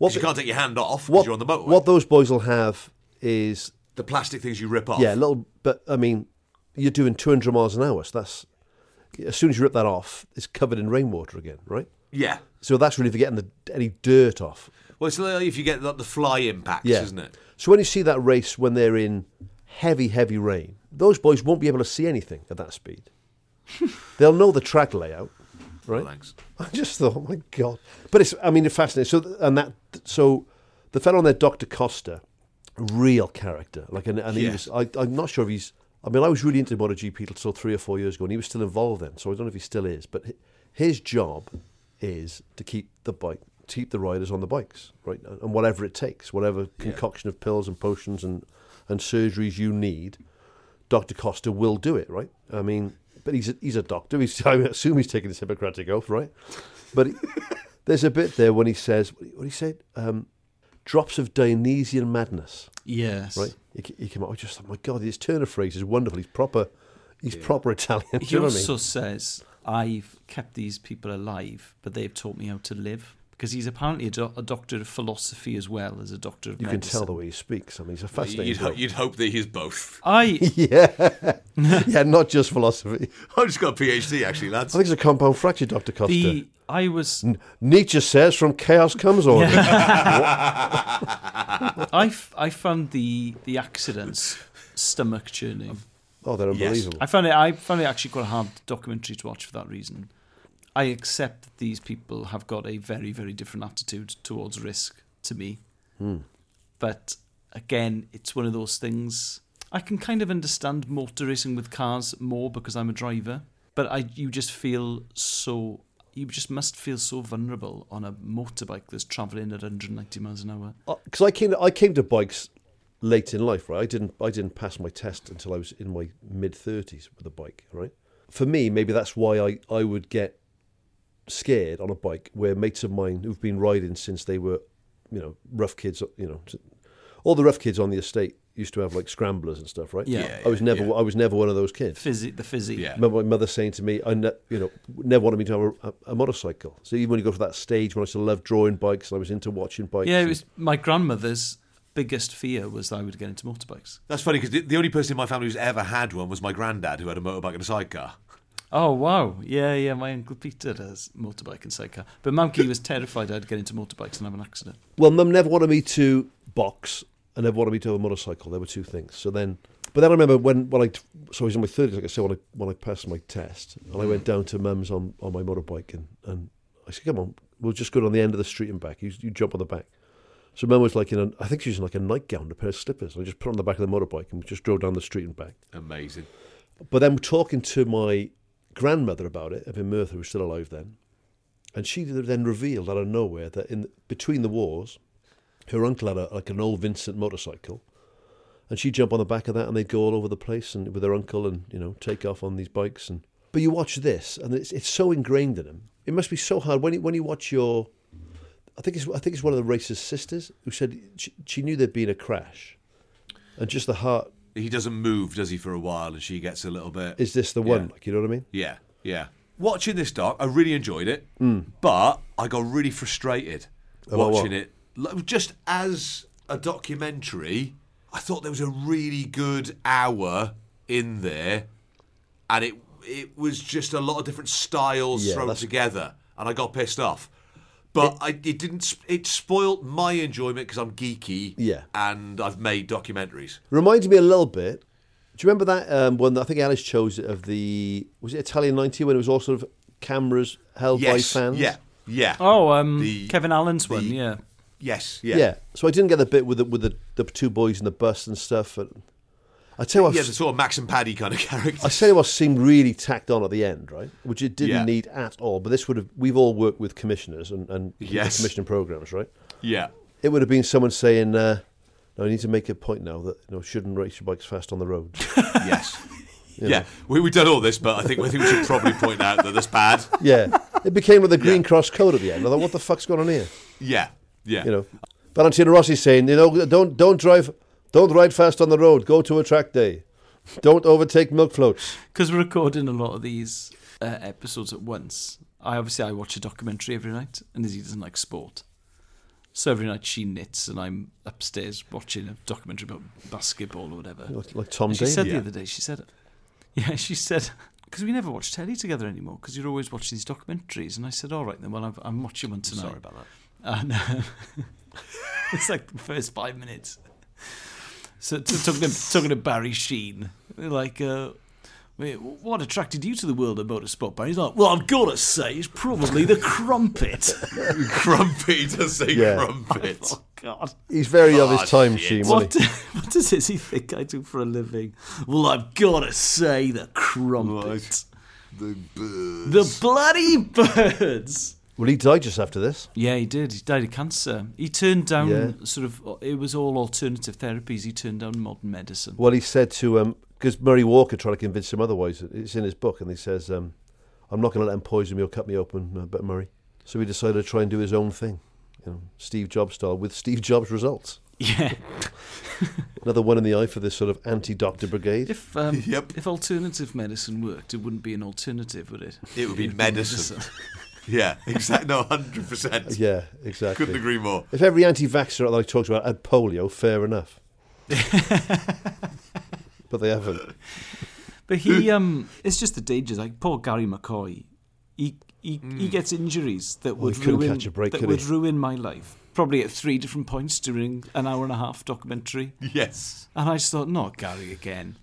'Cause you can't take your hand off because
what-
you're on the motorway.
What those boys will have is
The plastic things you rip off.
Yeah, a little. But I mean, you're doing 200 miles an hour, so that's as soon as you rip that off, it's covered in rainwater again, right?
Yeah.
So that's really for getting the, any dirt off.
Well, it's like if you get like, the fly impacts, isn't it?
So when you see that race when they're in heavy, heavy rain, those boys won't be able to see anything at that speed. They'll know the track layout, right?
Thanks.
I just thought, oh my god! But it's, I mean, it's fascinating. So th- and that, so the fellow on there, Doctor Costa, real character. Like, and, and he
Yeah.
was. I, I'm not sure if he's. I mean, I was really into MotoGP till so three or four years ago, and he was still involved then. So I don't know if he still is. But hi- his job is to keep the bike, keep the riders on the bikes, right, and and whatever it takes, whatever concoction of pills and potions and and surgeries you need, Doctor Costa will do it, right? I mean, but he's a, he's a doctor. He's, I assume he's taking his Hippocratic oath, right? But he, there's a bit there when he says, what did he say? Um, drops of Dionysian madness.
Yes.
Right? He, he came out, I just thought, my God, his turn of phrase is wonderful. He's proper, he's proper Italian. Do
He
you know what I mean?
also says, I've kept these people alive, but they've taught me how to live. Because he's apparently a, doc- a doctor of philosophy as well as a doctor of
You can
medicine.
tell the way he speaks. I mean, he's a fascinating
You'd, ho-
bloke.
you'd hope that he's both.
I
yeah, yeah, not just philosophy.
I've just got a PhD, actually,
I
lads.
think it's a compound fracture, Doctor Costa.
The- I was
N- Nietzsche says, "From chaos comes order."
I, f- I found the the accidents stomach churning.
Oh, they're Yes. unbelievable.
I found it. I found it actually quite a hard documentary to watch for that reason. I accept that these people have got a very very different attitude towards risk to me.
Hmm.
But again, it's one of those things. I can kind of understand motor racing with cars more because I'm a driver, but I you just feel so you just must feel so vulnerable on a motorbike that's travelling at 190 miles an hour.
Because Uh, I came, I came to bikes late in life, right? I didn't, I didn't pass my test until I was in my mid thirties with a bike, right? For me, maybe that's why I, I would get scared on a bike where mates of mine who've been riding since they were, you know, rough kids, you know, all the rough kids on the estate used to have like scramblers and stuff, right?
Yeah. Yeah,
I was
yeah,
never,
yeah.
I was never one of those kids.
Fizzy, the fizzy. Yeah.
Remember my mother saying to me, I ne- you know, never wanted me to have a, a, a motorcycle. So even when you go to that stage when I still loved drawing bikes and I was into watching bikes.
Yeah, it
and-
was my grandmother's biggest fear was that I would get into motorbikes.
That's funny because the, the only person in my family who's ever had one was my granddad, who had a motorbike and a sidecar.
Oh wow, yeah, yeah. My uncle Peter has motorbike and sidecar, but Mamke was terrified I'd get into motorbikes and have an accident.
Well, mum never wanted me to box and never wanted me to have a motorcycle. There were two things. So then, but then I remember when, when I, so I was in my 30s, like I said, when I, when I passed my test and I went down to mum's on, on my motorbike and, and I said, come on, we'll just go down the end of the street and back. You, you jump on the back. So mum was like in a, I think she was in like a nightgown and a pair of slippers. I just put her on the back of the motorbike and we just drove down the street and back.
Amazing.
But then talking to my grandmother about it, Evan Murtha, who was still alive then, and she then revealed out of nowhere that in between the wars, her uncle had a, like an old Vincent motorcycle, and she'd jump on the back of that and they'd go all over the place and with her uncle and you know take off on these bikes. And but you watch this and it's it's so ingrained in him. It must be so hard when you, when you watch your. I think it's I think it's one of the racer's sisters who said she, she knew there'd been a crash, and just the heart
He doesn't move, does he, for a while, and she gets a little bit.
is this the one? Like you know what I mean?
Yeah, yeah. Watching this doc, I really enjoyed it,
Mm.
but I got really frustrated
About
watching
what?
it. Like, Just as a documentary, I thought there was a really good hour in there, and it it was just a lot of different styles
Yeah,
thrown
that's-
together, and I got pissed off. But I, it didn't. sp- It spoilt my enjoyment because I'm geeky,
Yeah.
and I've made documentaries.
Reminds me a little bit. Do you remember that um, one that I think Alice chose of the was it Italian ninety when it was all sort of cameras held
Yes,
by fans?
yeah, yeah.
Oh, um,
The-
Kevin Allen's one, yeah.
Yes,
yeah, So I didn't get the bit with the, with the, the two boys in the bus and stuff. And I tell you, what,
yeah, the sort of Max and Paddy kind of character.
I tell you what seemed really tacked on at the end, right? Which it didn't
Yeah.
need at all. But this would have we've all worked with commissioners and and
Yes.
commissioning programs, right?
Yeah.
It would have been someone saying, uh, "No, I need to make a point now that you know shouldn't race your bikes fast on the road."
yes.
You
yeah,
know.
we, we've done all this, but I think, I think we should probably point out that that's bad.
Yeah, it became with the green cross code at the end. I thought, what the fuck's going on here?
Yeah, yeah.
You know, Valentino Rossi saying, you know, don't don't drive, don't ride fast on the road. Go to a track day. Don't overtake milk floats.
Because we're recording a lot of these uh, episodes at once. I obviously I watch a documentary every night, and Izzy doesn't like sport, so every night she knits, and I'm upstairs watching a documentary about basketball or whatever.
Like- like Tom
And She said
Davey.
the other day. She said, "Yeah, she said." Because we never watch telly together anymore. Because you're always watching these documentaries, and I said, "All right then, well, I've, I'm watching one tonight."
Sorry about that.
And um, it's like the first five minutes. So t- talking to, talking to Barry Sheen, they're like, uh, "Wait, what attracted you to the world of motorsport, Barry? He's like, well, I've got to say, it's probably the crumpet.
Crumpy does say
Yeah.
crumpet.
Oh, God.
He's very of his
Oh,
time, Sheen, wasn't
What, what does Izzy think I do for a living? Well, I've got to say, the crumpet.
The birds.
The bloody birds.
Well, he died just after this.
Yeah, he did. He died of cancer. He turned down uh,
Yeah.
sort of. It was all alternative therapies. He turned down modern medicine.
Well, he said to um, because Murray Walker tried to convince him otherwise. It's in his book, and he says, um, "I'm not going to let him poison me or cut me open, uh, but Murray." So he decided to try and do his own thing, you know, Steve Jobs style, with Steve Jobs results.
Yeah.
Another one in the eye for this sort of anti-doctor brigade.
If um, if alternative medicine worked, it wouldn't be an alternative, would it?
It would be medicine. yeah, exactly. No, hundred percent.
Yeah, exactly.
Couldn't agree more.
If every anti-vaxxer that I talked about had polio, fair enough. but they haven't.
But he, um, it's just the dangers. Like poor Gary McCoy, he he, he gets injuries that
Oh, he
would
couldn't
ruin
catch a break,
that
could
would
he?
ruin my life. Probably at three different points during an hour and a half documentary.
Yes.
And I just thought, not Gary again.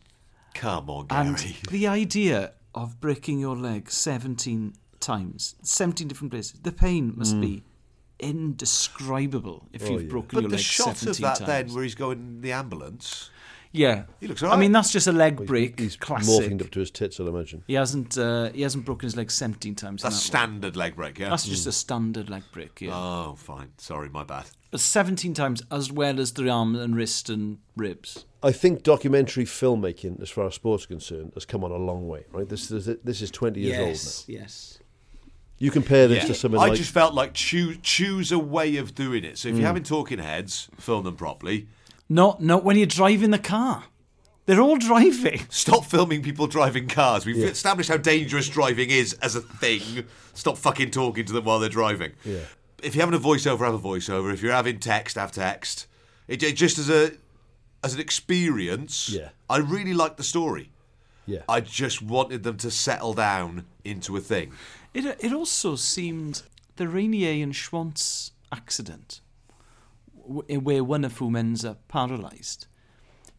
Come on,
And
Gary.
the idea of breaking your leg 17 times, 17 different places, the pain must
Mm.
be indescribable if
Oh,
you've
yeah.
broken
But
your
the
leg
shot
17
of that
times.
then, where he's going in the ambulance.
yeah.
He looks
I
alright.
mean, that's just a leg break.
Oh, He's
classic.
morphing up to his tits, I'd imagine.
He hasn't uh, he hasn't broken his leg 17 times. in
That's
that one.
standard leg break, yeah?
That's just
Mm.
a standard leg break, yeah.
Oh, fine. Sorry, my bad.
But 17 times as well as the arm and wrist and ribs.
I think documentary filmmaking, as far as sports are concerned, has come on a long way. Right, this is this is twenty years
Yes,
old now.
yes.
You compare this
Yeah.
to something
I
like
just felt like choose choose a way of doing it. So if
Mm.
you're having talking heads, film them properly.
Not, not when you're driving the car. They're all driving.
Stop filming people driving cars. We've established how dangerous driving is as a thing. Stop fucking talking to them while they're driving.
Yeah.
If you're having a voiceover, have a voiceover. If you're having text, have text. It, it just as a as an experience.
Yeah.
I really liked the story.
Yeah.
I just wanted them to settle down into a thing.
It it also seemed the Rainier and Schwantz accident, w- where one of whom ends up paralysed.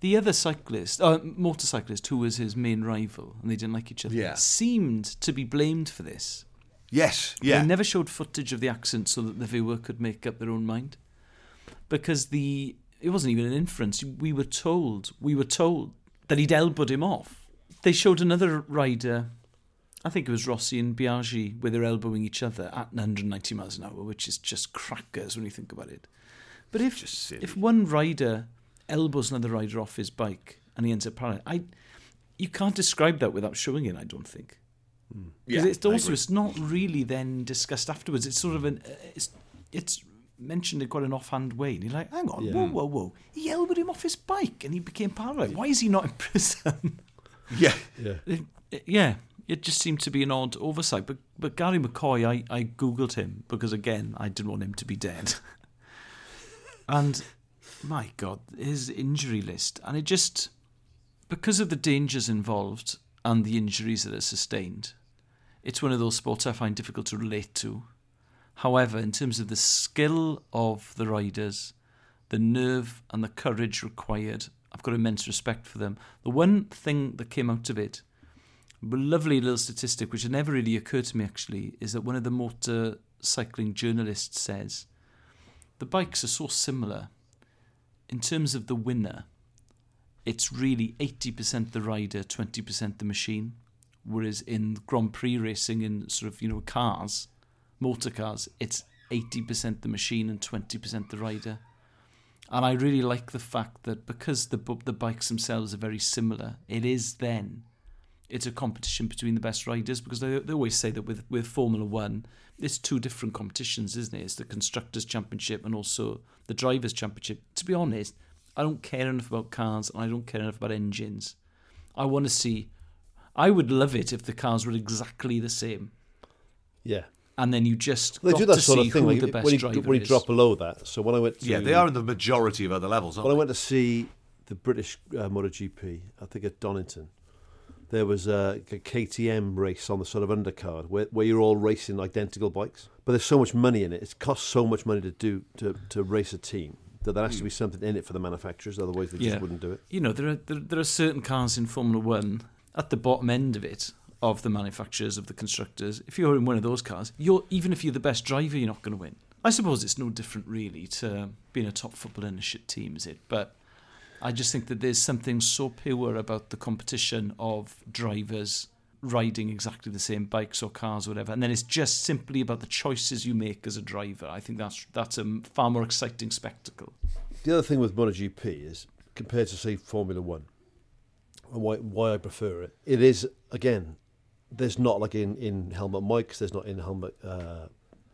The other cyclist, uh, motorcyclist, who was his main rival, and they didn't like each other, seemed to be blamed for this.
Yes,
They never showed footage of the accident so that the viewer could make up their own mind, because the it wasn't even an inference. We were told we were told that he'd elbowed him off. They showed another rider, I think it was Rossi and Biaggi, where they're elbowing each other at 190 miles an hour, which is just crackers when you think about it. But if if one rider elbows another rider off his bike and he ends up paralyzed, I you can't describe that without showing it. I don't think. Because
Yeah,
it's
I
also
agree.
it's not really then discussed afterwards. It's sort of an uh, it's it's mentioned in quite an offhand way, and you're like, hang on,
Yeah.
whoa, whoa, whoa! He elbowed him off his bike, and he became paralyzed. Why is he not in prison?
Yeah,
yeah.
It, it- yeah, it just seemed to be an odd oversight. But but Gary McCoy, I I googled him because again, I didn't want him to be dead. and my God, his injury list, and it just because of the dangers involved and the injuries that are sustained, it's one of those sports I find difficult to relate to. However, in terms of the skill of the riders, the nerve and the courage required, I've got immense respect for them. The one thing that came out of it, a lovely little statistic which had never really occurred to me actually, is that one of the motor cycling journalists says the bikes are so similar in terms of the winner it's really 80% the rider, 20% the machine. Whereas in Grand Prix racing, in sort of, you know, cars, motor cars, it's 80% the machine and 20% the rider. And I really like the fact that because the, bu- the bikes themselves are very similar, it is then. It's a competition between the best riders because they, they always say that with, with Formula One, it's two different competitions, isn't it? It's the Constructors' Championship and also the Drivers' Championship. To be honest, I don't care enough about cars and I don't care enough about engines. I want to see. I would love it if the cars were exactly the same.
Yeah.
And then you just
They
got
do that
to
sort
see
of thing
who
like,
the best
when, you,
driver
when you
is.
drop below that. So when I went to
Yeah, they are in the majority of other levels, aren't
When I
they?
went to see the British uh, MotoGP, I think at Donington, there was a, a KTM race on the sort of undercard where, where you're all racing identical bikes. But there's so much money in it; it costs so much money to do to, to race a team that there has to be something in it for the manufacturers. Otherwise, they just wouldn't do it.
You know, there are there, there are certain cars in Formula One at the bottom end of it of the manufacturers of the constructors. If you're in one of those cars, you're even if you're the best driver, you're not going to win. I suppose it's no different really to being a top footballer in a shit team, is it? But I just think that there's something so pure about the competition of drivers riding exactly the same bikes or cars or whatever and then it's just simply about the choices you make as a driver i think that's that's a far more exciting spectacle
The other thing with MotoGP is compared to say Formula One, and why why I prefer it. It is again, there's not like in in helmet mics, there's not in helmet uh,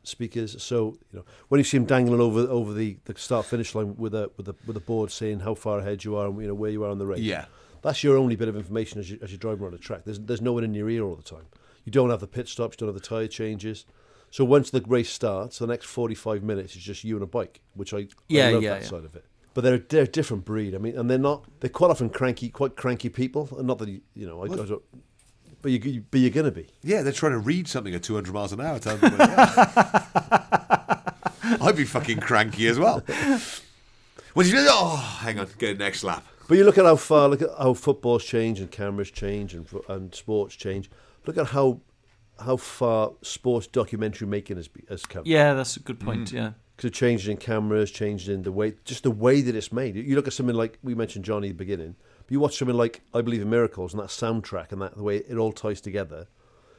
speakers. So you know when you see him dangling over over the, the start finish line with a with a with a board saying how far ahead you are and you know where you are on the race.
Yeah.
that's your only bit of information as you as you're driving around the track. There's there's no one in your ear all the time. You don't have the pit stops, you don't have the tire changes. So once the race starts, the next forty five minutes is just you and a bike, which I,
Yeah,
I love
yeah,
that
yeah.
side of it. But they're they're a different breed. I mean, and they're not they're quite often cranky, quite cranky people. And not that you, you know, I, I don't. But you, you but you're gonna be.
Yeah, they're trying to read something at 200 miles an hour. Time to wake up. I'd be fucking cranky as well. What did you? Oh, hang on, go next lap.
But you look at how far, look at how footballs change and cameras change and fo- and sports change. Look at how how far sports documentary making has be- has come.
Yeah, that's a good point, Mm. yeah.
because it changed in cameras, changed in the way, just the way that it's made. You look at something like we mentioned Johnny at the beginning. But you watch something like I Believe in Miracles and that soundtrack and that the way it all ties together.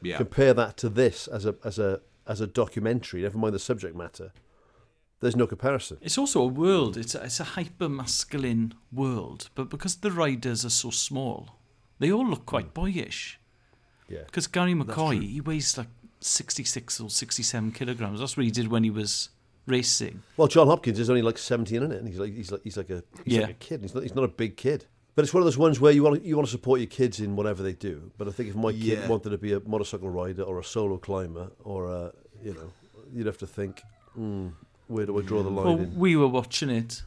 Yeah.
Compare that to this as a as a as a documentary. Never mind the subject matter. There's no comparison.
It's also a world. It's a, it's a hyper masculine world, but because the riders are so small, they all look quite boyish.
Hmm. Yeah.
Because Gary
That's
McCoy,
true.
he weighs like sixty six or sixty seven kilograms. That's what he did when he was racing.
Well, John Hopkins is only like 17 in it, and he's like he's like he's like a he's like
Yeah.
a kid. He's not he's not a big kid. But it's one of those ones where you want you want to support your kids in whatever they do. But I think if my kid
Yeah.
wanted to be a motorcycle rider or a solo climber or a you know, you'd have to think, mm, where do I draw the line?
Well,
in?
we were watching it,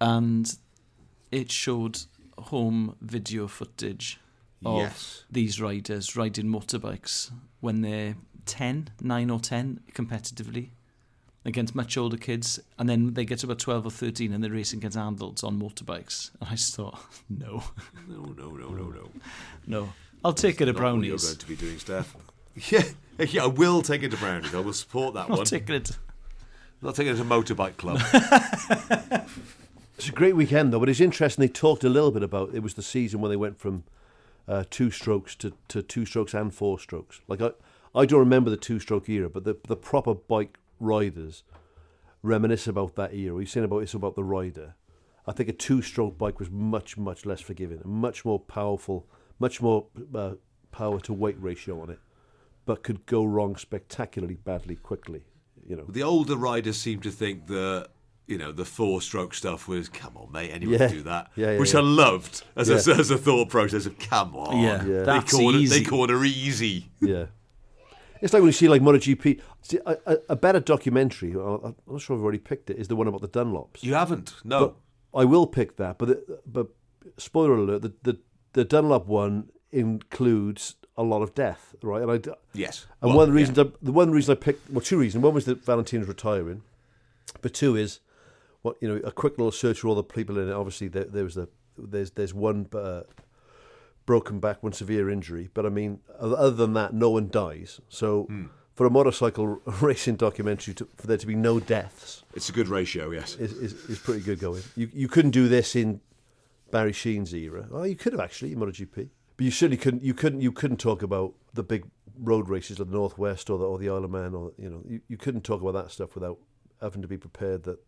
and it showed home video footage of
oh.
Yes.
these riders riding motorbikes when they're 10, 9 or 10 competitively against much older kids. And then they get to about 12 or 13 and they're racing against adults on motorbikes. And I just thought, no,
No, no, no, no, no.
no. I'll take it to
Not what You're
brownies.
going to be doing, Steph. yeah, yeah. I will take it to brownies. I will support that
Not
one.
taking it.
Not taking it to motorbike club.
It's a great weekend though, but it's interesting. They talked a little bit about it was the season when they went from uh, two strokes to, to two strokes and four strokes. Like I, I don't remember the two stroke era, but the the proper bike riders reminisce about that era. We've seen about it's about the rider. I think a two stroke bike was much much less forgiving, much more powerful, much more uh, power to weight ratio on it, but could go wrong spectacularly badly quickly. You know.
The older riders seem to think that you know the four-stroke stuff was come on, mate, anyone
Yeah.
can do that.
Yeah, yeah,
which I
yeah.
loved as,
Yeah.
a, as a thought process of come on,
Yeah, Yeah.
they
that's
corner,
easy.
they corner easy.
Yeah. It's like when you see like MotoGP. See, a, a, a better documentary. I- I'm not sure I've already picked it. Is the one about the Dunlops?
You haven't, no.
But I will pick that. But the, but spoiler alert: the, the the Dunlop one includes a lot of death, right? And I d-
Yes.
And
Well,
one of the reasons I, the one reason I picked well two reasons. One was that Valentino's retiring, but two is what you know a quick little search for all the people in it. Obviously there, there was the there's there's one. Uh, broken back, one severe injury. But I mean, o- other than that, no one dies. So for a motorcycle racing documentary, to, for there to be no deaths
It's a good ratio, yes.
is, is, is pretty good going. You, you couldn't do this in Barry Sheen's era. Oh, you could have actually in MotoGP, but you certainly couldn't. You couldn't. You couldn't talk about the big road races like the Northwest or the or the Isle of Man or you know you, you couldn't talk about that stuff without having to be prepared that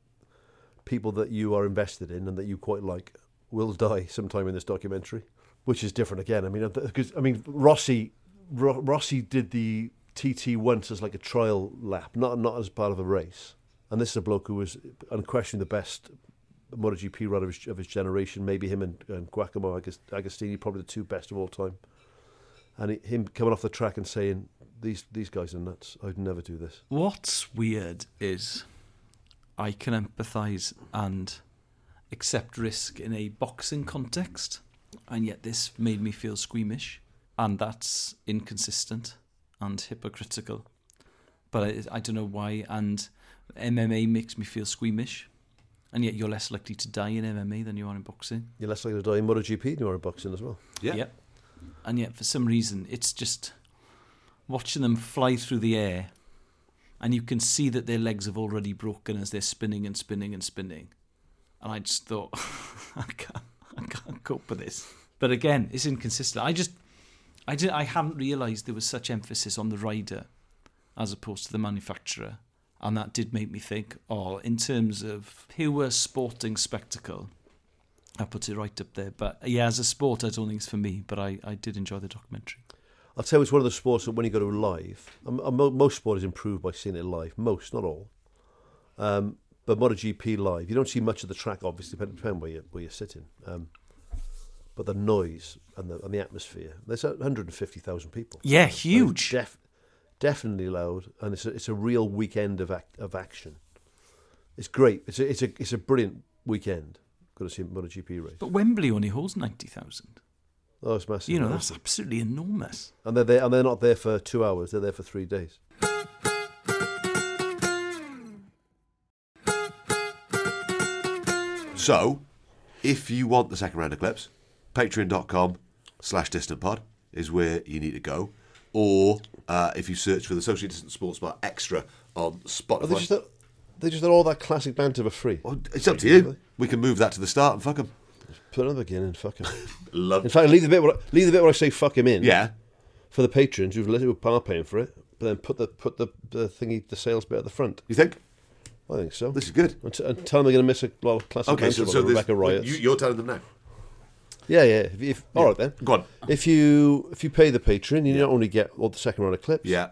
people that you are invested in and that you quite like will die sometime in this documentary, which is different again. I mean, because I mean Rossi, Ro- Rossi did the TT once as like a trial lap, not not as part of a race. And this is a bloke who was unquestionably the best MotoGP rider of his, of his generation. Maybe him and, and Giacomo Agos- Agostini, probably the two best of all time. And he, him coming off the track and saying, "These these guys are nuts. I'd never do this."
What's weird is I can empathise and accept risk in a boxing context, and yet this made me feel squeamish, and that's inconsistent and hypocritical. But I, I don't know why, and MMA makes me feel squeamish, and yet you're less likely to die in MMA than you are in boxing.
You're less likely to die in MotoGP than you are in boxing as well.
Yeah.
And yet, for some reason, it's just watching them fly through the air, and you can see that their legs have already broken as they're spinning and spinning and spinning. And I just thought, I can't, I can't cope with this. But again, it's inconsistent. I just, I didn't, I hadn't realised there was such emphasis on the rider as opposed to the manufacturer. And that did make me think, oh, in terms of pure sporting spectacle, That puts it right up there. But yeah, as a sport, I don't think it's for me. But I, I did enjoy the documentary.
I'll tell you, it's one of the sports that when you go to live, um, uh, mo- most sport is improved by seeing it live. Most, not all. Um, but MotoGP live, you don't see much of the track, obviously, depending, depending where, you're, where you're sitting. Um, but the noise and the, and the atmosphere, there's 150,000 people.
Yeah,
And it's
huge.
def- definitely loud, and it's a, it's a real weekend of, ac- of action. It's great. It's a, it's a, it's a brilliant weekend. Got to see a MotoGP race.
uh, But Wembley only holds 90,000.
Oh, it's massive.
You know,
isn't
that's
it?
absolutely enormous.
And they're there, and they're not there for two hours. They're there for three days.
So, if you want the second round of clips, patreon.com slash distantpod is where you need to go. Or uh, if you search for the socially distant sports bar extra on Spotify.
Are they just not, they just not all that classic banter for free.
Oh, it's up to you. We can move that to the start and fuck them.
Put another again and fuck him.
Love.
In fact, leave the bit where I, leave the bit where I say fuck him in.
Yeah.
For the patrons who've listened, who are paying for it, but then put the put the, the thingy the sales bit at the front.
You think?
I think so.
This is good.
And, t- and tell them they're going to miss a lot of classic
Okay,
banter
so,
like
so
the
there's-
Rebecca riots.
You, you're telling them now.
Yeah, yeah. If, if, All right then.
Go on.
If you if you pay the patron, you not only get all the second round of clips.
Yeah.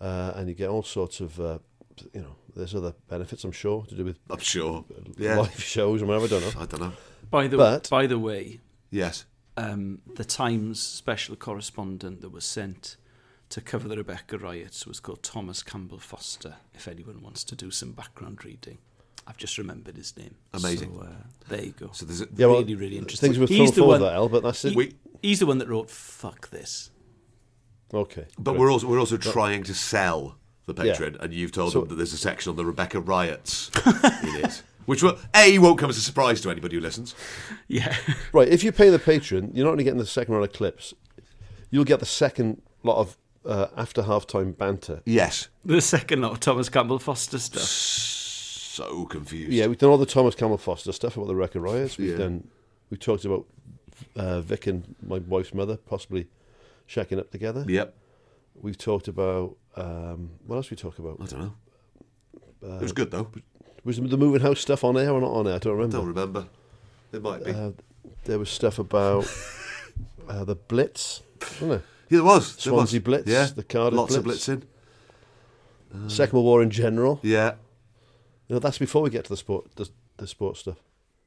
Uh, and you get all sorts of uh, you know there's other benefits I'm sure to do with
I'm sure Yeah.
live shows and whatever. I don't know.
I don't know.
By the,
But-
by the way,
Yes.
um, the Times special correspondent that was sent to cover the Rebecca riots was called Thomas Campbell Foster, if anyone wants to do some background reading. I've just remembered his name.
Amazing.
So, uh, there you go.
So there's a-
Yeah, well,
really, really
things
interesting.
were thrown forward that, Al, but that's it.
he- he's the one that wrote "fuck this."
Okay.
But
great.
we're also we're also
But-
trying to sell the
Yeah.
patron, and you've told
So-
them that there's a section on the Rebecca riots in it, which will a won't come as a surprise to anybody who listens.
Yeah.
Right, if you pay the patron, you're not only getting the second round of clips, you'll get the second lot of uh, after halftime banter.
Yes.
The second lot of Thomas Campbell Foster stuff.
So confused.
Yeah, we've done all the Thomas Campbell Foster stuff about the record riots. We've
Yeah.
done, we talked about uh, Vic and my wife's mother possibly shacking up together.
Yep.
We've talked about um, what else we talk about?
I don't know.
Uh,
It was good, though.
Was the moving house stuff on air or not on air? I don't remember.
Don't remember. It might be.
Uh, there was stuff about uh, the Blitz, wasn't there?
Yeah, there was. There
Swansea
was.
Blitz,
Yeah.
the Cardiff
Lots of
Blitz.
blitzing. Uh.
Second World War in general.
Yeah.
You know, that's before we get to the sport, the, the sport stuff.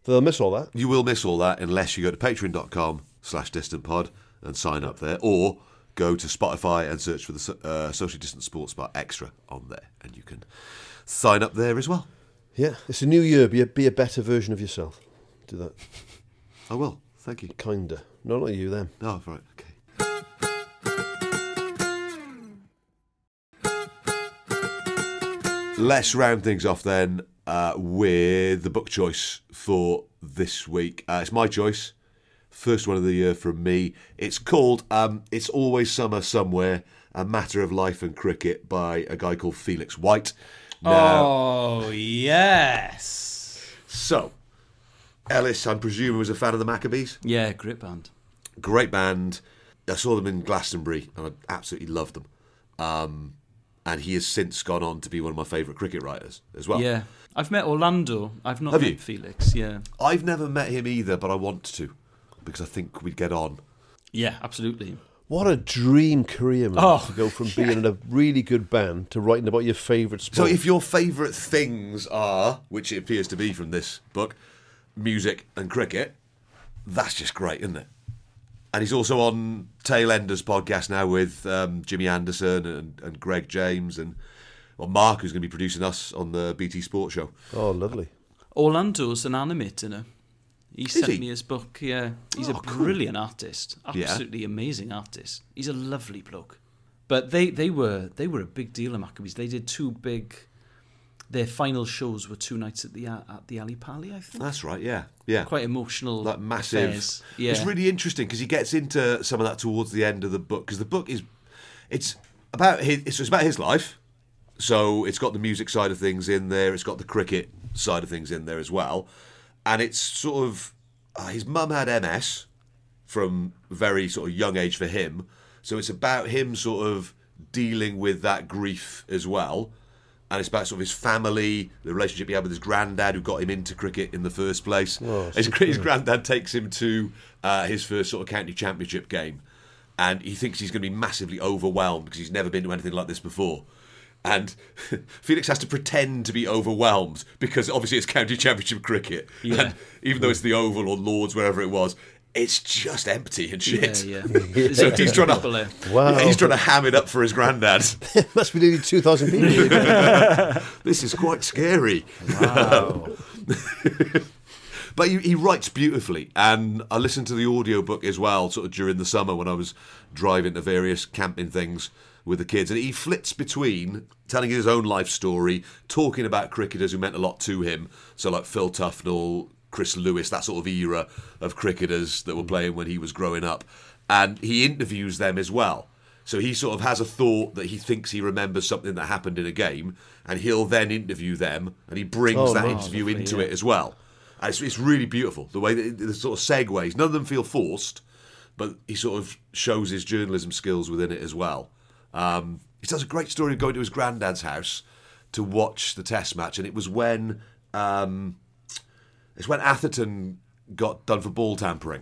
They'll miss all that.
You will miss all that unless you go to patreon.com slash distantpod and sign up there, or go to Spotify and search for the so- uh, Socially Distant Sports Bar Extra on there, and you can sign up there as well.
Yeah, it's a new year. Be a, be a better version of yourself. Do that.
I will. Thank you.
Kinder. No, not you. Them.
No, Oh, right. Okay. Let's round things off then uh, with the book choice for this week. Uh, it's my choice, first one of the year from me. It's called um, "It's Always Summer Somewhere: A Matter of Life and Cricket" by a guy called Felix White.
Oh yes.
So, Ellis, I'm presuming, was a fan of the Maccabees.
Yeah, grip band.
great band. I saw them in Glastonbury and I absolutely loved them. Um, and he has since gone on to be one of my favourite cricket writers as well.
yeah, I've met Orlando. I've not
Have
met
you?
Felix. Yeah.
I've never met him either, but I want to because I think we'd get on.
Yeah, absolutely.
What a dream career, man.
Oh,
to go from being in a really good band to writing about your favourite
So,
sport.
if your favourite things are, which it appears to be from this book, music and cricket, that's just great, isn't it? And he's also on Tailenders podcast now with um, Jimmy Anderson and, and Greg James and well, Mark, who's going to be producing us on the BT Sports show.
oh, lovely.
Orlando's an animator now. He sent
he?
me his book. Yeah, he's
Oh,
a
cool.
brilliant artist.
Yeah.
Absolutely amazing artist. He's a lovely bloke. But they, they were they were a big deal in Maccabees. They did two big. Their final shows were two nights at the uh, at the Ali Pali, I think.
That's right. Yeah, yeah.
Quite emotional.
That massive.
affairs. Yeah.
It's really interesting because he gets into some of that towards the end of the book because the book is, it's about his, it's it's about his life. So it's got the music side of things in there. It's got the cricket side of things in there as well, and it's sort of uh, his mum had MS from very sort of young age for him. So it's about him sort of dealing with that grief as well, and it's about sort of his family, the relationship he had with his granddad, who got him into cricket in the first place.
Oh,
his,
superb.
his granddad takes him to uh, his first sort of county championship game, and he thinks he's going to be massively overwhelmed because he's never been to anything like this before. And Felix has to pretend to be overwhelmed because obviously it's county championship cricket,
Yeah.
and even though it's the Oval or Lords, wherever it was. It's just empty and shit.
Yeah, yeah.
so he's trying
People
to,
there.
wow.
Wow.
he's trying to ham it up for his granddad.
Must be nearly 2,000 people.
this is quite scary.
Wow.
but he, he writes beautifully, and I listened to the audiobook as well, sort of during the summer when I was driving to various camping things with the kids. And he flits between telling his own life story, talking about cricketers who meant a lot to him. So, like Phil Tufnell, Chris Lewis, that sort of era of cricketers that were
Mm.
playing when he was growing up. And he interviews them as well. So he sort of has a thought that he thinks he remembers something that happened in a game, and he'll then interview them, and he brings
Oh,
that
nice.
interview
Lovely,
into
yeah.
it as well. And It's, it's really beautiful the way that the sort of segues. None of them feel forced, but he sort of shows his journalism skills within it as well. Um, he tells a great story of going to his granddad's house to watch the Test match, and it was when um, it's when Atherton got done for ball tampering,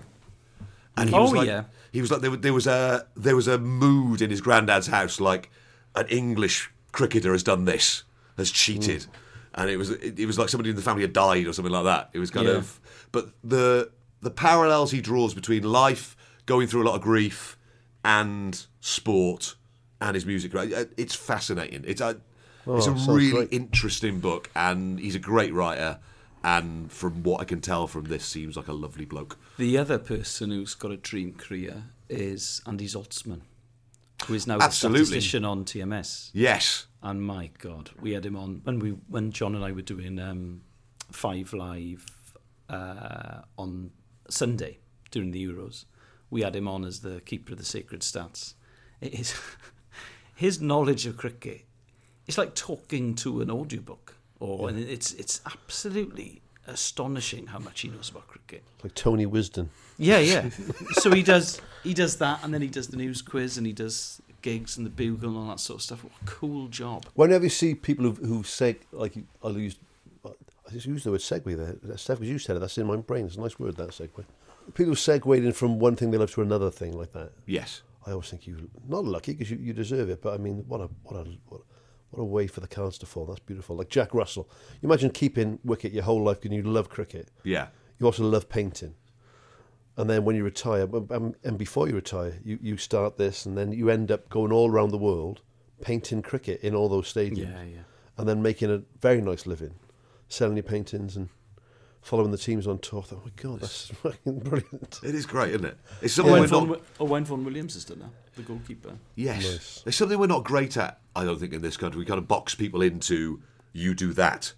and he
Oh,
was like,
yeah.
he was like there, was- there was a there was a mood in his granddad's house like an English cricketer has done this has cheated, and it was it, it was like somebody in the family had died or something like that. It was kind
Yeah.
of but the the parallels he draws between life going through a lot of grief and sport and his music right, Uh, it's fascinating. It's a it's
Oh,
a
sounds
really
great.
interesting book, and he's a great writer. And from what I can tell from this, seems like a lovely bloke.
The other person who's got a dream career is Andy Zoltzman, who is now
Absolutely.
a statistician on TMS.
Yes.
And my God, we had him on when we when John and I were doing um, Five Live uh, on Sunday during the Euros. We had him on as the keeper of the sacred stats. It is his knowledge of cricket. It's like talking to an audiobook, or and it's it's absolutely astonishing how much he knows about cricket.
Like Tony Wisden.
Yeah, yeah. so he does he does that, and then he does the news quiz, and he does gigs and the bugle and all that sort of stuff. What a cool job!
Whenever you see people who've, who've seg, like you- I'll use, I just used the word segue there. That Steph, you said it. That's in my brain. It's a nice word that segue. People who segued in from one thing they love to another thing like that.
Yes.
I always think you not lucky because you, you deserve it, but I mean, what a what a what, what a way for the cards to fall. That's beautiful. Like Jack Russell. You imagine keeping wicket your whole life and you love cricket.
Yeah.
You also love painting. And then when you retire, b- um, and before you retire, you, you start this, and then you end up going all around the world painting cricket in all those stadiums.
Yeah, yeah.
And then making a very nice living, selling your paintings and following the teams on tour. I thought, oh my God, that's fucking brilliant.
It is great, isn't it? It's
Owen,
something we're
Vaughan-
not.
Owen Vaughan Williams has done that, the goalkeeper.
Yes, it's something we're not great at. I don't think in this country we kind of box people into you do that.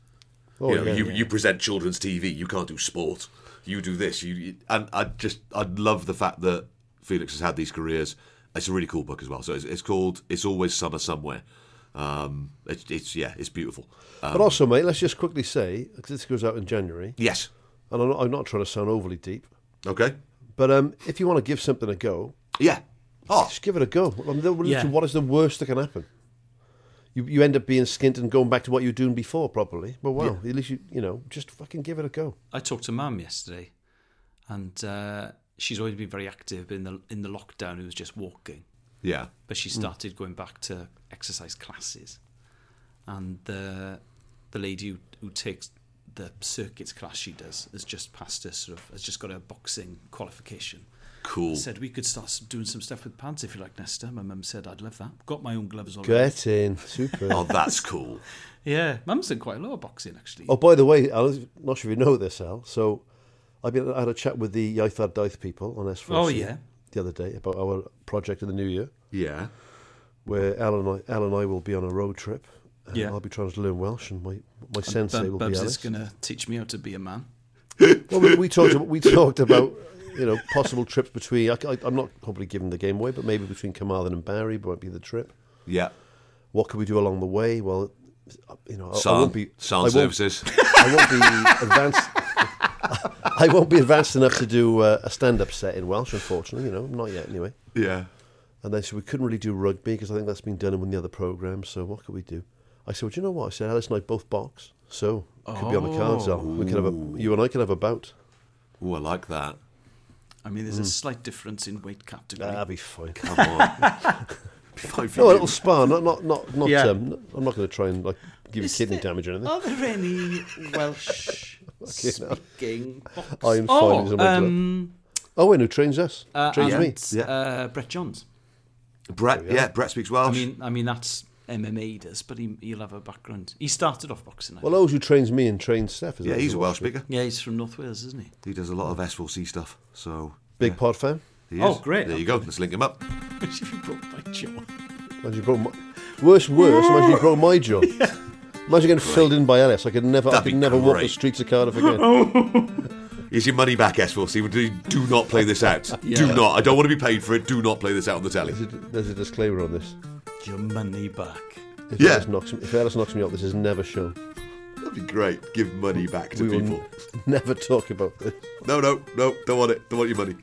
Oh,
you, know,
yeah,
you,
yeah.
you present children's TV. You can't do sport. You do this. You- You and I just I love the fact that Felix has had these careers. It's a really cool book as well. So it's, it's called "It's Always Summer Somewhere." Um, it's, it's yeah, it's beautiful. Um,
but also, mate, let's just quickly say 'cause this goes out in January.
Yes.
and I'm not, I'm not trying to sound overly deep.
Okay.
But um, if you want to give something a go,
yeah, oh,
just give it a go. I mean, literally,
Yeah.
What is the worst that can happen? You, you end up being skint and going back to what you were doing before, probably. But wow, at least you you know just fucking give it a go.
I talked to Mum yesterday, and uh, she's always been very active in the in the lockdown. It was just walking.
Yeah.
But she
Mm.
started going back to exercise classes, and the the lady who, who takes the circuits class she does has just passed her sort of has just got her boxing qualification.
Cool.
Said we could start s- doing some stuff with pads if you like, Nesta. My mum said I'd love that. Got my own gloves already.
Get in, super.
oh, that's cool.
Yeah, mum's done quite a lot of boxing actually.
Oh, by the way, Al, I'm not sure if you know this, Al. So I've been I had a chat with the Iaithar Dyth people on S4.
Oh, yeah.
The other day about our project in the new year.
Yeah.
Where Al and I, Al and I will be on a road trip. And
Yeah.
I'll be trying to learn Welsh, and my my sensei
Bub-
will be
Bubs
Alice.
is going to teach me how to be a man.
well, we, we talked. About, we talked about you know possible trips between. I, am not probably giving the game away, but maybe between Carmarthen and Barry might be the trip.
Yeah.
What could we do along the way? Well, uh, you know, I- I,
Sarn-
won't be
sarn
I won't-
services.
I won't be advanced. I won't be advanced enough to do uh, a stand-up set in Welsh, unfortunately. You know, not yet, anyway.
Yeah.
And then so we couldn't really do rugby because I think that's been done in one of the other programs. So what could we do? I said, well, do you know what? I said, Alice and I both box, so it could be on the cards. Al. We could have a, you and I could have a bout.
Oh, I like that.
I mean, there's a
Mm.
slight difference in weight category.
That'd be fine.
Come on.
No, a little spar. Not, not, not, not.
Yeah.
Um, I'm not going to try and like give
Is
you kidney
there-
damage or anything.
Are there any Welsh speaking boxers?
I'm
Oh,
fine. Oh,
um,
Owen, who trains us,
uh,
trains
and,
me.
Uh, Brett Johns.
Brett, yeah, Brett speaks Welsh.
I mean, I mean that's MMA does, but he, he'll have a background. He started off boxing. I
Well, Owen, who trains me and trains Steph. Is
Yeah, he's a Welsh speaker.
Yeah, he's from North Wales, isn't he?
He does a lot of S4C stuff, so.
Big pod fan.
He is.
Oh, great.
There you go. Let's link him up.
should be brought by John.
Imagine you brought my, worse, worse. Imagine you brought my job. Imagine getting filled in by Alice. I could never, I
That'd
could
be
never walk the
great.
streets of Cardiff
Oh.
again.
Is your money back, S4C? Do, do not play this out. Do
Yeah.
not. I don't want to be paid for it. Do not play this out on the telly.
There's a disclaimer on this.
Your money back.
If,
Yeah.
Alice knocks me, if Alice knocks me up, this is never shown.
That'd be great. Give money back to
we will
people.
n- never talk about this.
No, no, no. Don't want it. Don't want your money.